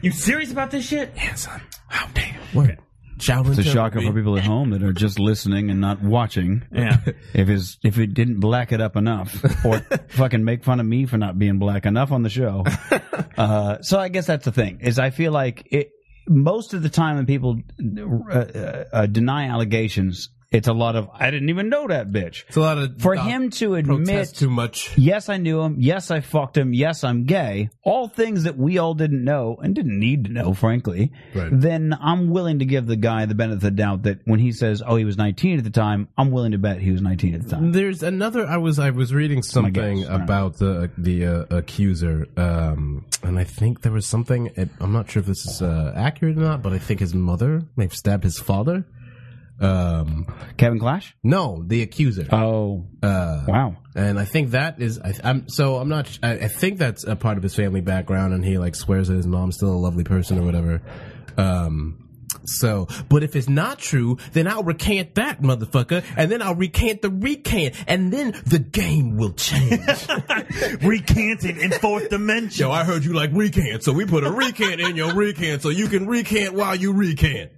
S7: You serious about this shit?
S2: Shower
S6: It's a
S2: and tell
S6: shocker
S2: me.
S6: for people at home that are just listening and not watching.
S7: Yeah.
S6: If his if it didn't black it up enough, or fucking make fun of me for not being black enough on the show. Uh, so I guess that's the thing is I feel like it most of the time when people uh, uh, uh, deny allegations, it's a lot of I didn't even know that bitch.
S2: It's a lot of
S6: For
S2: uh,
S6: him to
S2: protest
S6: admit
S2: too much.
S6: Yes, I knew him. Yes, I fucked him. Yes, I'm gay. All things that we all didn't know and didn't need to know, frankly.
S2: Right.
S6: Then I'm willing to give the guy the benefit of the doubt that when he says, "Oh, he was 19 at the time," I'm willing to bet he was 19 at the time.
S2: There's another. I was I was reading something
S6: gosh, all right.
S2: about the the uh, accuser, um, and I think there was something. It, I'm not sure if this is uh, accurate or not, but I think his mother may have stabbed his father. Um,
S6: Kevin Clash.
S2: no, the accuser.
S6: Oh, wow.
S2: and I think that is, I, I'm so I'm not. I, I think that's a part of his family background, and he like swears that his mom's still a lovely person or whatever. Um, so, but if it's not true, then I'll recant that motherfucker, and then I'll recant the recant, and then the game will change.
S8: Recanted in fourth dimension.
S2: Yo, I heard you like recant, so we put a recant in your recant, so you can recant while you recant.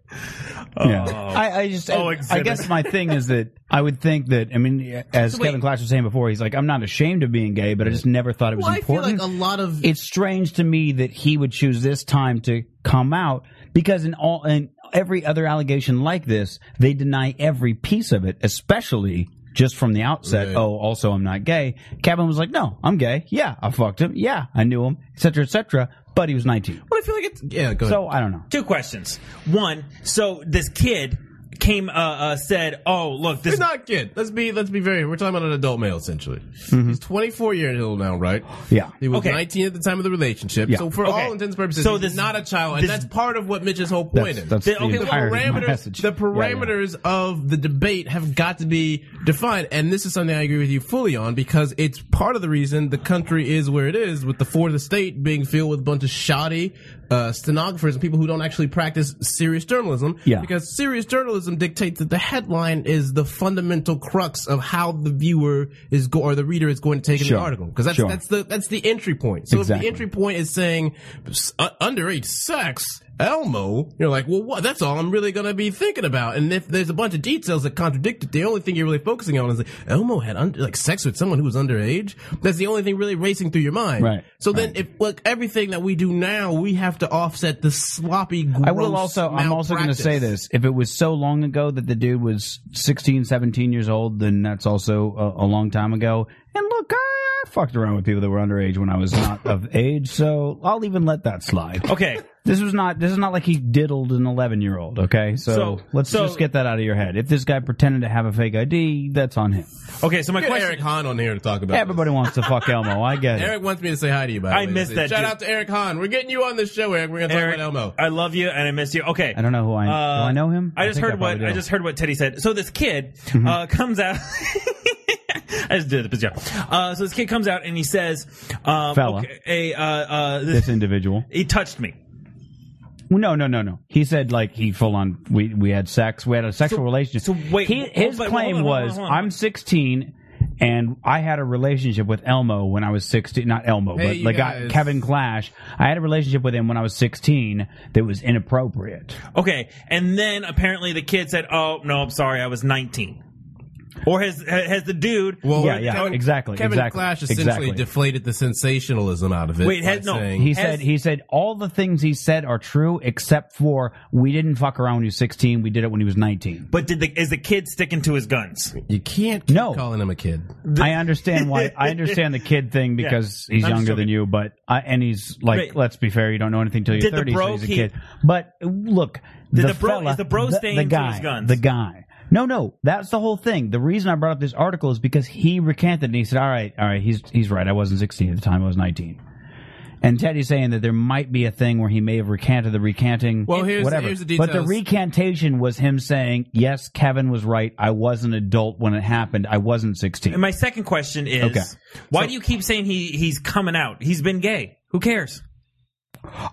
S6: Yeah. I, I just,
S8: Oh,
S6: I, I
S8: exhibit.
S6: guess my thing is that I would think that, I mean, as Kevin Clash was saying before, he's like, I'm not ashamed of being gay, but I just never thought it was
S2: Well, I feel
S6: important.
S2: like a lot of
S6: it's strange to me that he would choose this time to come out because in all in every other allegation like this, they deny every piece of it, especially just from the outset.
S2: Right.
S6: Oh, also I'm not gay. Kevin was like, no, I'm gay. Yeah, I fucked him. Yeah, I knew him, etc., etc. But he was 19,
S2: But I feel like it's yeah. Go
S6: so I don't know.
S7: Two questions. One, so this kid came, uh, uh said, "Oh, look, this
S2: He's not kid. Let's be let's be very. We're talking about an adult male essentially. He's 24 years old now, right?
S6: Yeah.
S2: He was
S7: Okay.
S2: 19 at the time of the relationship.
S6: Yeah.
S2: So for
S7: Okay.
S2: all intents and purposes,
S7: So
S2: so this
S7: this-
S2: is not a child, and
S7: this-
S2: that's part of what Mitch's whole point
S6: That's,
S2: is.
S6: that's
S7: Then,
S6: the
S7: okay,
S2: the
S7: well,
S6: entirety of my
S2: parameters,
S6: message.
S2: the
S6: Yeah, yeah.
S2: parameters of the debate have got to be defined, and this is something I agree with you fully on because it's part of the reason the country is where it is, with the fourth estate being filled with a bunch of shoddy uh, stenographers and people who don't actually practice serious journalism.
S6: Yeah.
S2: because serious journalism dictates that the headline is the fundamental crux of how the viewer is go- or the reader is going to take in
S6: Sure.
S2: the article because that's
S6: Sure.
S2: that's the that's the entry point. So
S6: Exactly.
S2: if the entry point is saying s- uh, underage sex, Elmo, you're like, well, what? That's all I'm really gonna be thinking about. And if there's a bunch of details that contradict it, the only thing you're really focusing on is like, Elmo had under, like sex with someone who was underage. That's the only thing really racing through your mind.
S6: Right.
S2: So then, if look, everything that we do now, we have to offset the sloppy. Gross
S6: I will also, I'm also going to say
S2: malpractice.
S6: this. If it was so long ago that the dude was 16, 17 years old, then that's also a, a long time ago. And look, I fucked around with people that were underage when I was not of age, so I'll even let that slide.
S7: Okay,
S6: This was not. This is not like he diddled an eleven-year-old. Okay, so,
S7: So-
S6: let's
S7: so-
S6: just get that out of your head. If this guy pretended to have a fake ID, that's on him.
S7: Okay, so my
S2: Get
S7: question.
S2: Eric Hahn on here to talk about. this.
S6: Everybody wants to fuck Elmo. I get it.
S2: Eric wants me to say hi to you. By the
S7: I
S2: way. He
S7: missed
S2: said,
S7: that
S2: Shout
S7: dude.
S2: out to Eric Hahn. We're getting you on this show, Eric. We're gonna talk
S7: Eric,
S2: about Elmo.
S7: I love you and I miss you. Okay,
S6: I don't know who I am.
S7: Uh,
S6: do I know him?
S7: I just
S6: think
S7: heard what
S6: probably
S7: I
S6: do. Mm-hmm.
S7: just heard what Teddy said. So this kid uh, comes out. I just did it, job. Uh, so this kid comes out and he says, um,
S6: Fella.
S7: okay, a, uh, uh,
S6: this individual.
S7: he touched me."
S6: Well, No, no, no, no. He said like he full on. We we had sex. We had a sexual
S7: So-
S6: relationship.
S7: so wait,
S6: He-
S7: hold-
S6: his
S7: but hold
S6: claim
S7: on, hold on,
S6: was
S7: hold on.
S6: I'm 16 and I had a relationship with Elmo when I was 16. Not Elmo,
S2: Hey,
S6: but
S2: you
S6: the guy
S2: guys.
S6: Kevin Clash. I had a relationship with him when I was 16 that was inappropriate.
S7: Okay, and then apparently the kid said, "Oh no, I'm sorry, I was 19." Or has has the dude?
S2: Well,
S6: Yeah, yeah, exactly,
S2: Kevin
S6: exactly,
S2: Clash essentially
S6: exactly.
S2: deflated the sensationalism out of it.
S7: Wait,
S2: by
S7: had- no,
S2: saying-
S6: He
S7: As-
S6: said he said all the things he said are true except for we didn't fuck around when he was 16. We did it when he was 19.
S7: but did the is the kid sticking to his guns?
S2: you can't keep
S6: No.
S2: calling him a kid.
S6: I understand why. I understand the kid thing because he's
S7: I'm just
S6: younger than
S7: joking.
S6: you, but I, and he's like,
S7: Right.
S6: let's be fair, you don't know anything till you're
S7: Did the
S6: 30, so
S7: bro
S6: he's a
S7: keep-
S6: kid. But look,
S7: Did
S6: the,
S7: the bro-
S6: fella,
S7: is the bro staying
S6: the
S7: to
S6: guy,
S7: his guns?
S6: the guy. No, no, that's the whole thing. The reason I brought up this article is because he recanted and he said, "All right, all right, he's he's right. I wasn't 16 at the time; I was 19." And Teddy's saying that there might be a thing where he may have recanted the recanting.
S2: Well, here's-
S6: whatever.
S2: here's the
S6: But the
S2: details.
S6: recantation was him saying, "Yes, Kevin was right. I was an adult when it happened. I wasn't 16."
S7: And my second question is,
S6: Okay.
S7: why do you keep saying he he's coming out? He's been gay. Who cares?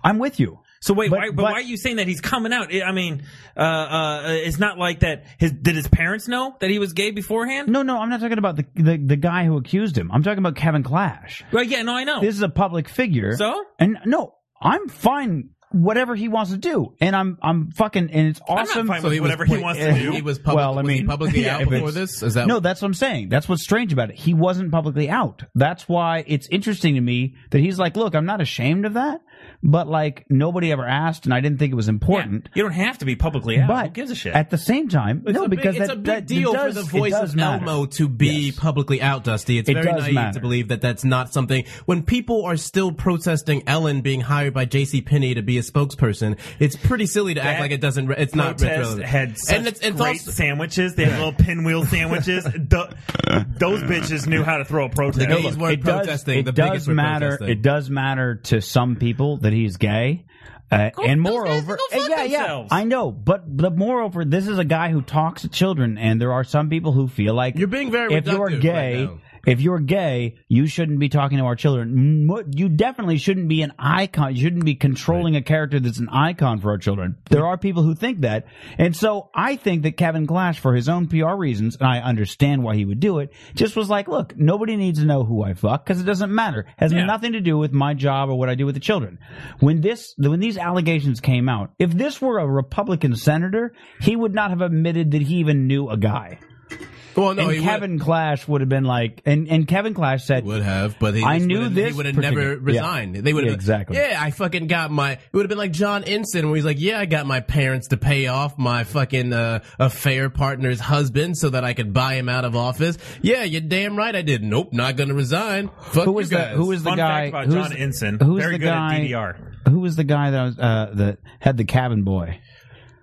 S6: I'm with you.
S7: So wait,
S6: But-
S7: why, but,
S6: but-
S7: why are you saying that he's coming out? I I mean, uh, uh, it's not like that. His did his parents know that he was gay beforehand?
S6: No, no, I'm not talking about the, the the guy who accused him. I'm talking about Kevin Clash.
S7: Right? Yeah. No, I know.
S6: This is a public figure.
S7: So?
S6: and no, I'm fine. Whatever he wants to do, and I'm I'm fucking, and it's
S7: not
S6: awesome. Eh,
S7: fine with
S2: he was
S7: whatever he
S2: point-
S7: wants to do.
S2: He was public,
S6: Well, I
S2: was he
S6: mean,
S2: publicly
S6: yeah,
S2: out
S6: if
S2: before
S6: it's-
S2: this. Is that
S6: no, that's what I'm saying. That's what's strange about it. He wasn't publicly out. That's why it's interesting to me that he's like, look, I'm not ashamed of that, but like nobody ever asked, and I didn't think it was
S7: Yeah.
S6: important.
S7: You don't have to be publicly out.
S6: But
S7: Who gives a shit?
S6: at the same time,
S2: It's
S6: no,
S2: a
S6: because
S2: big,
S6: that,
S2: it's a big
S6: that-
S2: deal
S6: it does,
S2: for the
S6: it
S2: voice
S6: does
S2: of
S6: matter.
S2: Elmo to be
S6: Yes.
S2: publicly out, Dusty. It's
S6: It
S2: very
S6: does
S2: naive
S6: matter.
S2: to believe that that's not something. When people are still protesting Ellen being hired by J.C. Penney to be a spokesperson, it's pretty silly to act
S7: That
S2: like it doesn't. Re- it's not
S7: Protest
S2: relevant.
S7: had such
S2: and it's, it's
S7: great
S2: also,
S7: sandwiches. They had little pinwheel sandwiches. Th- those bitches knew how to throw a protest.
S2: No, look, weren't
S6: it does,
S2: protesting.
S6: it
S2: the
S6: does
S2: biggest were
S6: matter.
S2: protesting.
S6: It does matter to some people that he's gay, uh, and moreover,
S7: go fuck
S6: yeah, yeah,
S7: themselves.
S6: I know. But but moreover, this is a guy who talks to children, and there are some people who feel like
S2: You're being very
S6: If you're
S2: reductive
S6: gay,
S2: right now.
S6: if you're gay, you shouldn't be talking to our children. Mo- You definitely shouldn't be an icon. You shouldn't be controlling a character that's an icon for our children. There are people who think that. And so I think that Kevin Clash, for his own PR reasons, and I understand why he would do it, just was like, look, nobody needs to know who I fuck because it doesn't matter. It has nothing to do with my job or what I do with the children. When this, when these allegations came out, if this were a Republican senator, he would not have admitted that he even knew a guy
S2: Well, no, he
S6: and
S2: would-
S6: Kevin Clash would have been like, and, and Kevin Clash said,
S2: would have, but he
S6: I
S2: just
S6: knew
S2: would've-
S6: this
S2: He would have
S6: particular-
S2: never resigned.
S6: yeah.
S2: They would have
S6: Yeah, exactly.
S2: Yeah, I fucking got my. It would have been like John Ensign, where he's like, "Yeah, I got my parents to pay off my fucking uh, affair partner's husband so that I could buy him out of office." Yeah, you're damn right. I did. Nope, not gonna resign. Fuck
S6: "Who was
S2: you
S6: the
S2: guys.
S6: who was the
S7: Fun
S6: guy?
S7: fact about
S6: who's,
S7: John Ensign.
S6: Who's
S7: very
S6: the
S7: good
S6: guy?
S7: at DDR.
S6: Who was the guy that was uh, that had the cabin boy?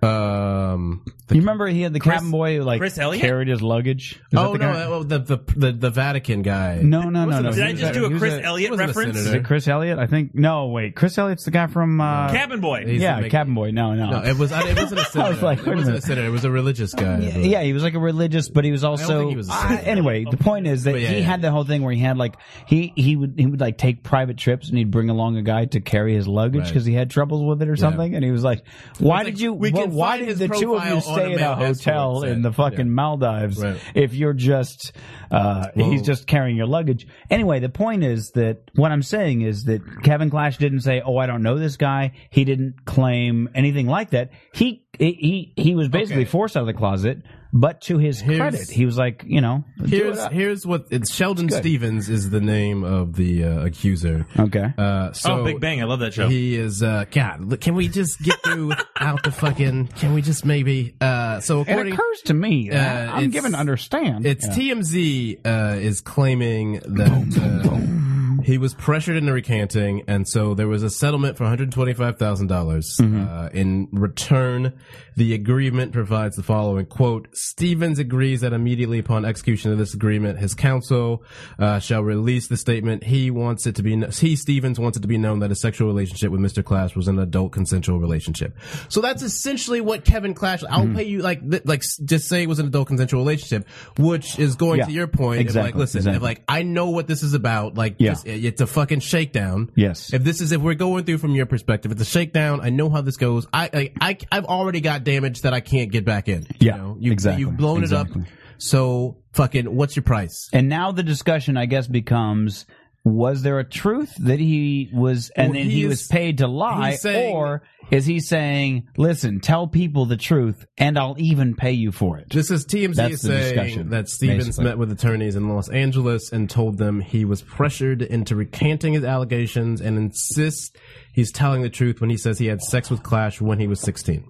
S2: um?
S6: you remember he had the cabin boy who like
S7: Chris Elliott?
S6: carried his luggage. Is
S2: Oh no,
S6: that the guy?
S2: that- well, the, the the the Vatican guy.
S6: no, no, no, no.
S7: Did I
S6: He was
S7: just
S6: a-
S7: do a
S2: he was
S7: Chris
S2: a- he
S7: Elliott
S2: wasn't a
S7: reference?
S2: senator.
S6: is it Chris Elliott? I think no. Wait, Chris Elliott's the guy from uh,
S7: Cabin boy.
S2: He's
S6: Yeah,
S2: a big-
S6: cabin boy. No, no.
S2: No, it was it wasn't a senator.
S6: like,
S2: it
S6: wait a
S2: wasn't a
S6: minute.
S2: senator. It was a religious guy. I
S6: Yeah,
S2: believe.
S6: yeah, he was like a religious, but he was also.
S2: think he was a
S6: I-
S2: saint.
S6: anyway, the point is that
S2: But yeah,
S6: he
S2: yeah.
S6: had the whole thing where he had like he he would he would like take private trips and he'd bring along a guy to carry his luggage
S2: Right.
S6: because he had troubles with it or something, and he was like, "Why
S2: It's
S6: did
S2: like,
S6: you?
S2: we
S6: wh-
S2: can
S6: why
S2: find
S6: did
S2: his
S6: the two of
S2: profile
S6: you
S2: on
S6: stay
S2: a
S6: in a
S2: male escort
S6: hotel
S2: site."
S6: in the fucking
S2: Yeah.
S6: Maldives
S2: Right.
S6: if you're just uh, he's just carrying your luggage?" Anyway, the point is that what I'm saying is that Kevin Clash didn't say, "Oh, I don't know this guy." He didn't claim anything like that. He he he was basically
S2: Okay.
S6: forced out of the closet. But to his
S2: Here's-
S6: credit, he was like, you know, do it
S2: Here's
S6: up.
S2: here's what it's Sheldon Stevens is the name of the uh, accuser.
S6: okay.
S2: Uh, so
S7: oh, Big Bang. I love that show.
S2: He is uh God. look, Can we just get through out the fucking? Can we just maybe? uh So
S6: It
S2: according,
S6: occurs to me.
S2: Uh,
S6: that I'm
S2: it's-
S6: given to understand.
S2: it's
S6: Yeah.
S2: TMZ uh, is claiming that uh,
S6: Mm-hmm.
S2: He was pressured into recanting, and so there was a settlement for $125,000. dollars Uh, in return, the agreement provides the following quote, Stevens agrees that immediately upon execution of this agreement, his counsel uh, shall release the statement. He wants it to be, kn- he, Stevens, wants it to be known that his sexual relationship with Mr. Clash was an adult consensual relationship. So that's essentially what Kevin Clash, I'll
S6: Mm-hmm.
S2: pay you like, th- like s- just say it was an adult consensual relationship, which is going
S6: Yeah.
S2: to your point. if, like,
S6: Exactly,
S2: listen, if,
S6: exactly.
S2: like, I know what this is about. Like,
S6: Yeah.
S2: just, it's a fucking shakedown.
S6: Yes.
S2: If this is, if we're going through from your perspective, it's a shakedown. I know how this goes. I, I, I I've already got damage that I can't get back in. You
S6: Yeah,
S2: know? You,
S6: exactly,
S2: You've blown it
S6: exactly.
S2: up. So fucking, what's your price?
S6: And now the discussion, I guess, becomes: Was there a truth that he was, and
S2: Well,
S6: then he
S2: he's-
S6: was paid to lie,
S2: he's saying-
S6: or is he saying, "Listen, tell people the truth, and I'll even pay you for it"?
S2: This is TMZ
S6: That's the
S2: saying
S6: discussion,
S2: that Stevens
S6: basically.
S2: met with attorneys in Los Angeles and told them he was pressured into recanting his allegations and insists he's telling the truth when he says he had sex with Clash when he was 16.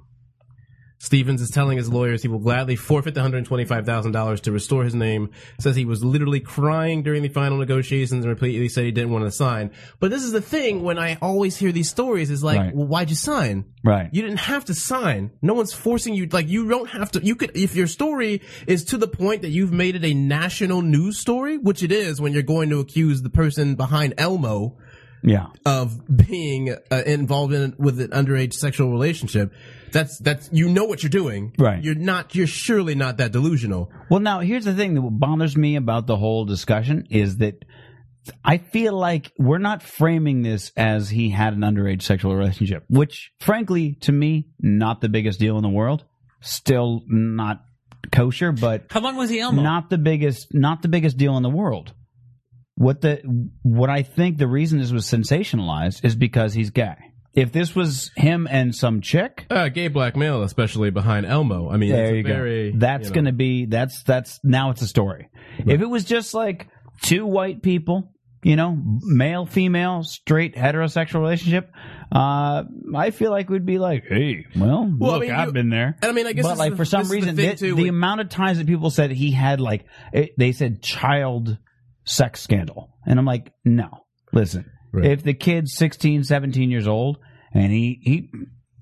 S2: Stevens is telling his lawyers he will gladly forfeit the $125,000 to restore his name. Says he was literally crying during the final negotiations and repeatedly said he didn't want to sign. But this is the thing when I always hear these stories is like,
S6: Right.
S2: well, why'd you sign?
S6: Right.
S2: You didn't have to sign. No one's forcing you. Like you don't have to. You could if your story is to the point that you've made it a national news story, which it is when you're going to accuse the person behind Elmo
S6: yeah.
S2: of being uh, involved in with an underage sexual relationship. That's that's you know what you're doing.
S6: Right.
S2: You're not. You're surely not that delusional.
S6: Well, now here's the thing that bothers me about the whole discussion is that I feel like we're not framing this as he had an underage sexual relationship, which, frankly, to me, not the biggest deal in the world. Still not kosher, but
S7: How long was he Elmo?
S6: not the biggest, not the biggest deal in the world. What the what I think the reason this was sensationalized is because he's gay. If this was him and some chick,
S2: Uh, gay black male, especially behind Elmo. I mean, it's
S6: there
S2: a
S6: you
S2: very,
S6: go. That's
S2: you know-
S6: going to be that's that's now it's a story. If it was just like two white people, you know, male, female, straight, heterosexual relationship, uh, I feel like we'd be like, hey, well,
S2: Well, I
S6: look,
S2: mean,
S6: I've
S2: you-
S6: been there.
S2: and I mean, I guess
S6: but
S2: this
S6: like
S2: is
S6: for
S2: the-
S6: some
S2: this is the
S6: reason,
S2: thing,
S6: the,
S2: too,
S6: the
S2: with-
S6: amount of times that people said he had like it, they said child sex scandal, and I'm like, no, listen,
S2: Right.
S6: if the kid's 16, 17 years old, and he he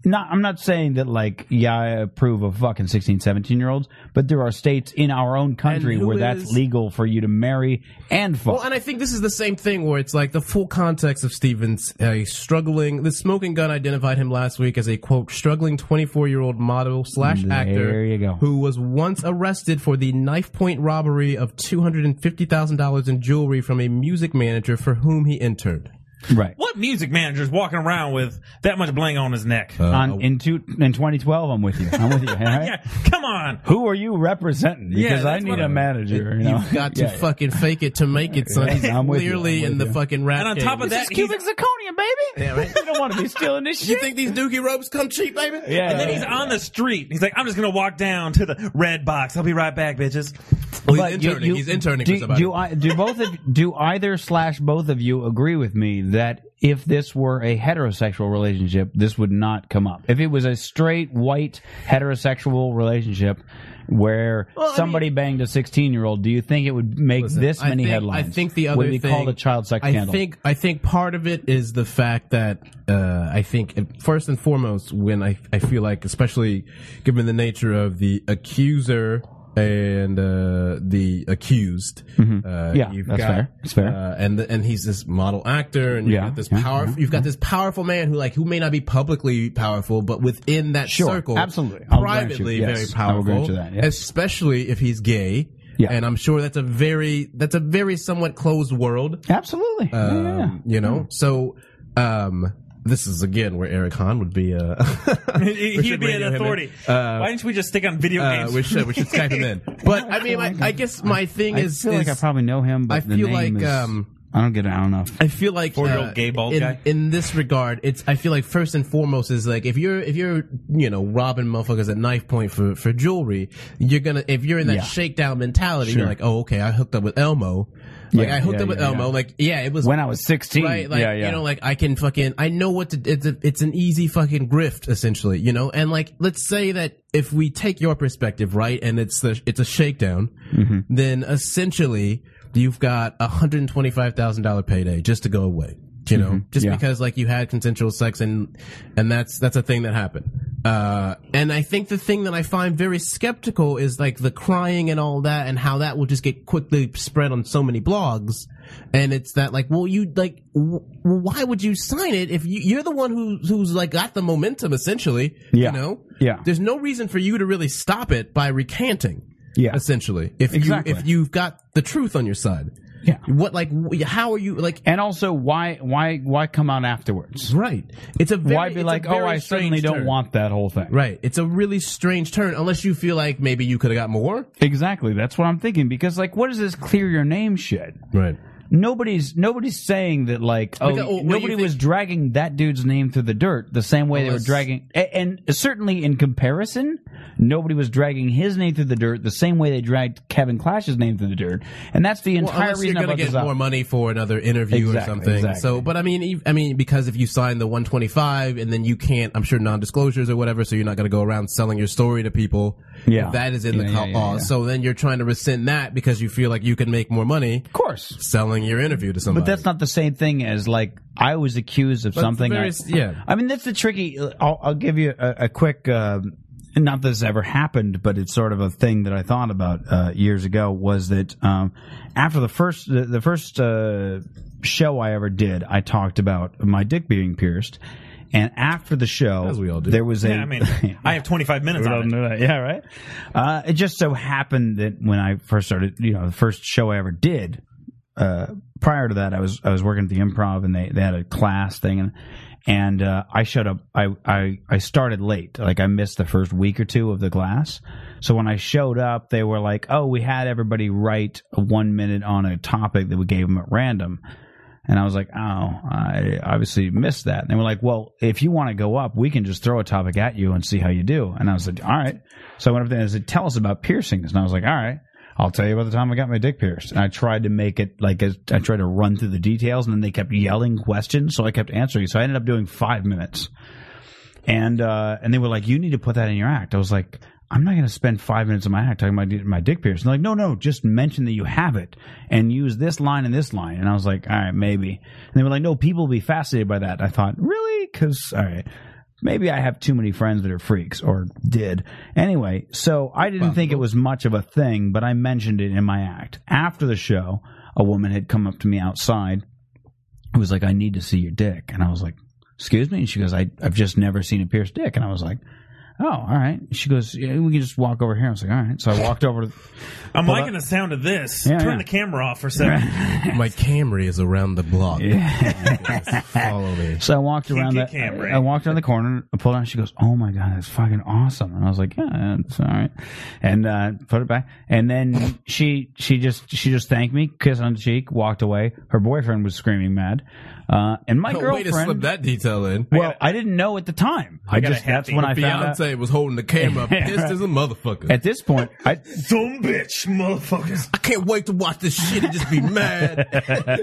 S6: not I'm not saying that like yeah I approve of fucking 16 17 year olds but there are states in our own country
S2: who
S6: where
S2: is-
S6: that's legal for you to marry and fuck
S2: Well, and I think this is the same thing where it's like the full context of Stevens uh, struggling. The smoking gun identified him last week as a quote struggling 24 year old model slash
S6: There
S2: actor
S6: you go.
S2: who was once arrested for the knife point robbery of $250,000 in jewelry from a music manager for whom he interned.
S6: right
S7: What music manager's walking around with that much bling on his neck?
S6: on in two, in 2012 I'm with you I'm with you all right?
S7: yeah, come on.
S6: who are you representing because I
S7: that's
S6: need
S7: what
S6: a
S7: I'm-
S6: manager you know
S2: You've got to
S6: Yeah, yeah.
S2: fucking fake it to make it, son.
S6: Yeah, I'm with you,
S2: Clearly
S6: I'm with
S2: in the
S6: you.
S2: fucking rap.
S7: And on
S2: game.
S7: top of that, he's,
S6: cubic zirconium baby
S2: Yeah, right.
S6: you don't want to be stealing this
S2: you
S6: shit
S2: think these dookie ropes come cheap, baby?
S6: yeah
S7: and then
S6: yeah.
S7: he's on the street. He's like, I'm just gonna walk down to the red box. I'll be right back, bitches.
S2: Well, he's
S6: But you-
S2: interning.
S6: you-
S2: he's interning
S6: do,
S2: for somebody.
S6: Do, I, do both of do either slash both of you agree with me that if this were a heterosexual relationship, this would not come up? If it was a straight white heterosexual relationship where
S2: I
S6: somebody banged a sixteen year old, do you think it would make
S2: Listen,
S6: this
S2: I
S6: many
S2: think-
S6: headlines?
S2: I think the other
S6: would it be
S2: thing,
S6: called a child sex
S2: I
S6: scandal.
S2: think I think part of it is the fact that uh, I think first and foremost, when I I feel like, especially given the nature of the accuser and uh, the accused, uh,
S6: Mm-hmm. Yeah, that's fair. That's fair.
S2: Uh, and the, and he's this model actor, and you've
S6: Yeah,
S2: got this
S6: yeah, mm-hmm.
S2: power.
S6: yeah,
S2: you've got this powerful man who like who may not be publicly powerful, but within that
S6: Sure,
S2: circle,
S6: absolutely. I'll grant you,
S2: privately
S6: yes,
S2: very
S6: I will
S2: powerful.
S6: grant you that, yes.
S2: Especially if he's gay.
S6: Yeah.
S2: And I'm sure that's a very that's a very somewhat closed world.
S6: Absolutely. Yeah,
S2: Um,
S6: yeah, yeah.
S2: You know, so um, this is again where Eric Hahn would be. Uh,
S7: He- He'd be an
S2: radio him in.
S7: authority.
S6: Uh,
S7: Why didn't we just stick on video
S2: uh,
S7: games?
S2: we should we should Skype him in. But I mean, I, I guess my thing
S6: I
S2: is
S6: feel like I
S2: is-
S6: probably know him, but
S2: I
S6: the
S2: feel
S6: name
S2: like,
S6: is-
S2: um,
S6: I don't get it. I don't know.
S2: I feel like uh,
S7: Four-year-old gay bald
S2: in,
S7: guy?
S2: in this regard, it's I feel like first and foremost is like if you're if you're you know robbing motherfuckers at knife point for for jewelry, you're gonna if you're in that
S6: Yeah.
S2: shakedown mentality, you're
S6: Sure.
S2: like oh okay I hooked up with Elmo, like
S6: Yeah,
S2: I hooked
S6: yeah,
S2: up with
S6: yeah,
S2: Elmo,
S6: yeah.
S2: like yeah it was
S6: When I was sixteen,
S2: right like
S6: yeah, yeah.
S2: you know like I can fucking I know what to it's a, it's an easy fucking grift essentially you know and like let's say that if
S6: Mm-hmm.
S2: we take your perspective right and it's the it's a shakedown then essentially you've got a hundred and twenty five thousand dollar payday just to go away. You know, just
S6: Mm-hmm. Yeah.
S2: because like you had consensual sex and and that's that's a thing that happened. Uh, and I think the thing that I find very skeptical is like the crying and all that and how that will just get quickly spread on so many blogs. And it's that like, well, you like, w- why would you sign it if you, you're the one who who's like got the momentum essentially?
S6: Yeah.
S2: You know.
S6: Yeah.
S2: There's no reason for you to really stop it by recanting.
S6: Yeah.
S2: Essentially, if
S6: Exactly.
S2: you if you've got the truth on your side.
S6: Yeah.
S2: What like w- how are you like
S6: And also, why why why come out afterwards?
S2: right? It's a very,
S6: why be
S2: it's a
S6: like, oh,
S2: very
S6: I certainly
S2: strange
S6: don't
S2: turn.
S6: want that whole thing?
S2: Right. It's a really strange turn unless you feel like maybe you could have got more.
S6: Exactly. That's what I'm thinking. Because like, what is this clear your name shit?
S2: Right.
S6: Nobody's nobody's saying that like oh
S2: Because- oh, well,
S6: nobody
S2: you think-
S6: was dragging that dude's name through the dirt the same way they
S2: Unless-
S6: were dragging a- and certainly in comparison nobody was dragging his name through the dirt the same way they dragged Kevin Clash's name through the dirt and that's the
S2: Well,
S6: entire
S2: unless you're
S6: reason I
S2: going to
S6: brought
S2: get
S6: this up.
S2: more money for another interview or
S6: Exactly,
S2: something.
S6: exactly.
S2: So, but I mean, ev- I mean, because if you sign the 125 and then you can't, I'm sure non-disclosures or whatever, so you're not going to go around selling your story to people.
S6: Yeah.
S2: That is in the
S6: Yeah,
S2: co-
S6: yeah, yeah,
S2: law.
S6: yeah.
S2: So then you're trying to rescind that because you feel like you can make more money
S6: of course
S2: selling your interview to somebody.
S6: But that's not the same thing as like I was accused of
S2: it's
S6: something.
S2: very-
S6: I,
S2: yeah.
S6: I mean that's the tricky. I'll, I'll give you a, a quick. um not that this ever happened, but it's sort of a thing that I thought about uh, years ago. Was that um, after the first the, the first uh, show I ever did, I talked about my dick being pierced, and after the show,
S2: As we all do.
S6: there was a
S8: Yeah, I mean, I have 25 minutes
S6: I
S8: on
S6: don't
S8: it.
S6: know that. Yeah, right. Uh, it just so happened that when I first started, you know, the first show I ever did. Uh, prior to that, I was I was working at the Improv, and they, they had a class thing, and and uh, I showed up. I, I I started late, like I missed the first week or two of the class. So when I showed up, they were like, "Oh, we had everybody write one minute on a topic that we gave them at random." And I was like, oh, I obviously missed that. And they were like, well, if you want to go up, we can just throw a topic at you and see how you do. And I was like, all right. So I went up there and I said, tell us about piercings. And I was like, all right, I'll tell you about the time I got my dick pierced. And I tried to make it like, as, I tried to run through the details and then they kept yelling questions. So I kept answering. So I ended up doing five minutes. And, uh, and they were like, you need to put that in your act. I was like, I'm not going to spend five minutes of my act talking about my dick pierced. And they're like, no, no, just mention that you have it and use this line and this line. And I was like, all right, maybe. And they were like, no, people will be fascinated by that. And I thought, really? Because, all right, maybe I have too many friends that are freaks or did. Anyway, so I didn't think it was much of a thing, but I mentioned it in my act. After the show, a woman had come up to me outside who was like, I need to see your dick. And I was like, excuse me? And she goes, I, I've just never seen a pierced dick. And I was like, oh, all right. She goes, yeah, we can just walk over here. I was like, all right. So I walked over to,
S8: I'm liking the sound of this.
S6: Yeah,
S8: Turn
S6: yeah.
S8: the camera off for a second.
S2: My Camry is around the block. Follow me.
S6: so I walked around the,
S8: get camera.
S6: I walked around the corner, I pulled out. She goes, oh my God, that's fucking awesome. And I was like, yeah, it's all right. And, uh, put it back. And then she, she just, she just thanked me, kissed on the cheek, walked away. Her boyfriend was screaming mad. Uh, and my
S2: No way
S6: girlfriend.
S2: to Oh, slip that detail in.
S6: well, I didn't know at the time. I,
S8: got a
S6: just, that's
S8: happy
S6: when I found out.
S2: Beyonce was holding the camera,
S6: Yeah,
S2: pissed
S6: right.
S2: as a motherfucker.
S6: At this point, I,
S8: Some bitch, motherfuckers.
S2: I can't wait to watch this shit and just be mad.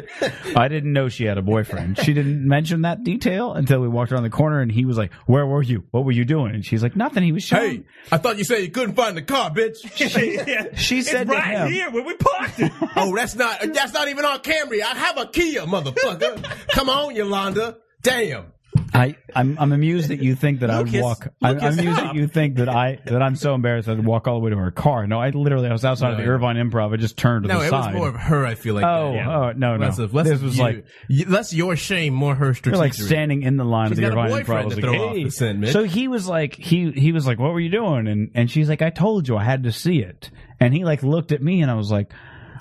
S6: I didn't know she had a boyfriend. She didn't mention that detail until we walked around the corner and he was like, Where were you? What were you doing? And she's like, Nothing. He was showing.
S2: hey, I thought you said you couldn't find the car, bitch.
S8: Yeah.
S6: She said
S8: it's
S6: to
S8: right
S6: him-
S8: here where we parked it.
S2: oh, that's not that's not even on Camry. I have a Kia, motherfucker. Come on, Yolanda. Damn.
S6: I, I'm, I'm amused that you think that I would
S8: Lucas,
S6: walk. I'm, I'm
S8: Lucas,
S6: amused
S8: stop.
S6: that you think that I that I'm so embarrassed I'd walk all the way to her car. No, I literally I was outside of the
S2: No.
S6: Irvine Improv. I just turned to
S2: No,
S6: the
S2: it
S6: side.
S2: was more of her. I feel like.
S6: oh,
S2: that.
S6: oh no, no.
S2: Less of, less
S6: this
S2: of
S6: was
S2: you.
S6: like
S2: Y- less your shame, more her
S6: You're
S2: strategic.
S6: like standing in the line
S2: She's
S6: of the
S2: got a
S6: Irvine
S2: boyfriend
S6: Improv. I was
S2: to
S6: like,
S2: throw off
S6: "Hey."
S2: the scent, Mitch.
S6: So he was like, he he was like, "What were you doing?" And and she's like, "I told you, I had to see it." And he like looked at me, and I was like,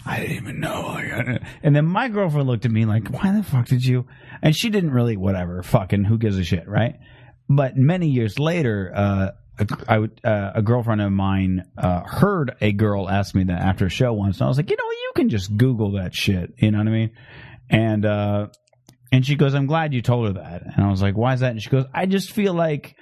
S6: "I didn't even know." Like, I- And then my girlfriend looked at me like, "Why the fuck did you?" And she didn't really, whatever, fucking who gives a shit, right? But many years later, uh, a, I would, uh, a girlfriend of mine uh, heard a girl ask me that after a show once, and I was like, "You know, what? you can just Google that shit." You know what I mean? And uh, and she goes, I'm glad you told her that. And I was like, why is that? And she goes, I just feel like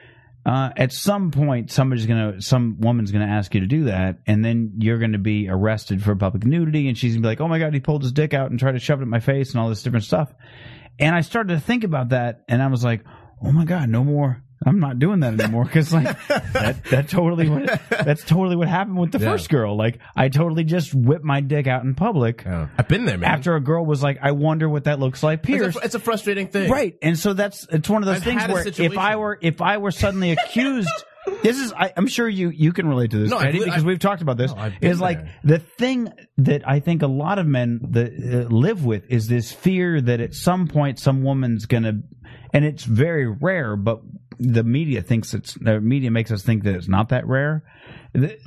S6: uh, at some point somebody's gonna, some woman's gonna ask you to do that, and then you're gonna be arrested for public nudity, and she's gonna be like, oh my god, he pulled his dick out and tried to shove it in my face and all this different stuff. And I started to think about that, and I was like, oh my god, no more, I'm not doing that anymore because like that that totally what, that's totally what happened with the
S2: Yeah.
S6: first girl. Like I totally just whipped my dick out in public.
S2: Oh. I've been there, man.
S6: After a girl was like, I wonder what that looks like.
S2: It's a-
S6: Pierce,
S2: it's a, frustrating thing,
S6: Right, and so that's it's one of those
S2: I've
S6: things
S2: had a
S6: where if
S2: situation.
S6: I were if I were suddenly accused, this is I, I'm sure you you can relate to this,
S2: No, I've
S6: Eddie,
S2: li-
S6: because
S2: I've-
S6: we've talked about this.
S2: No, I've been
S6: is like
S2: there.
S6: the thing that I think a lot of men that uh, live with is this fear that at some point some woman's gonna, and it's very rare, but the media thinks it's the media makes us think that it's not that rare. Th-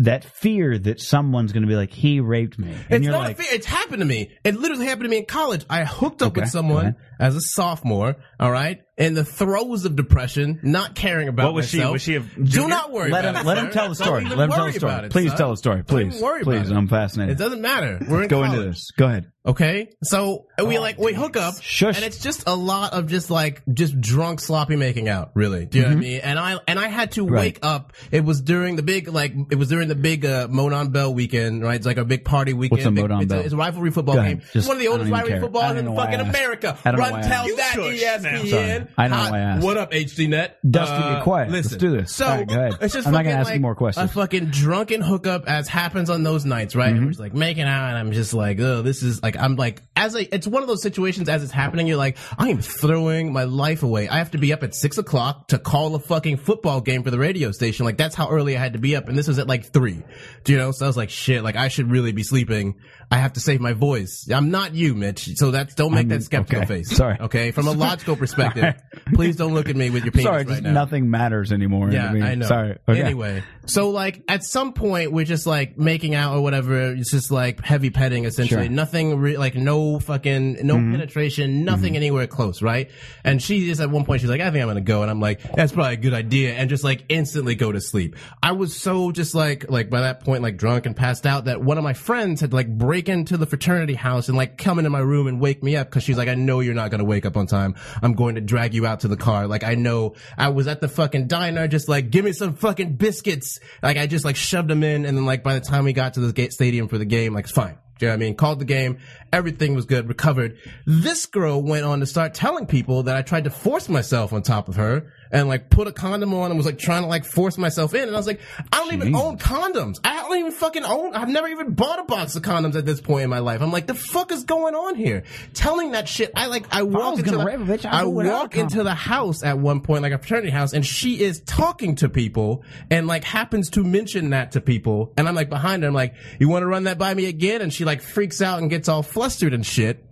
S6: That fear that someone's going to be like, he raped me, and
S2: it's
S6: you're
S2: not
S6: like,
S2: a fear. It's happened to me. It literally happened to me in college. I hooked up
S6: Okay,
S2: with someone
S6: alright.
S2: as a sophomore. All right, in the throes of depression, not caring about
S7: What was she?
S2: myself.
S7: Was she a
S2: Do
S7: junior?
S2: not worry.
S6: Let
S2: about
S6: him-
S2: it,
S6: let him
S2: sir.
S6: tell the
S2: Don't
S6: story.
S2: even
S6: Let him tell
S2: worry
S6: the story.
S2: about it,
S6: Please
S2: son.
S6: tell the story,
S2: Don't even
S6: please.
S2: worry
S6: Please,
S2: about it.
S6: I'm fascinated.
S2: It doesn't matter. We're in
S6: go
S2: college.
S6: into this. Go ahead.
S2: Okay, so we like we hook up,
S6: Oh, Shush.
S2: and it's just a lot of just like just drunk sloppy making out. Really, do you know what I mean? And I and I had to
S6: Mm-hmm. Right.
S2: wake up. It was during the big like it was during the big uh, Monon Bell weekend, right? It's like a big party weekend.
S6: a
S2: big-
S6: Monon
S2: it's,
S6: Bell?
S2: it's a rivalry football
S6: Go ahead.
S2: game.
S6: Just-
S2: it's one of the
S6: I don't
S2: oldest
S6: even
S2: rivalry
S6: care. I
S2: football
S6: don't
S2: in
S6: know why
S2: fucking
S6: I asked.
S2: America.
S6: I don't know why
S2: Run,
S6: I
S2: tell
S6: asked.
S2: that E
S7: Shush.
S2: ESPN.
S6: Sorry. I don't know
S2: Hot-
S6: why I asked.
S2: What up, HDNet?
S6: Dusty, be quiet.
S2: Uh, Listen,
S6: Let's do this.
S2: So
S6: All right, go ahead.
S2: it's just
S6: I'm not
S2: fucking,
S6: gonna ask you
S2: like,
S6: more questions.
S2: a fucking drunken hookup as happens on those nights, right?
S6: Mm-hmm.
S2: And we're just like making out, and I'm just like, oh, this is like, I'm like, as a, it's one of those situations as it's happening, you're like, I am throwing my life away. I have to be up at six o'clock to call a fucking football game for the radio station. Like that's how early I had to be up, and this was at like three. Do you know? So I was like, shit, like I should really be sleeping. I have to save my voice. I'm not you, Mitch. So that's don't make that skeptical
S6: okay.
S2: face.
S6: Sorry.
S2: Okay. From a logical perspective, please don't look at me with your penis
S6: Sorry,
S2: right
S6: just
S2: now.
S6: nothing matters anymore.
S2: Yeah,
S6: mean,
S2: I know.
S6: Sorry. Okay.
S2: Anyway, so like at some point we're just like making out or whatever. It's just like heavy petting essentially.
S6: Sure. Mm-hmm.
S2: Nothing re- like no fucking no penetration, nothing anywhere close, right? And she just at one point she's like, I think I'm gonna go, and I'm like, that's probably a good idea, and just like instantly go to sleep. I was so just like like by that point like drunk and passed out that one of my friends had like break into the fraternity house and like come into my room and wake me up because she's like, I know you're not gonna wake up on time. I'm going to drag you out to the car. Like I know I was at the fucking diner, just like give me some fucking biscuits. Like I just like shoved them in, and then like by the time we got to the gate stadium for the game, like it's fine. Do you know what I mean? Called the game. Everything was good, recovered. This girl went on to start telling people that I tried to force myself on top of her and like put a condom on and was like trying to like force myself in. And I was like, I don't even own condoms. I don't even fucking own, I've never even bought a box of condoms at this point in my life. I'm like, the fuck is going on here? Telling that shit. I like, I walk into
S6: gonna
S2: the,
S6: rape a bitch, I'd
S2: I
S6: do it without a
S2: walk
S6: condom.
S2: into the house at one point, like a fraternity house, and she is talking to people and like happens to mention that to people. And I'm like behind her, I'm like, you want to run that by me again? And she like freaks out and gets all flustered and shit.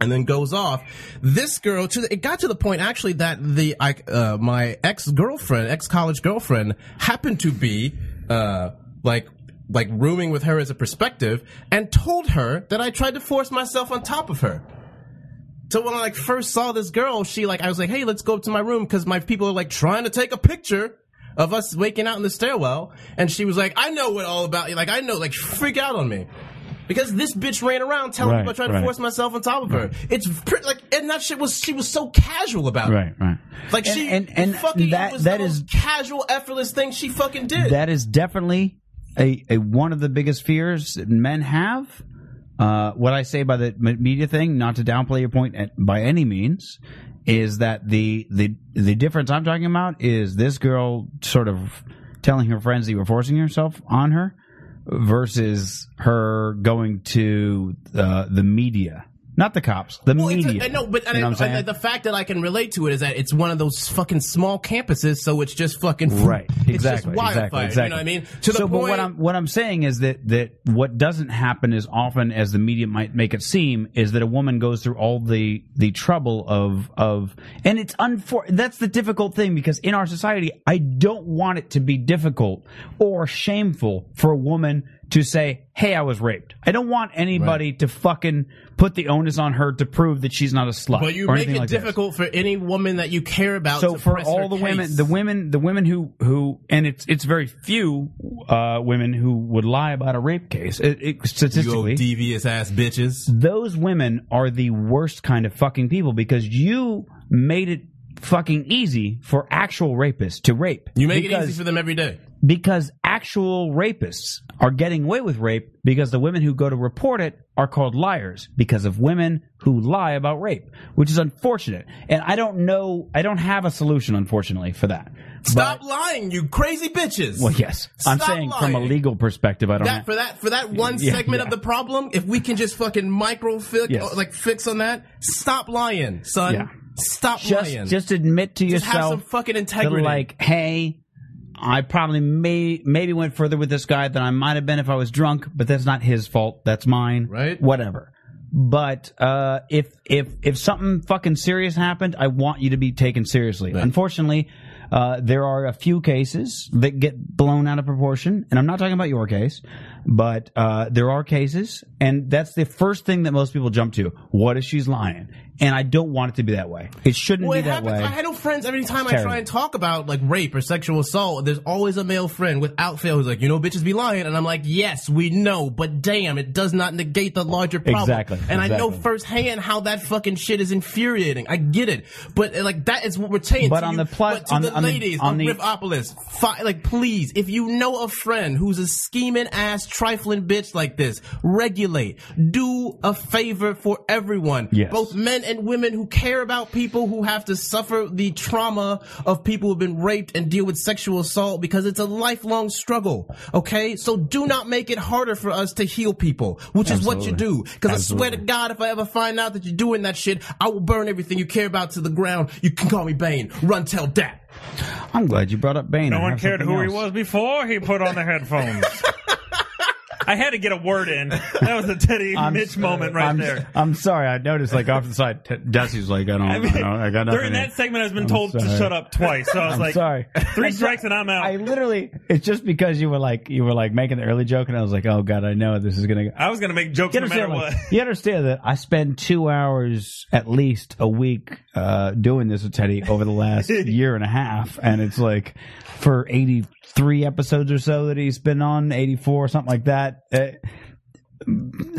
S2: And then goes off. This girl, to the, it got to the point actually that the I, uh, my ex girlfriend, ex college girlfriend, happened to be uh, like like rooming with her as a perspective, and told her that I tried to force myself on top of her. So when I like first saw this girl, she like I was like, "Hey, let's go up to my room because my people are like trying to take a picture of us waking out in the stairwell." And she was like, "I know what all about you. Like I know. Like freak out on me." Because this bitch ran around telling
S6: Right,
S2: people I tried
S6: right.
S2: to force myself on top of her. It's pretty, like, and that shit was she was so casual about it.
S6: Right, right.
S2: Like she
S6: and and, and
S2: fucking it
S6: that
S2: was
S6: that
S2: the
S6: is
S2: most casual, effortless thing she fucking did.
S6: that is definitely a, a one of the biggest fears that men have. Uh, what I say by the m- media thing, not to downplay your point at, by any means, is that the the the difference I'm talking about is this girl sort of telling her friends that you were forcing yourself on her versus her going to uh, the media, not the cops, the
S2: Well, it's a-
S6: media.
S2: I know, but
S6: You know
S2: I,
S6: what I'm
S2: I-
S6: saying?
S2: the fact that I can relate to it is that it's one of those fucking small campuses, so it's just fucking
S6: Right. Exactly.
S2: It's just wildfire. You know
S6: Exactly. Exactly.
S2: what I mean? To the
S6: so,
S2: point,
S6: but what I'm what I'm saying is that that what doesn't happen as often as the media might make it seem is that a woman goes through all the the trouble of of and it's unfor that's the difficult thing because in our society I don't want it to be difficult or shameful for a woman to say hey I was raped I don't want anybody to fucking put the onus on her to prove that she's not a slut
S2: but you
S6: or
S2: make
S6: anything
S2: it
S6: like that
S2: difficult for any woman that you care about.
S6: so
S2: to
S6: for
S2: press her
S6: all the women
S2: case.
S6: the women the women who who and it's it's very few uh women who would lie about a rape case it, it,
S2: you old
S6: statistically
S2: devious ass bitches.
S6: those women are the worst kind of fucking people because you made it fucking easy for actual rapists to rape.
S2: You make
S6: because,
S2: it easy for them every day.
S6: because actual rapists are getting away with rape because the women who go to report it are called liars because of women who lie about rape, which is unfortunate. And I don't know, I don't have a solution, unfortunately, for that.
S2: Stop lying, you crazy bitches.
S6: Well, yes, I'm
S2: Stop
S6: saying from a
S2: lying.
S6: legal perspective, I don't.
S2: That
S6: have,
S2: for that for that one
S6: Uh-huh. Yeah,
S2: segment
S6: yeah.
S2: of the problem, if we can just fucking micro fix
S6: Yes.
S2: like fix on that, stop lying, son.
S6: Yeah.
S2: Stop lying.
S6: just just admit to
S2: Just
S6: yourself.
S2: have some fucking
S6: that
S2: integrity.
S6: like, hey, I probably may maybe went further with this guy than I might have been if I was drunk, but that's not his fault. That's mine.
S2: Right.
S6: Whatever. But uh, if if if something fucking serious happened, I want you to be taken seriously. Unfortunately, uh, there are a few cases that get blown out of proportion, and I'm not talking about your case, but uh, there are cases, and that's the first thing that most people jump to. What if she's lying? And I don't want it to be that way. It shouldn't
S2: well,
S6: be
S2: it
S6: that
S2: happens.
S6: way.
S2: I had no friends. Every time I
S6: terrible.
S2: try and talk about like rape or sexual assault, there's always a male friend without fail who's like, you know, bitches be lying, and I'm like, yes, we know, but damn, it does not negate the larger problem.
S6: Exactly,
S2: And I know
S6: exactly.
S2: firsthand how that fucking shit is infuriating. I get it, but uh, like that is what we're saying.
S6: But
S2: to
S6: on
S2: you-
S6: the plus-
S2: but to
S6: on
S2: the
S6: the- on the-
S2: ladies
S6: on the-
S2: Ripopolis, fi- like please, if you know a friend who's a scheming ass, trifling bitch like this, regulate. Do a favor for everyone,
S6: Yes.
S2: both men and women who care about people who have to suffer the trauma of people who've been raped and deal with sexual assault because it's a lifelong struggle. Okay, so do not make it harder for us to heal people, which is what you do. Because I swear to God, if I ever find out that you're doing that shit, I will burn everything you care about to the ground. You can call me Bane. Run, tell that.
S6: I'm glad you brought up Bane.
S7: No
S6: I
S7: one
S6: have
S7: cared
S6: something
S7: who he
S6: else.
S7: was before he put on the headphones. I had to get a word in. That was a Teddy Mitch moment right
S6: I'm,
S7: there.
S6: I'm sorry. I noticed, like off to the side, T- Desi's like, I don't, I,
S7: mean,
S6: don't, I got nothing.
S7: During that
S6: here.
S7: segment, I've been told to
S6: sorry.
S7: shut up twice. So I was
S6: I'm
S7: like,
S6: sorry.
S7: three strikes and I'm out.
S6: I literally, it's just because you were like, you were like making the early joke, and I was like, oh god, I know this is gonna go.
S7: I was going to make jokes
S6: You
S7: no matter
S6: understand,
S7: what.
S6: like, you understand that I spend two hours at least a week uh, doing this with Teddy over the last year and a half, and it's like for eighty three episodes or so that he's been on eighty four something like that. Uh,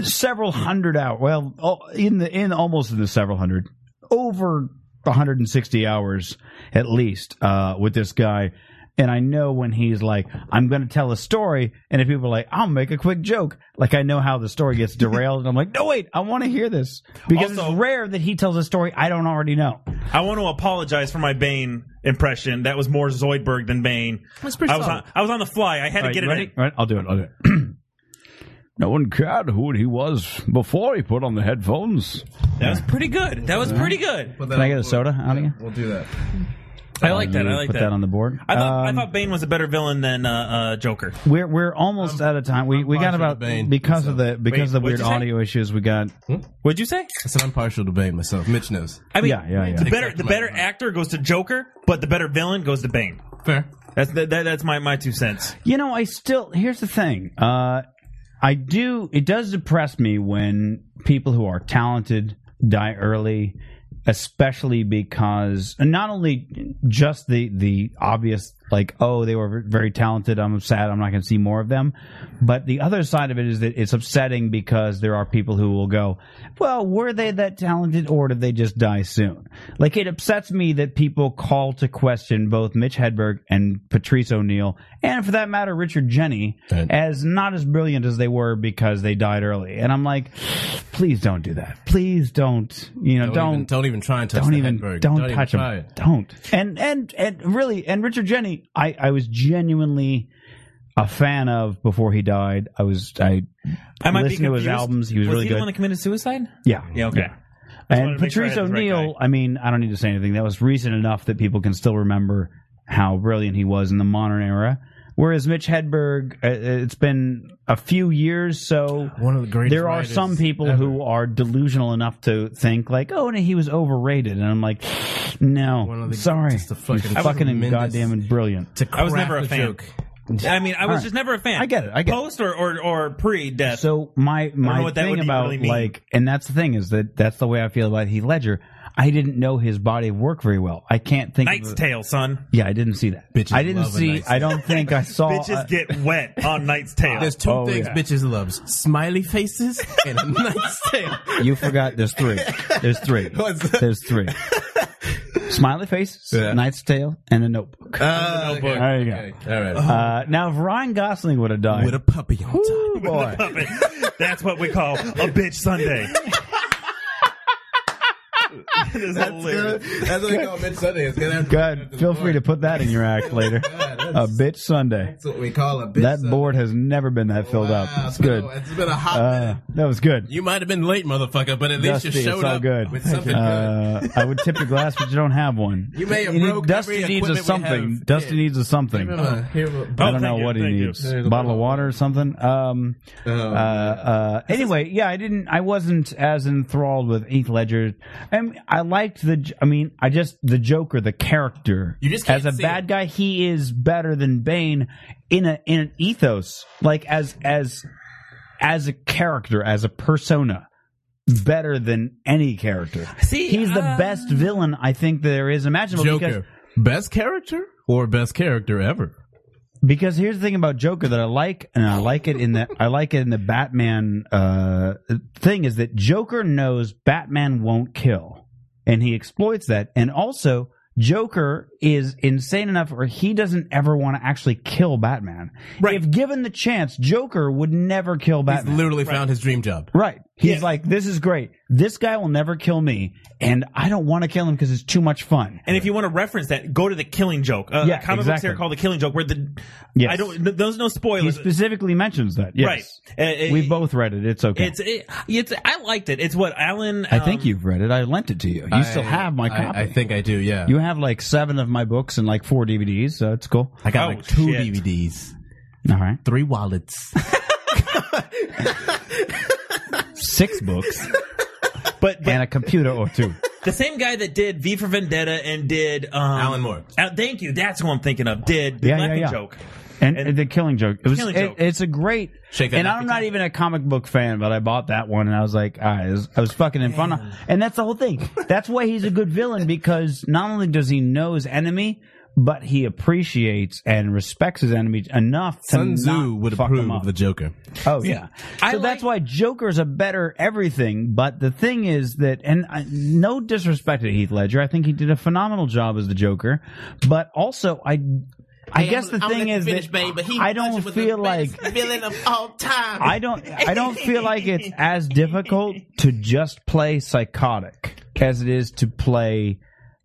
S6: several hundred hours. Well, oh, in the in almost in the several hundred, over 160 hours at least uh, with this guy. And I know when he's like, I'm going to tell a story, and if people are like, I'll make a quick joke, like I know how the story gets derailed, and I'm like, no wait, I want to hear this because
S7: Also-
S6: it's rare that he tells a story I don't already know.
S7: I want to apologize for my Bane impression. That was more Zoidberg than Bane.
S2: That's pretty
S7: I was on,
S2: solid.
S7: I was on the fly. I had to
S6: All right,
S7: get
S6: you
S7: it
S6: ready?
S7: in.
S6: All right, I'll do it. I'll do it. no one cared who he was before he put on the headphones.
S5: That was pretty good. That was pretty good.
S6: Can I get a soda out of you?
S2: We'll do that.
S5: I like that.
S6: You
S5: I like
S6: put that.
S5: that.
S6: on the board.
S5: I thought, I
S6: Um,
S5: thought Bane was a better villain than uh, uh, Joker.
S6: We're we're almost out of time. We we got
S2: partial
S6: about
S2: to Bane,
S6: because of
S2: so-
S6: the because of the
S5: what'd
S6: weird
S5: you say?
S6: audio issues we got.
S5: What'd you say?
S2: I said I'm partial to Bane myself. Mitch knows.
S5: I mean,
S6: Yeah, yeah, yeah.
S5: The better,
S2: Exactly
S5: the better
S2: right.
S5: actor goes to Joker, but the better villain goes to Bane.
S2: Fair.
S5: That's that, that, that's my, my two cents.
S6: You know, I still here's the thing. Uh, I do. It does depress me when people who are talented die early, especially because not only just the the obvious like oh they were very talented. I'm sad I'm not going to see more of them, but the other side of it is that it's upsetting because there are people who will go, well, were they that talented or did they just die soon? Like it upsets me that people call to question both Mitch Hedberg and Patrice O'Neill, and for that matter Richard Jenny
S2: Right.
S6: as not as brilliant as they were because they died early. And I'm like, please don't do that. Please don't. You know,
S2: Don't
S6: don't
S2: even- don't even try and touch
S6: Don't
S2: the
S6: even
S2: Hedberg.
S6: don't,
S2: Don't even
S6: touch
S2: try
S6: him.
S2: it.
S6: Don't. And and and really, and Richard Jenny, I I was genuinely a fan of before he died. I was I
S5: I might
S6: listened
S5: be
S6: to
S5: confused.
S6: his albums. He was, really
S5: he
S6: good.
S5: the one that committed suicide?
S6: yeah.
S5: Yeah. Okay.
S6: And
S7: wanted to make sure I
S6: Patrice
S7: had the right
S6: O'Neill, I mean, I don't need to say anything. That was recent enough that people can still remember how brilliant he was in the modern era. Whereas Mitch Hedberg, uh, it's been a few years, so
S2: One of the greatest
S6: There are
S2: writers
S6: some people who are delusional enough to think like, "Oh, no, he was overrated," and I'm like,
S2: One
S6: "No,
S2: of the-
S6: sorry,
S2: just a fucking-
S6: He's fucking and
S2: tremendous-
S6: goddamn and brilliant."
S2: To
S5: I was
S2: craft
S5: never a fan.
S2: joke.
S5: I mean, I was
S6: right.
S5: just never a fan.
S6: I get it, I get it.
S5: Post or or, or pre death.
S6: So my my
S5: what that
S6: thing
S5: would
S6: about
S5: really mean.
S6: like, and that's the thing is that that's the way I feel about Heath Ledger. I didn't know his body of work very well. I can't think. of
S5: Knight's
S6: the-
S5: Tale, son.
S6: Yeah, I didn't see that.
S2: Bitches
S6: I didn't
S2: love a
S6: see.
S2: nice-
S6: I don't think I saw.
S7: Bitches
S6: uh,
S7: get wet on Knight's Tale.
S2: There's two
S6: Oh,
S2: things
S6: yeah.
S2: bitches loves: smiley faces and a nice tail.
S6: you forgot. There's three. There's three.
S2: What's that?
S6: There's three. Smiley Faces,
S2: Yeah.
S6: Knight's Tale, and The Notebook.
S2: Uh, okay.
S6: There you go.
S2: Okay. All right.
S6: Uh, now, if Ryan Gosling would have died,
S2: With a puppy on top.
S6: Ooh, boy.
S12: That's what we call a bitch Sunday.
S2: That's good. That's what we call Mid Sunday. It's gonna have to-
S6: Good. Feel free to put that in your act later. a bitch Sunday.
S2: That's what we call a bitch.
S6: That
S2: Sunday.
S6: board has never been that filled
S2: Wow,
S6: up. It's
S2: been a-
S6: good.
S2: It's been a hot
S6: Uh,
S2: minute.
S6: that was good.
S2: You might have been late, motherfucker, but at least
S6: Dusty,
S2: you showed
S6: it's all
S2: up
S6: good.
S2: with something good.
S6: Uh, I would tip your glass, but you don't have one.
S2: You may have
S6: need-
S2: broke
S6: Dusty
S2: every
S6: needs a
S2: equipment we
S6: something.
S2: have.
S6: Dusty
S2: Yeah.
S6: needs a something.
S2: Here, mama, here, mama.
S6: I don't know
S12: thank you,
S6: what he
S12: thank you.
S6: needs.
S2: There's a
S6: bottle of
S2: bottle.
S6: water or something. Um,
S2: Oh,
S6: uh, uh, anyway, yeah, I didn't. I wasn't as enthralled with Heath Ledger. And I liked the. J- I mean, I just the Joker, the character.
S2: You just can't
S6: as a
S2: see
S6: bad
S2: it.
S6: guy, he is better than Bane in a in an ethos, like as as as a character, as a persona. Better than any character.
S7: See,
S6: he's the
S2: um,
S7: uh,
S6: best villain I think there is imaginable. because-
S2: Joker. Best character or best character ever?
S6: because here's the thing about Joker that I like, and I like it in the I like it in the Batman uh, thing is that Joker knows Batman won't kill, and he exploits that. And also, Joker is insane enough where he doesn't ever want to actually kill Batman.
S7: Right.
S6: If given the chance, Joker would never kill
S2: He's
S6: Batman.
S2: literally found his dream job.
S6: Right. He's
S7: Yeah.
S6: like, this is great. This guy will never kill me, and I don't want to kill him because it's too much fun.
S7: And if you want to reference that, go to the Killing Joke. Uh,
S6: Yeah,
S7: a comic books
S6: exactly.
S7: here called the Killing Joke, where the
S6: Yes.
S7: I don't. th- There's no
S6: He
S7: spoilers.
S6: specifically mentions that. Yes.
S7: Right. Uh, uh,
S6: we both read it. It's okay.
S7: It's it, it's. I liked it. It's what Alan.
S6: I think
S7: um,
S6: you've read it. I lent it to you. You still
S2: I-
S6: have my
S2: I-
S6: copy.
S2: I, think I do, yeah.
S6: you have like seven of my books and like four DVDs, so it's cool.
S2: I got
S7: Oh,
S2: like two
S7: shit.
S2: DVDs,
S6: All right,
S2: three wallets.
S6: six books
S7: But, but
S6: and a computer or two.
S7: the same guy that did V for Vendetta and did um,
S2: Alan Moore.
S7: Uh, thank you. That's who I'm thinking of. Did the
S6: Yeah, yeah,
S7: Laughing
S6: yeah.
S7: Joke.
S6: And, and the Killing Joke. It was.
S7: Killing
S6: it-
S7: Joke.
S6: It's a great.
S2: Shake that
S6: and
S2: nappy
S6: I'm not
S2: towel.
S6: even a comic book fan, but I bought that one, and I was like, all right, I was, I was fucking in fun. of- And that's the whole thing. That's why he's a good villain because not only does he know his enemy, but he appreciates and respects his enemy enough. To
S2: Sun Tzu
S6: not
S2: would
S6: fuck him
S2: approve
S6: up.
S2: of the Joker.
S6: Oh yeah.
S7: I
S6: so
S7: like-
S6: that's why Joker's a better everything. But the thing is that, and I, no disrespect to Heath Ledger, I think he did a phenomenal job as the Joker. But also, I, I guess the thing is that I don't feel like
S2: villain of all time.
S6: I don't I don't feel like it's as difficult to just play psychotic as it is to play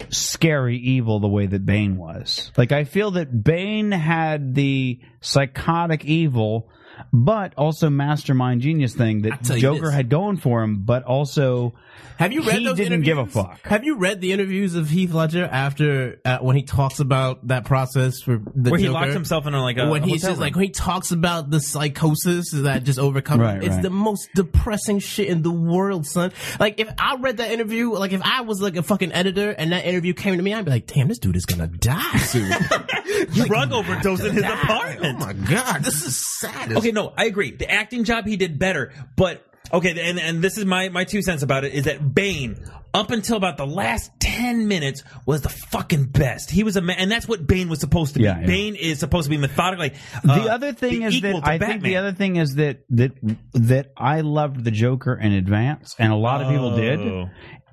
S6: scary evil the way that Bane was. Like I feel that Bane had the psychotic evil but also mastermind genius thing that
S2: tell you
S6: Joker
S2: this.
S6: had going for him, but also
S2: Have you read
S6: He
S2: those
S6: didn't give a
S2: interviews?
S6: fuck.
S2: Have you read the interviews of Heath Ledger after uh, when he talks about that process for the
S7: Where he
S2: Joker?
S7: locked himself in a, like a
S2: when
S7: a
S2: he's
S7: hotel
S2: just
S7: room.
S2: like when he talks about the psychosis that just overcomes
S6: Right,
S2: him, it's
S6: right.
S2: the most depressing shit in the world, son. Like if I read that interview, like if I was like a fucking editor and that interview came to me, I'd be like, damn, this dude is gonna die soon.
S7: drug overdose in his
S2: Die.
S7: apartment.
S2: Oh my god, this is sad. as
S7: Okay, no, I agree. The acting job he did better, but okay, and and this is my my two cents about it is that Bane up until about the last 10 minutes was the fucking best. He was a man, and that's what Bane was supposed to be.
S6: Yeah, yeah.
S7: Bane is supposed to be methodical. Like,
S6: the
S7: uh,
S6: other thing
S7: the
S6: is that
S7: equal to
S6: I think the
S7: Batman.
S6: other thing is that that that I loved the Joker in advance, and a lot of people did.
S2: Oh.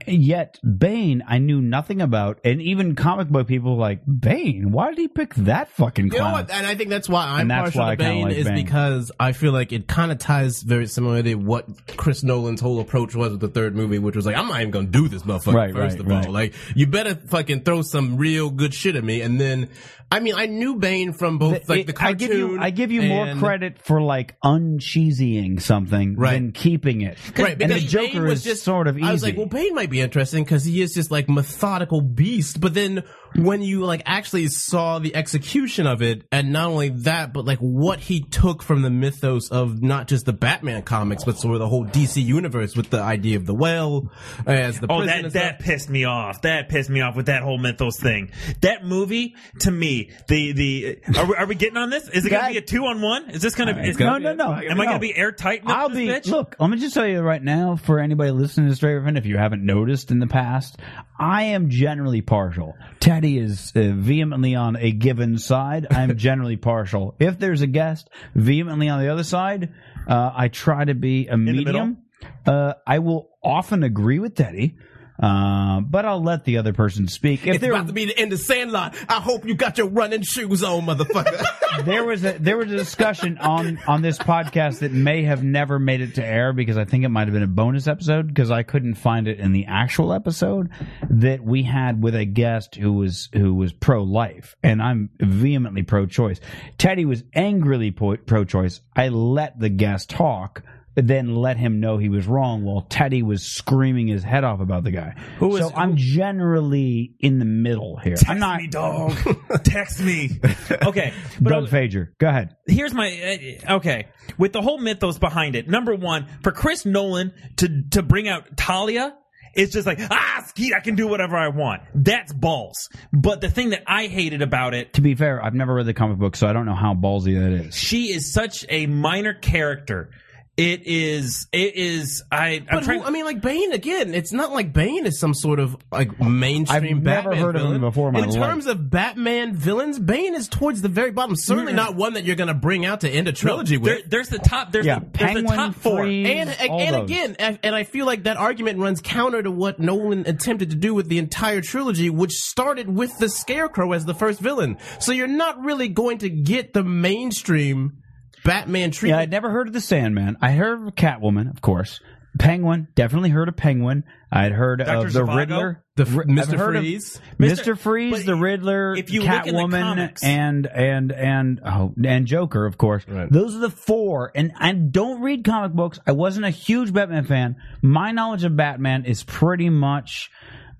S6: Yet Bane, I knew nothing about, and even comic book people were like Bane. Why did he pick that fucking
S2: You know
S6: clown?
S2: what? And I think that's why I'm
S6: And that's
S2: partial
S6: why I
S2: to
S6: kinda
S2: Bane
S6: like
S2: is
S6: Bane.
S2: because I feel like it kind of ties very similarly to what Chris Nolan's whole approach was with the third movie, which was like, I'm not even gonna do this motherfucker
S6: Right,
S2: first
S6: right,
S2: of
S6: right.
S2: all. Like, you better fucking throw some real good shit at me, and then, I mean, I knew Bane from both like the
S6: It- I
S2: cartoon.
S6: give you, I give you more
S2: and-
S6: credit for like uncheesying something
S2: Right.
S6: than keeping it.
S2: Right,
S6: and the
S2: because Bane
S6: Joker
S2: was
S6: is
S2: just
S6: sort of easy.
S2: I was like, well, Bane might be interesting because he is just like methodical beast. But then when you like actually saw the execution of it, and not only that, but like what he took from the mythos of not just the Batman comics, but sort of the whole DC universe with the idea of the whale as the
S7: Oh,
S2: prison
S7: that
S2: and
S7: that
S2: stuff.
S7: pissed me off. That pissed me off with that whole mythos thing. That movie to me, the the uh, are we, are we getting on this? Is it
S6: That-
S7: gonna be a two on one? Is this gonna? be is,
S6: no, no, no.
S7: Am I
S6: No.
S7: gonna be airtight? in
S6: I'll
S7: this
S6: be
S7: bitch?
S6: look. Let me just tell you right now, for anybody listening to Stray Riffin, if you haven't noticed in the past, I am generally partial. Teddy is uh, vehemently on a given side. I'm generally partial. If there's a guest vehemently on the other side, uh, I try to be a medium. Uh, I will often agree with Teddy. Uh, but I'll let the other person speak. If
S2: It's
S6: there,
S2: about to be the end of Sandlot. I hope you got your running shoes on, motherfucker.
S6: there was a there was a discussion on on this podcast that may have never made it to air because I think it might have been a bonus episode because I couldn't find it in the actual episode that we had with a guest who was who was pro life and I'm vehemently pro choice. Teddy was angrily pro choice. I let the guest talk. Then let him know he was wrong while Teddy was screaming his head off about the guy.
S7: is-
S6: so I'm generally in the middle here. I'm not
S7: me, dog. Text me. Okay, but
S6: Doug Fager. Go ahead.
S7: here's my uh, okay with the whole mythos behind it. Number one, for Chris Nolan to to bring out Talia. It's just like, ah, skeet, I can do whatever I want. That's balls. But the thing that I hated about it
S6: to be fair, I've never read the comic book, so I don't know how ballsy that is.
S7: she is such a minor character. It is. It is. I. I'm
S2: but
S7: trying,
S2: who, I mean, like Bane again. It's not like Bane is some sort of like mainstream.
S6: I've never
S2: Batman
S6: heard of him
S2: villain.
S6: before in my
S2: In terms of Batman villains, Bane is towards the very bottom. Certainly
S7: Mm.
S2: not one that you're going to bring out to end a trilogy with.
S7: there, there's the top. There's,
S6: Yeah,
S7: the, there's the
S6: Penguin,
S7: top four.
S6: Freeze,
S2: and
S6: all
S2: and
S6: those.
S2: again, and and I feel like that argument runs counter to what Nolan attempted to do with the entire trilogy, which started with the Scarecrow as the first villain. So you're not really going to get the mainstream Batman
S6: Yeah,
S2: treatment.
S6: I'd never heard of the Sandman. I heard of Catwoman, of course. Penguin, definitely heard of Penguin. I'd heard
S7: Dr.
S6: of the
S7: Zhivago?
S6: Riddler,
S2: The f-
S6: Ri- I've
S2: Mr.
S6: heard of
S2: Freeze?
S6: Mr.
S7: but
S6: Freeze, the Riddler,
S7: if you look in the
S6: Catwoman,
S7: comics-
S6: and and and oh, and Joker, of course. Those are the four. And I don't read comic books. I wasn't a huge Batman fan. My knowledge of Batman is pretty much.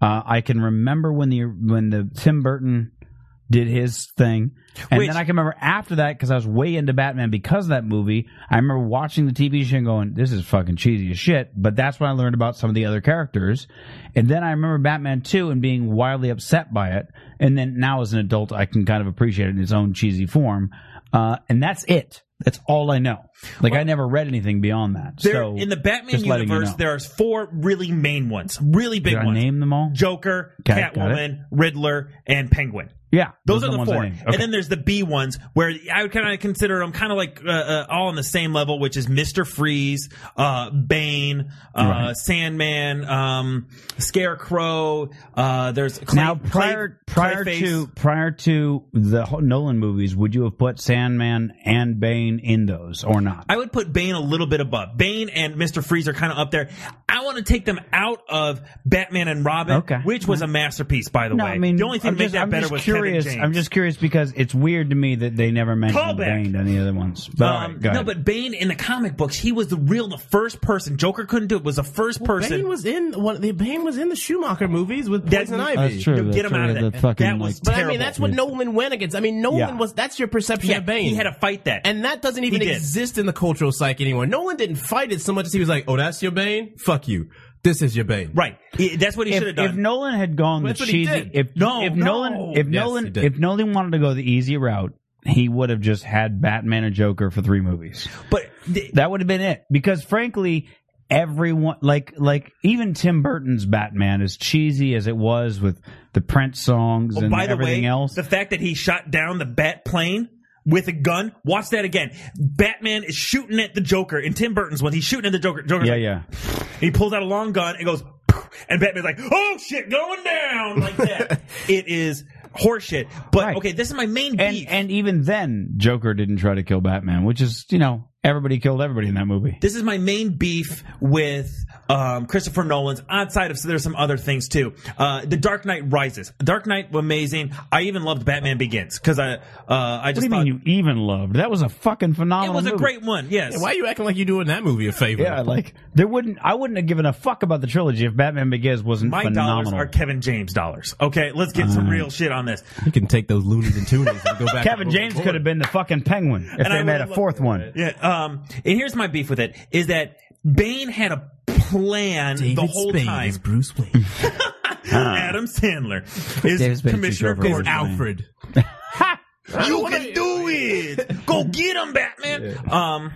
S6: Uh, I can remember when the when the Tim Burton did his thing. And
S7: Which-
S6: then I can remember after that because I was way into Batman because of that movie. I remember watching the TV show and going, "This is fucking cheesy as shit." But that's when I learned about some of the other characters. And then I remember Batman Two and being wildly upset by it. And then now as an adult, I can kind of appreciate it in its own cheesy form. Uh, and that's it. That's all I know. Like I never read anything beyond that.
S7: There,
S6: so
S7: in the Batman
S6: just letting you
S7: universe,
S6: know.
S7: there are four really main ones, really big
S6: Did I
S7: ones.
S6: name them all?
S7: Joker,
S6: Okay, got
S7: Catwoman, Riddler, and Penguin.
S6: yeah,
S7: Those, are the,
S6: ones I
S7: four,
S6: named.
S7: and
S6: Okay.
S7: then there's the B ones where I would kind of consider them kind of like uh, uh, all on the same level, which is Mister Freeze, uh, Bane, uh, Sandman, um, Scarecrow. Uh, there's Clay,
S6: now prior
S7: Clay-
S6: prior
S7: Clayface.
S6: to prior to the ho- Nolan movies, would you have put Sandman and Bane in those or not?
S7: I would put Bane a little bit above. Bane and Mr. Freeze are kind of up there. I want to take them out of Batman and Robin,
S6: Okay.
S7: which was a masterpiece, by the way. the only thing
S6: I'm
S7: that made
S6: just-
S7: that
S6: I'm
S7: better
S6: just
S7: was
S6: curious.
S7: Kevin James.
S6: I'm just curious because it's weird to me that they never mentioned
S7: Callback.
S6: Bane to any other ones. But, all
S7: Um,
S6: right, go
S7: no,
S6: ahead.
S7: but Bane in the comic books, he was the real, the first person. Joker couldn't do it. Was the first person.
S2: Bane was in one. The Bane was in the Schumacher movies with
S7: That's-
S2: Poison
S7: that's
S2: Ivy.
S7: true, No, get him out of
S13: that.
S7: there.
S13: That fucking,
S7: That was
S13: like,
S2: But I
S7: Terrible.
S2: mean, that's what Nolan went against. I mean, Nolan
S6: Yeah.
S2: was that's your perception
S7: yeah,
S2: of Bane.
S7: he had to fight that.
S2: and that doesn't even
S7: He did.
S2: exist in the cultural psyche anymore. Nolan didn't fight it so much as he was like, "Oh, that's your Bane. Fuck you. This is your Bane."
S7: right, He- that's what he should
S6: if,
S7: have done.
S6: if Nolan had gone
S2: That's
S6: the
S2: what he
S6: cheesy,
S2: did.
S6: if
S7: No,
S6: if
S7: no.
S6: Nolan, if
S2: Yes, he
S6: Nolan,
S2: did.
S6: if Nolan wanted to go the easy route, he would have just had Batman and Joker for three movies.
S7: but th-
S6: That would have been it. Because frankly, everyone like like even Tim Burton's Batman, as cheesy as it was with the Prince songs
S7: Oh,
S6: and
S7: by the
S6: everything
S7: way,
S6: else.
S7: the fact that he shot down the bat plane with a gun. Watch that again. Batman is shooting at the Joker in Tim Burton's one. He's shooting at the Joker. Joker's
S6: yeah,
S7: like,
S6: yeah.
S7: He pulls out a long gun and goes, "Poof," and Batman's like, "Oh shit, going down!" Like that. it is horseshit. But
S6: Right.
S7: okay, this is my main
S6: And
S7: beef.
S6: and even then, Joker didn't try to kill Batman, which is, you know, everybody killed everybody in that movie.
S7: this is my main beef with um, Christopher Nolan's. Outside of so there's some other things too. Uh, the Dark Knight Rises. Dark Knight, amazing. I even loved Batman Begins because I uh,
S6: What
S7: I
S6: do
S7: just
S6: you mean
S7: thought
S6: you even loved? That was a fucking
S7: it
S6: phenomenal
S7: was a
S6: movie.
S7: great one. Yes.
S2: Why are you acting like you're doing that movie a favor?
S6: Yeah, like there wouldn't I wouldn't have given a fuck about the trilogy if Batman Begins wasn't
S7: My dollars
S6: phenomenal. Uh.
S7: are Kevin James dollars. Okay, let's get some real shit on this.
S2: you can take those loonies and toonies and go back.
S6: Kevin James could have been the fucking penguin if
S7: I
S6: they made
S7: would
S6: a
S7: love-
S6: fourth one.
S7: Yeah. Um. And here's my beef with it is that Bane had a plan
S2: David
S7: the whole
S2: Spade
S7: time.
S2: is Bruce Wayne.
S7: Adam Sandler is
S6: David Spade's
S7: Commissioner
S6: too short for his
S7: Gordon.
S6: name.
S2: Alfred.
S7: You can do it. Go get him, Batman. Um.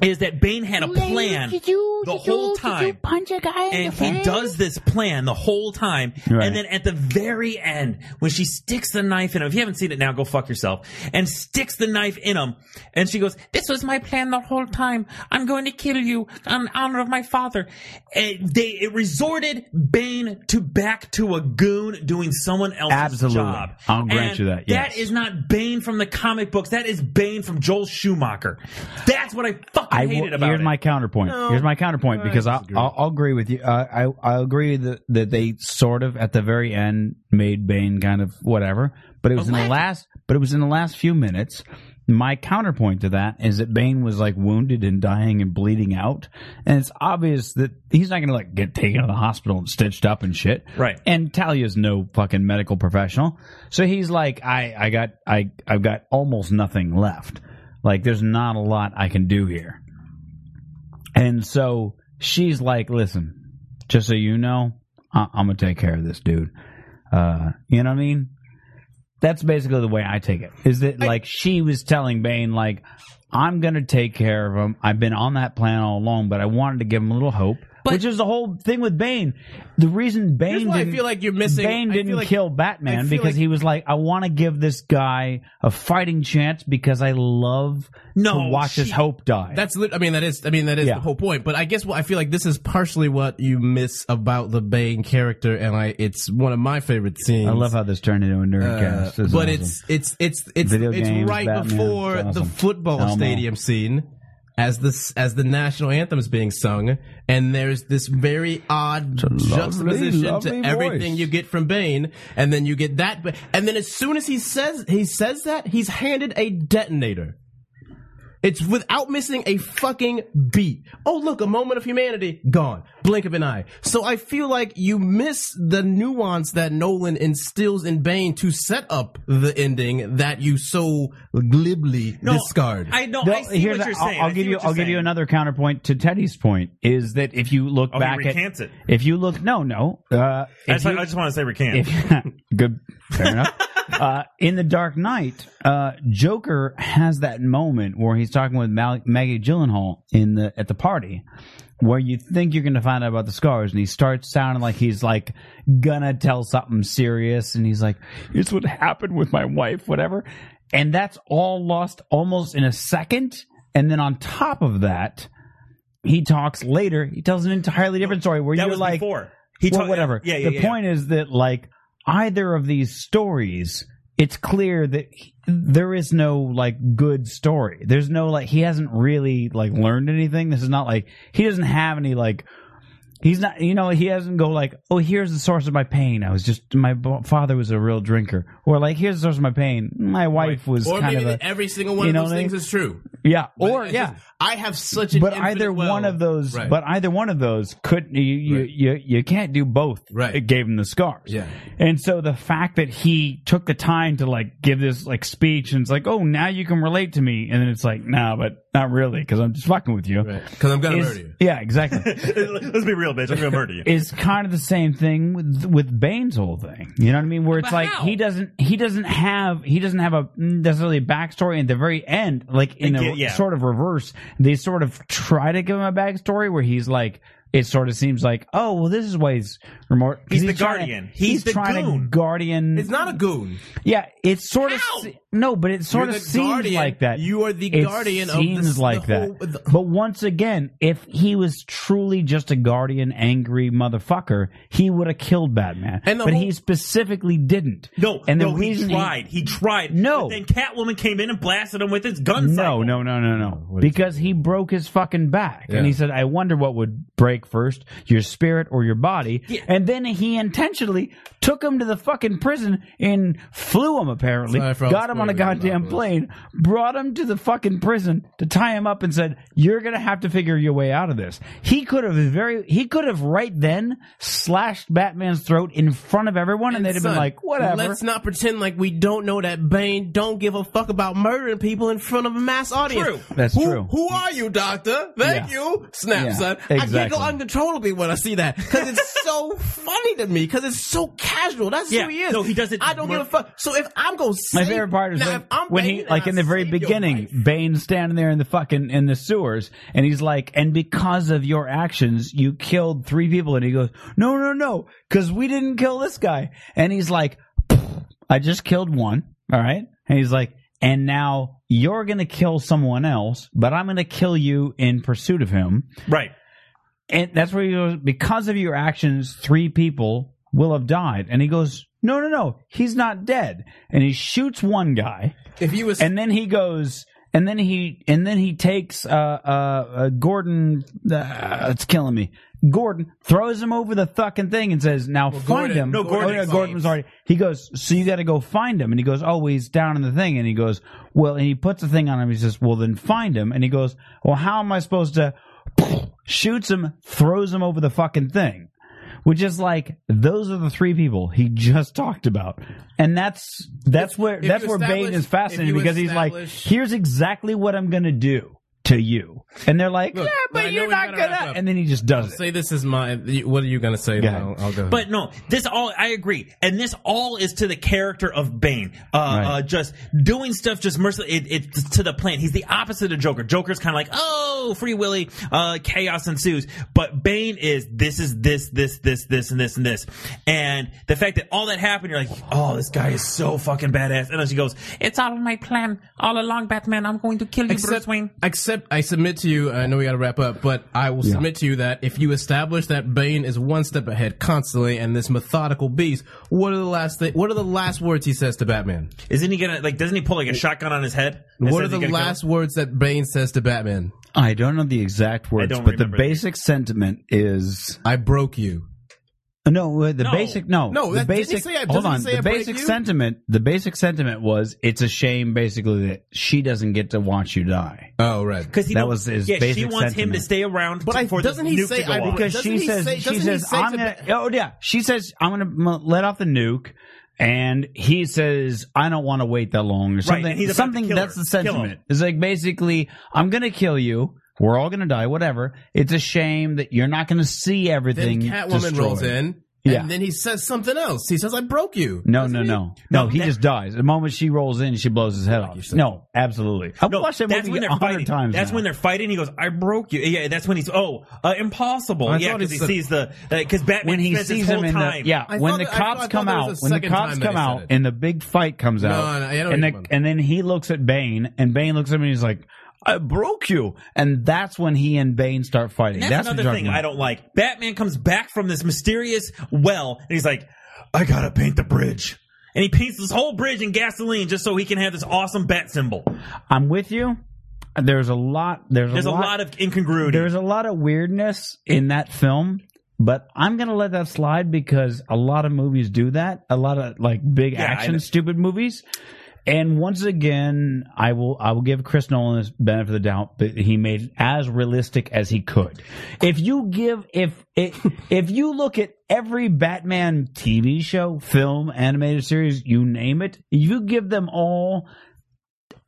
S7: is that Bane had a plan the whole time.
S14: punch a guy
S7: and he does this plan the whole time.
S6: Right.
S7: And then at the very end, when she sticks the knife in him, if you haven't seen it now, go fuck yourself. And sticks the knife in him, and she goes, "This was my plan the whole time. I'm going to kill you in honor of my father." And they it resorted Bane to back to a goon doing someone else's
S6: Absolutely.
S7: job.
S6: I'll grant
S7: And
S6: you that, yes.
S7: That is not Bane from the comic books. That is Bane from Joel Schumacher. That's what I fucking
S6: I will-
S7: hated about
S6: here's
S7: it.
S6: my counterpoint. Here's my counterpoint because I, I'll, I'll agree with you. Uh, I I agree that that they sort of at the very end made Bane kind of whatever, but it was in the
S7: Alack.
S6: last. But it was in the last few minutes. My counterpoint to that is that Bane was like wounded and dying and bleeding out, and it's obvious that he's not going to like get taken to the hospital and stitched up and shit.
S7: Right.
S6: And Talia's no fucking medical professional, so he's like, I I got I I've got almost nothing left. Like there's not a lot I can do here. And so she's like, listen, just so you know, I- I'm going to take care of this dude. Uh, you know what I mean? That's basically the way I take it. Is that like she was telling Bane, like, I'm going to take care of him. I've been on that plan all along, but I wanted to give him a little hope.
S7: But-
S6: which is the whole thing with Bane. The reason Bane
S2: Here's why I
S6: didn't-
S2: feel like you're missing-
S6: Bane
S2: I feel
S6: didn't
S2: like-
S6: kill Batman
S2: I feel
S6: because
S2: like-
S6: he was like, I want to give this guy a fighting chance because I love
S7: No,
S6: to watch his
S7: she-
S6: hope die.
S2: That's lit- I mean that is I mean that is
S6: Yeah.
S2: the whole point. But I guess what I feel like this is partially what you miss about the Bane character, and I it's one of my favorite scenes.
S6: I love how this turned into a nerdcast.
S2: Uh,
S6: This is
S2: but
S6: awesome.
S2: it's it's it's it's
S6: Video
S2: it's
S6: games,
S2: right
S6: Batman,
S2: before
S6: it's
S2: the
S6: awesome.
S2: football
S6: Elmo.
S2: stadium scene as this as the national anthem is being sung and there's this very odd juxtaposition
S6: lovely
S2: to everything
S6: voice.
S2: you get from Bane and then you get that Ba- and then as soon as he says he says that he's handed a detonator it's without missing a fucking beat. Oh, look, a moment of humanity gone. Blink of an eye. So I feel like you miss the nuance that Nolan instills in Bane to set up the ending that you so glibly
S7: No,
S2: discard.
S7: I know.
S6: No,
S7: I see
S6: here's
S7: what you're
S6: the- I'll-
S7: saying.
S6: I'll,
S7: I see
S6: give you.
S7: what you're
S6: I'll give you
S7: saying.
S6: another counterpoint to Teddy's point is that if you look
S5: Oh, he
S6: back
S5: recants
S6: at
S5: it.
S6: if you look no no uh,
S5: I
S6: if
S5: just,
S6: you,
S7: oh,
S5: I just want to say recant.
S6: if, good fair enough. Uh, in the Dark Knight, uh, Joker has that moment where he's talking with Mal- Maggie Gyllenhaal in the at the party, where you think you're going to find out about the scars, and he starts sounding like he's like gonna tell something serious, and he's like, "It's what happened with my wife, whatever," and that's all lost almost in a second. And then on top of that, he talks later. He tells an entirely different story where
S7: That
S6: you're
S7: was
S6: like,
S7: before. He
S6: well,
S7: told-
S6: whatever.
S7: Yeah, yeah,
S6: the
S7: yeah.
S6: point is that like either of these stories, it's clear that he- there is no like good story. There's no like he hasn't really like learned anything. This is not like he doesn't have any like he's not you know he doesn't go like oh here's the source of my pain. I was just my bo- father was a real drinker or like here's the source of my pain. My wife was
S2: or
S6: kind
S2: maybe
S6: of a
S2: that every single one
S6: you
S2: of
S6: know
S2: those
S6: what I
S2: things
S6: mean?
S2: is true.
S6: yeah
S2: But
S6: or
S2: it's
S6: yeah.
S2: just- I have such an
S6: but
S2: infinite
S6: either
S2: well-
S6: one of those,
S2: Right.
S6: but either one of those couldn't. You you
S2: Right.
S6: you, you can't do both.
S2: Right.
S6: It gave him the scars.
S2: Yeah.
S6: And so the fact that he took the time to like give this like speech and it's like, oh, now you can relate to me, and then it's like, nah, but not really, because I'm just fucking with you.
S2: Right. Cause I'm gonna
S6: Is-
S2: murder you.
S6: yeah, exactly.
S5: Let's be real, bitch. I'm gonna murder you.
S6: is kind of the same thing with with Bane's whole thing. You know what I mean? Where it's
S7: But
S6: like
S7: how?
S6: he doesn't he doesn't have he doesn't have a necessarily a backstory. And at the very end, like in a
S7: get- yeah.
S6: sort of reverse, they sort of try to give him a backstory where he's like. It sort of seems like, oh well, this is why he's remor- 'cause
S7: He's the
S6: trying to-
S7: guardian.
S6: he's
S7: He's the
S6: trying to
S7: goon.
S6: guardian.
S2: It's not a goon.
S6: yeah, it's sort of
S2: How?
S6: se- no, but it sort
S2: You're
S6: of
S2: the
S6: seems
S2: guardian.
S6: like that.
S2: You are the
S6: It
S2: guardian of the-
S6: seems
S2: the
S6: like
S2: whole-
S6: that.
S2: the-
S6: But once again, if he was truly just a guardian, angry motherfucker, he would have killed Batman.
S2: And the
S6: but
S2: whole-
S6: he specifically didn't.
S7: No,
S6: and
S7: no, he tried. He, tried.
S6: No.
S7: But then Catwoman came in and blasted him with his
S6: no,
S7: gun. cycle.
S6: no, no, no, no. Because he broke his fucking back. And he said, I wonder what would break first, your spirit or your body.
S7: Yeah.
S6: And then he intentionally took him to the fucking prison and flew him, apparently.
S2: Sorry for all
S6: Got him on a
S2: spoilers,
S6: goddamn
S2: Marvelous.
S6: plane, brought him to the fucking prison to tie him up and said, You're going to have to figure your way out of this. He could have very, he could have right then slashed Batman's throat in front of everyone and, they'd have
S2: Son,
S6: been like, whatever.
S2: Let's not pretend like we don't know that Bane don't give a fuck about murdering people in front of a mass audience.
S7: True.
S6: That's
S2: who,
S6: true.
S2: Who are you, doctor? Thank
S6: Yeah.
S2: you. Snap,
S6: Yeah,
S2: son. I
S6: exactly.
S2: giggle uncontrollably when I see that because it's so funny to me because it's so casual. That's
S7: Yeah.
S2: who he is.
S7: No, he doesn't-
S2: I don't give a fuck. So if I'm gonna
S6: My
S2: save,
S6: favorite part is
S2: now,
S6: when,
S2: if I'm
S6: when
S2: Bane
S6: he,
S2: and
S6: like
S2: I
S6: in the very
S2: save your
S6: beginning,
S2: life-
S6: Bane's standing there in the fucking in the sewers, and he's like, "And because of your actions, you killed three people." And he goes, "No, no, no, because we didn't kill this guy." And he's like, "I just killed one, all right." And he's like, "And now you're gonna kill someone else, but I'm gonna kill you in pursuit of him."
S7: Right.
S6: and that's where he goes because of your actions three people will have died and he goes no no no he's not dead and he shoots one guy
S2: If you was
S6: and then he goes and then he and then he takes uh uh, uh gordon uh, it's killing me gordon throws him over the fucking thing and says now find
S2: Gordon-
S6: him
S2: no, Gordon
S6: oh, yeah,
S2: saves.
S6: gordon was already he goes so you got to go find him and he goes oh well, he's down in the thing and he goes well and he puts the thing on him he says well then find him and he goes well how am i supposed to shoots him throws him over the fucking thing which is like those are the three people he just talked about and that's that's where
S2: if
S6: that's
S2: you
S6: where bane
S2: establish-
S6: is fascinating
S2: if you
S6: because he's like
S2: establish-
S6: here's exactly what i'm gonna do to you and they're like
S2: Look,
S6: yeah
S2: but I
S6: but
S2: know
S6: you're
S2: we
S6: not
S2: gotta wrap
S6: gonna
S2: up.
S6: and then he just does it
S2: say this is my. What are you gonna say?
S6: Go
S2: then?
S6: ahead.
S2: I'll, I'll go. ahead.
S7: But no, this all I agree, and this all is to the character of Bane. Uh, uh, just doing stuff, just mercilessly. It, it's to the plan. He's the opposite of Joker. Joker's kind of like, oh, free willy, uh, chaos ensues. But Bane is this is this this this this and this and this. And the fact that all that happened, you're like, oh, this guy is so fucking badass. And then she goes, it's all my plan all along, Batman. I'm going to kill you, Bruce
S2: Except,
S7: Wayne.
S2: except I submit to you, I know we got to wrap up, but I will submit to you that if you establish that Bane is one step ahead constantly and this methodical beast, what are the last thi- what are the last words he says to Batman?
S7: Isn't he gonna like? Doesn't he pull like a shotgun on his head?
S2: what
S7: and says
S2: are
S7: he's
S2: the
S7: gonna kill him?
S2: last words that Bane says to Batman?
S6: i don't know the exact words
S7: don't
S6: but the
S7: remember the-
S6: basic sentiment is
S2: I broke you.
S6: No, uh, the
S7: No.
S6: basic no,
S2: No,
S6: the
S2: that- didn't he
S6: basic.
S2: say I-
S6: hold
S2: doesn't he
S6: on,
S2: say I
S6: the
S2: break
S6: basic
S2: you?
S6: sentiment. The basic sentiment was it's a shame, basically, that she doesn't get to watch you die.
S2: Oh, right.
S7: Because he
S6: That
S7: don't-
S6: was his
S7: yeah, she
S6: basic
S7: wants him
S6: sentiment.
S7: to stay around.
S2: But I-
S7: for
S2: doesn't
S7: the
S2: he
S7: nuke
S2: say
S7: to go
S2: I-
S7: off.
S6: Because
S2: Doesn't
S6: she
S2: he
S6: says
S2: say-
S6: she
S2: doesn't he
S6: says
S2: say
S6: I'm
S2: to
S6: gonna.
S2: Ba-
S6: Oh yeah, she says I'm gonna m- let off the nuke, and he says I don't want to wait that long or something.
S7: and he's about to
S6: something
S7: kill
S6: that's
S7: her.
S6: the
S7: Kill him.
S6: sentiment. It's like basically I'm gonna kill you. We're all gonna die. Whatever. It's a shame that you're not gonna see
S2: Then
S6: everything.
S2: Catwoman rolls
S6: destroyed.
S2: in,
S6: Yeah.
S2: and then he says something else. He says, "I broke you."
S6: No, no, no, no. He just dies. The moment she rolls in, she blows his head off. No, absolutely. I've
S7: No,
S6: watched that
S7: that's
S6: movie
S7: when
S6: a
S7: they're
S6: hundred
S7: fighting.
S6: times.
S7: that's
S6: now.
S7: when they're fighting. He goes, "I broke you." Yeah, that's when he's oh, uh, impossible.
S2: I
S7: yeah,
S2: thought
S7: because
S2: he
S7: he
S2: said-
S7: sees the because Batman
S6: when he
S7: spends his
S6: sees
S7: whole
S6: him in
S7: time.
S6: the yeah.
S2: I
S6: when
S2: thought
S6: the
S2: that- I thought-
S6: cops
S2: I thought
S6: come
S2: that was
S6: out,
S2: the
S6: when the
S2: second
S6: cops
S2: time that
S6: come
S2: he said
S6: out,
S2: it.
S6: and the big fight comes
S2: No,
S6: out,
S2: no, I know
S6: and,
S2: what
S6: the,
S2: you mean.
S6: and then he looks at Bane, and Bane looks at him, and he's like, "I broke you," and that's when he and Bane start fighting.
S7: And that's,
S6: that's what
S7: another
S6: you're
S7: thing
S6: talking
S7: I don't like. Batman comes back from this mysterious well, and he's like, "I gotta paint the bridge." And he paints this whole bridge in gasoline just so he can have this awesome bat symbol.
S6: about. I'm with you. There's a lot. There's,
S7: There's a lot of incongruity.
S6: There's a lot of weirdness in that film, but I'm gonna let that slide because a lot of movies do that. A lot of like big
S7: Yeah, I know.
S6: action stupid movies. And once again, I will I will give Chris Nolan this benefit of the doubt that he made it as realistic as he could. If you give if if, if you look at every Batman TV show, film, animated series, you name it, you give them all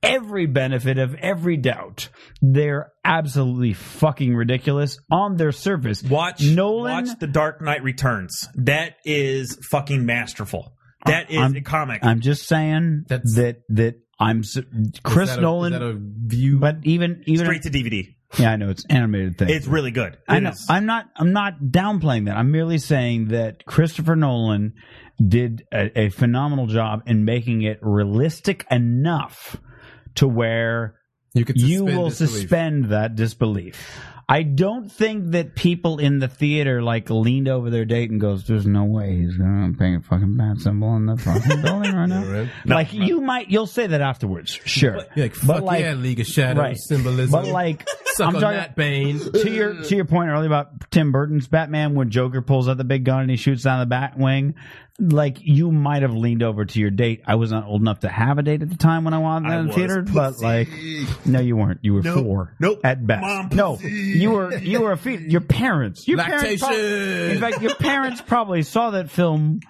S6: every benefit of every doubt. They're absolutely fucking ridiculous on their surface.
S7: Watch
S6: Nolan.
S7: Watch The Dark Knight Returns. That is fucking masterful. That is
S6: I'm-
S7: a comic.
S6: I'm just saying
S2: That's-
S6: that that I'm su- Chris
S2: Is that a-
S6: Nolan.
S2: is that a view?
S6: but even even
S7: Straight to DVD.
S6: yeah, I know it's an animated thing.
S7: It's really good.
S6: I
S7: It
S6: know.
S7: is.
S6: I'm not. I'm not downplaying that. I'm merely saying that Christopher Nolan did a, a phenomenal job in making it realistic enough to where
S2: you could
S6: you
S2: suspend
S6: will
S2: disbelief.
S6: suspend that disbelief. I don't think that people in the theater like leaned over their date and goes, "There's no way he's gonna paint a fucking bat symbol on the fucking building right now."
S2: Yeah, right.
S6: Like you might, you'll say that afterwards, sure.
S2: You're like,
S6: But,
S2: fuck yeah, League of Shadows
S6: right.
S2: symbolism.
S6: But like,
S2: Suck
S6: I'm
S2: on
S6: talking
S2: that, Bane.
S6: to your to your point earlier about Tim Burton's Batman when Joker pulls out the big gun and he shoots down the bat wing, like you might have leaned over to your date. I was not old enough to have a date at the time when I wanted that
S7: I
S6: in
S7: was
S6: theater, but like no you weren't. You were four.
S7: Nope.
S6: At best.
S7: Mom,
S6: no. You were you were a feet your parents. Your
S2: Lactation.
S6: parents prob- in fact your parents probably saw that film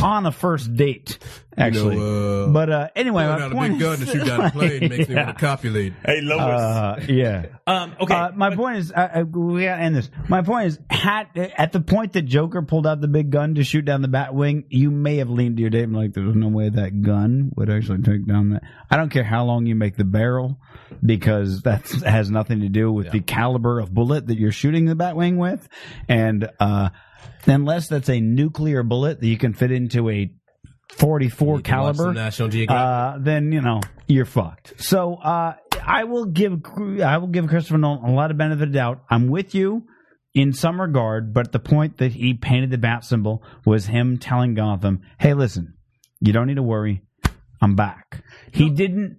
S6: on a first date, actually.
S2: know, uh,
S6: but uh, anyway,
S2: Pulling
S6: my
S2: out a
S6: point
S2: big gun
S6: is-
S2: to shoot down a plane makes me
S6: Yeah.
S2: want to copulate.
S15: Hey, Lois.
S6: Uh, yeah.
S7: Um, okay.
S6: Uh, my point is, I, I, we gotta end this. My point is, had, at the point that Joker pulled out the big gun to shoot down the Batwing, you may have leaned to your date and like, "There's no way that gun would actually take down that." I don't care how long you make the barrel, because that has nothing to do with the caliber of bullet that you're shooting the Batwing with, and uh, unless that's a nuclear bullet that you can fit into a 44 caliber
S2: Watch the National Geographic.
S6: uh, then you know you're fucked. So uh, I will give I will give Christopher Nolan a lot of benefit of the doubt. I'm with you in some regard, but the point that he painted the bat symbol was him telling Gotham, "Hey, listen, you don't need to worry, I'm back." He didn't.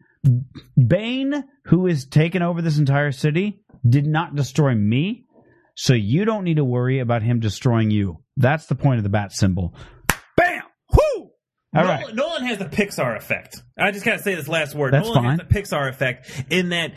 S6: Bane, who has taken over this entire city, did not destroy me. So you don't need to worry about him destroying you. That's the point of the bat symbol. Bam! Whoo! All
S7: Nolan,
S6: right.
S7: Nolan has the Pixar effect. I just gotta say this last word.
S6: That's
S7: Nolan
S6: fine.
S7: has the Pixar effect in that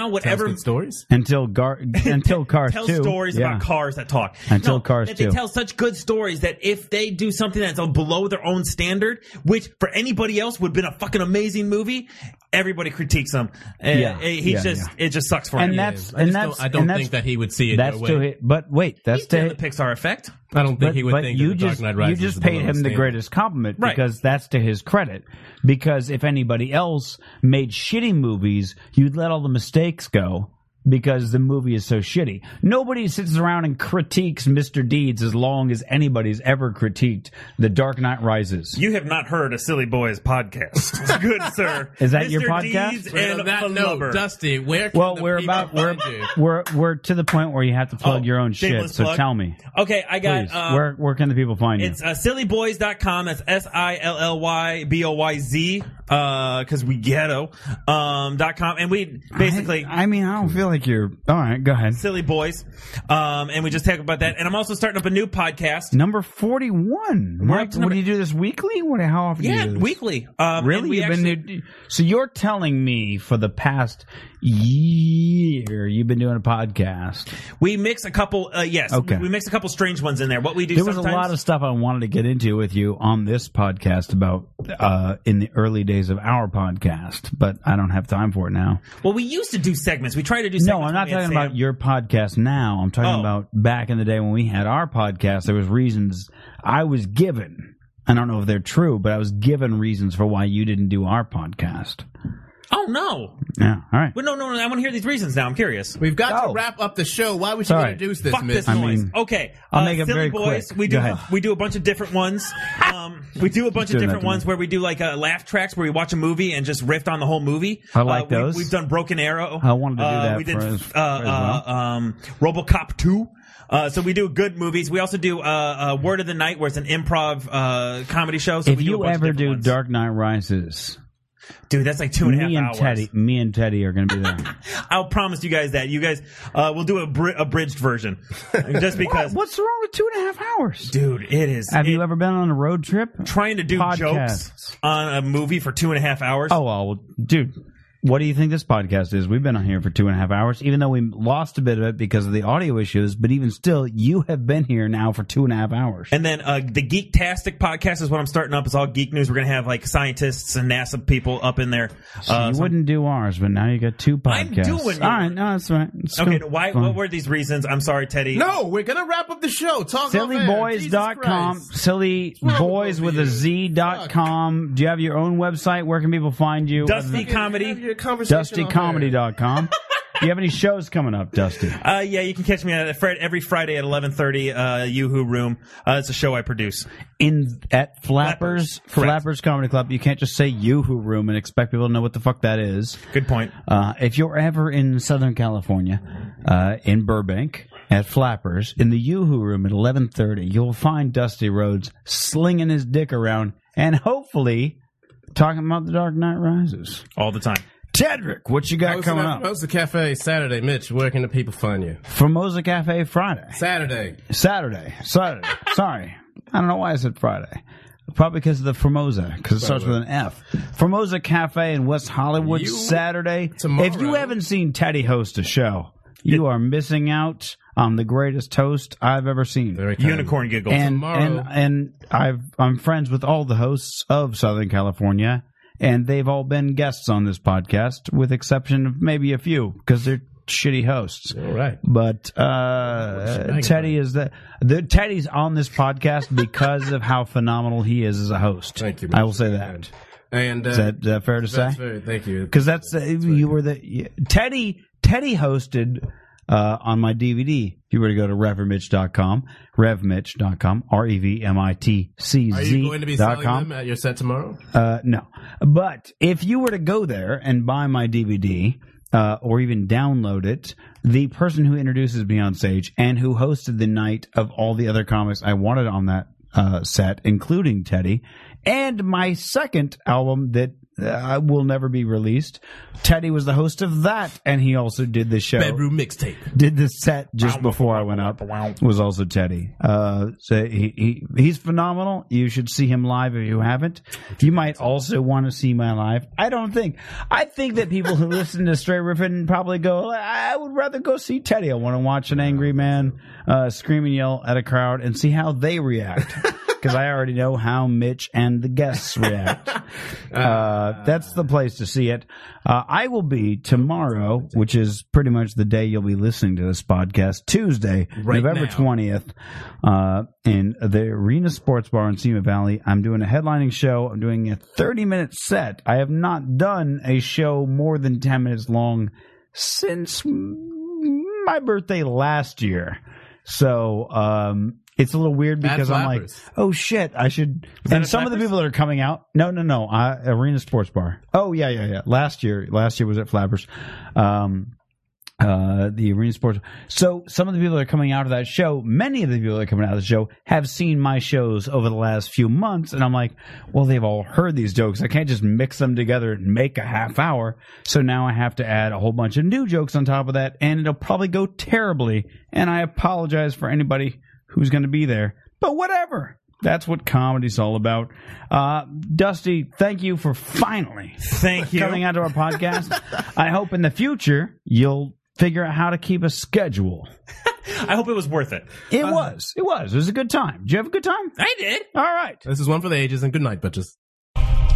S6: Uh,
S2: Sounds
S7: whatever
S2: good stories.
S6: until gar until cars
S7: tell
S6: two.
S7: stories
S6: Yeah.
S7: about cars that talk
S6: Until Cars
S7: that they
S6: 2.
S7: tell such good stories that if they do something that's below their own standard, which for anybody else would have been a fucking amazing movie, everybody critiques them. And
S6: Yeah.
S7: he
S6: Yeah,
S7: just it just sucks for
S6: And
S7: him.
S6: that's
S2: I
S6: and
S2: just
S6: that's
S2: don't, I don't
S6: and that's-
S2: think that he would see it
S6: That's
S2: that way.
S6: to hit, but wait, that's
S7: He's
S6: to
S7: doing
S6: hit,
S7: the Pixar effect.
S2: I don't think
S6: but,
S2: he would
S6: but
S2: think
S6: you
S2: that
S6: just
S2: the Dark Knight Rises
S6: you
S2: is
S6: just
S2: below
S6: paid
S2: his
S6: him the
S2: standard.
S6: greatest compliment
S7: Right.
S6: because that's to his credit. Because if anybody else made shitty movies, you'd let all the mistakes go because the movie is so shitty. Nobody sits around and critiques Mr. Deeds as long as anybody's ever critiqued The Dark Knight Rises.
S15: You have not heard a Silly Boys podcast. Good, sir.
S6: Is that your
S15: Mr.
S6: podcast?
S15: Deeds
S2: Right
S15: and
S2: on that
S15: the
S2: note,
S15: Lubber.
S2: Dusty, where can
S6: well,
S2: the
S6: we're
S2: people
S6: about we're,
S2: find you?
S6: we're we're to the point where you have to plug
S7: Oh,
S6: your own shit.
S7: shameless
S6: So
S7: plug.
S6: tell me.
S7: Okay, I got
S6: Please,
S7: uh,
S6: where where can the people find you?
S7: It's uh, sillyboys.com. That's S I L L Y B O Y Z, because we ghetto, um, dot com. And we basically.
S6: I, I mean, I don't feel like you're. All right, go ahead.
S7: Silly boys, um, and we just talk about that. And I'm also starting up a new podcast.
S6: Number forty-one. What,
S7: up to number-
S6: what do you do this weekly? What? How often?
S7: Yeah,
S6: do you do this?
S7: weekly. Um,
S6: Really?
S7: and we
S6: You've
S7: actually-
S6: been do- so you're telling me for the past year you've been doing a podcast.
S7: We mix a couple. Uh, yes.
S6: Okay.
S7: We mix a couple strange ones in there. What we do.
S6: There was a
S7: sometimes-
S6: lot of stuff I wanted to get into with you on this podcast about uh, in the early days of our podcast, but I don't have time for it now.
S7: Well, we used to do segments. We tried to
S6: No,
S7: do. segments
S6: I'm
S7: when
S6: not
S7: we had
S6: talking
S7: Sam.
S6: about your podcast now. I'm talking
S7: Oh.
S6: about back in the day when we had our podcast. There was reasons I was given. I don't know if they're true, but I was given reasons for why you didn't do our podcast.
S7: Oh no!
S6: Yeah. All right.
S7: Well, no, no, no. I want to hear these reasons now. I'm curious.
S2: We've got
S6: Oh.
S2: to wrap up the show. Why would you
S6: Sorry.
S2: introduce this,
S7: Fuck
S2: Miss?
S7: this
S6: I
S7: noise.
S6: mean-
S7: okay,
S6: I'll
S7: uh,
S6: make it
S7: silly
S6: very
S7: boys.
S6: quick.
S7: We
S6: Go
S7: do
S6: ahead.
S7: we do a bunch of different ones. Um, we do a bunch of
S6: doing that
S7: different
S6: to
S7: ones
S6: me.
S7: where we do like uh, laugh tracks where we watch a movie and just riff on the whole movie.
S6: I like
S7: Uh, we-
S6: those.
S7: We've done Broken Arrow.
S6: I wanted to do
S7: Uh,
S6: that
S7: We did
S6: for as-
S7: uh,
S6: for as well.
S7: uh, um, RoboCop two. Uh, so we do good movies. We also do uh, uh, Word of the Night, where it's an improv uh, comedy show. So
S6: if
S7: we do a
S6: you
S7: bunch of
S6: ever
S7: different
S6: do
S7: ones.
S6: Dark Knight Rises,
S7: dude, that's like two and a half
S6: me and
S7: hours.
S6: Teddy, me and Teddy are going to be there.
S7: I'll promise you guys that you guys uh, we'll do a bri- abridged version, just because,
S6: What's wrong with two and a half hours?
S7: dude, it is.
S6: Have
S7: it-
S6: you ever been on a road trip?
S7: trying to do
S6: Podcasts.
S7: jokes on a movie for two and a half hours.
S6: Oh well, dude. What do you think this podcast is? We've been on here for two and a half hours, even though we lost a bit of it because of the audio issues. But even still, you have been here now for two and a half hours.
S7: And then uh, the Geektastic podcast is what I'm starting up. It's all geek news. We're gonna have like scientists and NASA people up in there.
S6: So
S7: Uh,
S6: you
S7: so-
S6: wouldn't do ours, but now you got two
S7: I'm
S6: podcasts.
S7: doing yours.
S6: All right, no, that's right. It's
S7: okay,
S6: cool.
S7: why?
S6: Fine.
S7: What were these reasons? I'm sorry, Teddy.
S2: No, we're gonna wrap up the show. Talk
S7: Oh,
S6: Sillyboys.com,
S2: What's
S6: sillyboys
S2: wrong
S6: with a
S2: with
S6: Z dot com. Do you have your own website? Where can people find you?
S7: Dusty
S2: Have
S7: comedy.
S2: your conversation on there.
S6: DustyComedy.com. Do you have any shows coming up, Dusty?
S7: Uh, yeah, you can catch me at Fred every Friday at 11:30. Uh, YooHoo Room. Uh, it's a show I produce.
S6: in at Flappers
S7: Flappers,
S6: Flappers,
S7: correct.
S6: Comedy Club. You can't just say YooHoo Room and expect people to know what the fuck that is.
S7: Good point.
S6: Uh, if you're ever in Southern California, uh, in Burbank at Flappers in the YooHoo Room at 11:30, you'll find Dusty Rhodes slinging his dick around and hopefully talking about The Dark Knight Rises.
S7: All the time.
S6: Tedrick, what you got
S2: Host
S6: coming
S2: of-
S6: up?
S2: Host of Cafe Saturday, Mitch. Where can the people find you?
S6: Formosa Cafe Friday.
S2: Saturday.
S6: Saturday. Saturday. Sorry. I don't know why I said Friday. Probably because of the Formosa, because it starts with an F. Formosa Cafe in West Hollywood,
S2: You-
S6: Saturday.
S2: Tomorrow.
S6: If you haven't seen Teddy host a show, You are missing out on the greatest toast I've ever seen.
S2: Very kind.
S7: Unicorn giggles.
S6: Um, and,
S2: tomorrow.
S6: and and I've I'm friends with all the hosts of Southern California, and they've all been guests on this podcast, with exception of maybe a few because they're shitty hosts.
S2: All right.
S6: But uh, Teddy is the, the Teddy's on this podcast because of how phenomenal he is as a host.
S2: Thank you.
S6: I will say
S2: Mr.
S6: that.
S2: And uh,
S6: Is that, is that fair to
S2: that's
S6: say?
S2: very, thank you.
S6: Because that's, uh, you were the yeah. Teddy. Teddy hosted uh, on my DVD. If you were to go to revmitch.com, revmitch.com, r e v m i t c
S2: Are you going to be
S6: z dot
S2: selling them
S6: com.
S2: at your set tomorrow?
S6: Uh, no, but if you were to go there and buy my DVD. Uh, or even download it. The person who introduces me on stage and who hosted the night of all the other comics I wanted on that uh, set, including Teddy, and my second album that uh, will never be released. Teddy was the host of that, and he also did the show
S2: Bedroom mixtape.
S6: did this set just before I went up was also Teddy. Uh, so he, he he's phenomenal. You should see him live if you haven't. You might also want to see my live. I don't think. I think that people who listen to Stray Riffin probably go. I would rather go see Teddy. I want to watch an angry man uh, scream and yell at a crowd and see how they react. Because I already know how Mitch and the guests react. Uh, that's the place to see it. Uh, I will be tomorrow, which is pretty much the day you'll be listening to this podcast, Tuesday,
S2: Right
S6: November
S2: now.
S6: 20th, uh, in the Arena Sports Bar in Sima Valley. I'm doing a headlining show. I'm doing a 30 minute set. I have not done a show more than 10 minutes long since my birthday last year. So, um, it's a little weird
S2: At
S6: because I'm like,
S2: Flappers.
S6: oh shit, I should. And some of the people that are coming out, no, no, no, uh, Arena Sports Bar. Oh yeah, yeah, yeah. Last year, last year was at Flappers. Um, uh, the Arena Sports. So some of the people that are coming out of that show, many of the people that are coming out of the show have seen my shows over the last few months, and I'm like, well, they've all heard these jokes. I can't just mix them together and make a half hour. So now I have to add a whole bunch of new jokes on top of that, and it'll probably go terribly. And I apologize for anybody who's going to be there. But whatever. That's what comedy's all about. Uh, Dusty, thank you for finally
S7: Thank you.
S6: coming onto our podcast. I hope in the future you'll figure out how to keep a schedule.
S7: I hope it was worth it.
S6: It was. It was. It was a good time. Did you have a good time?
S16: I did.
S6: All right.
S2: This is one for the ages, and good night, bitches.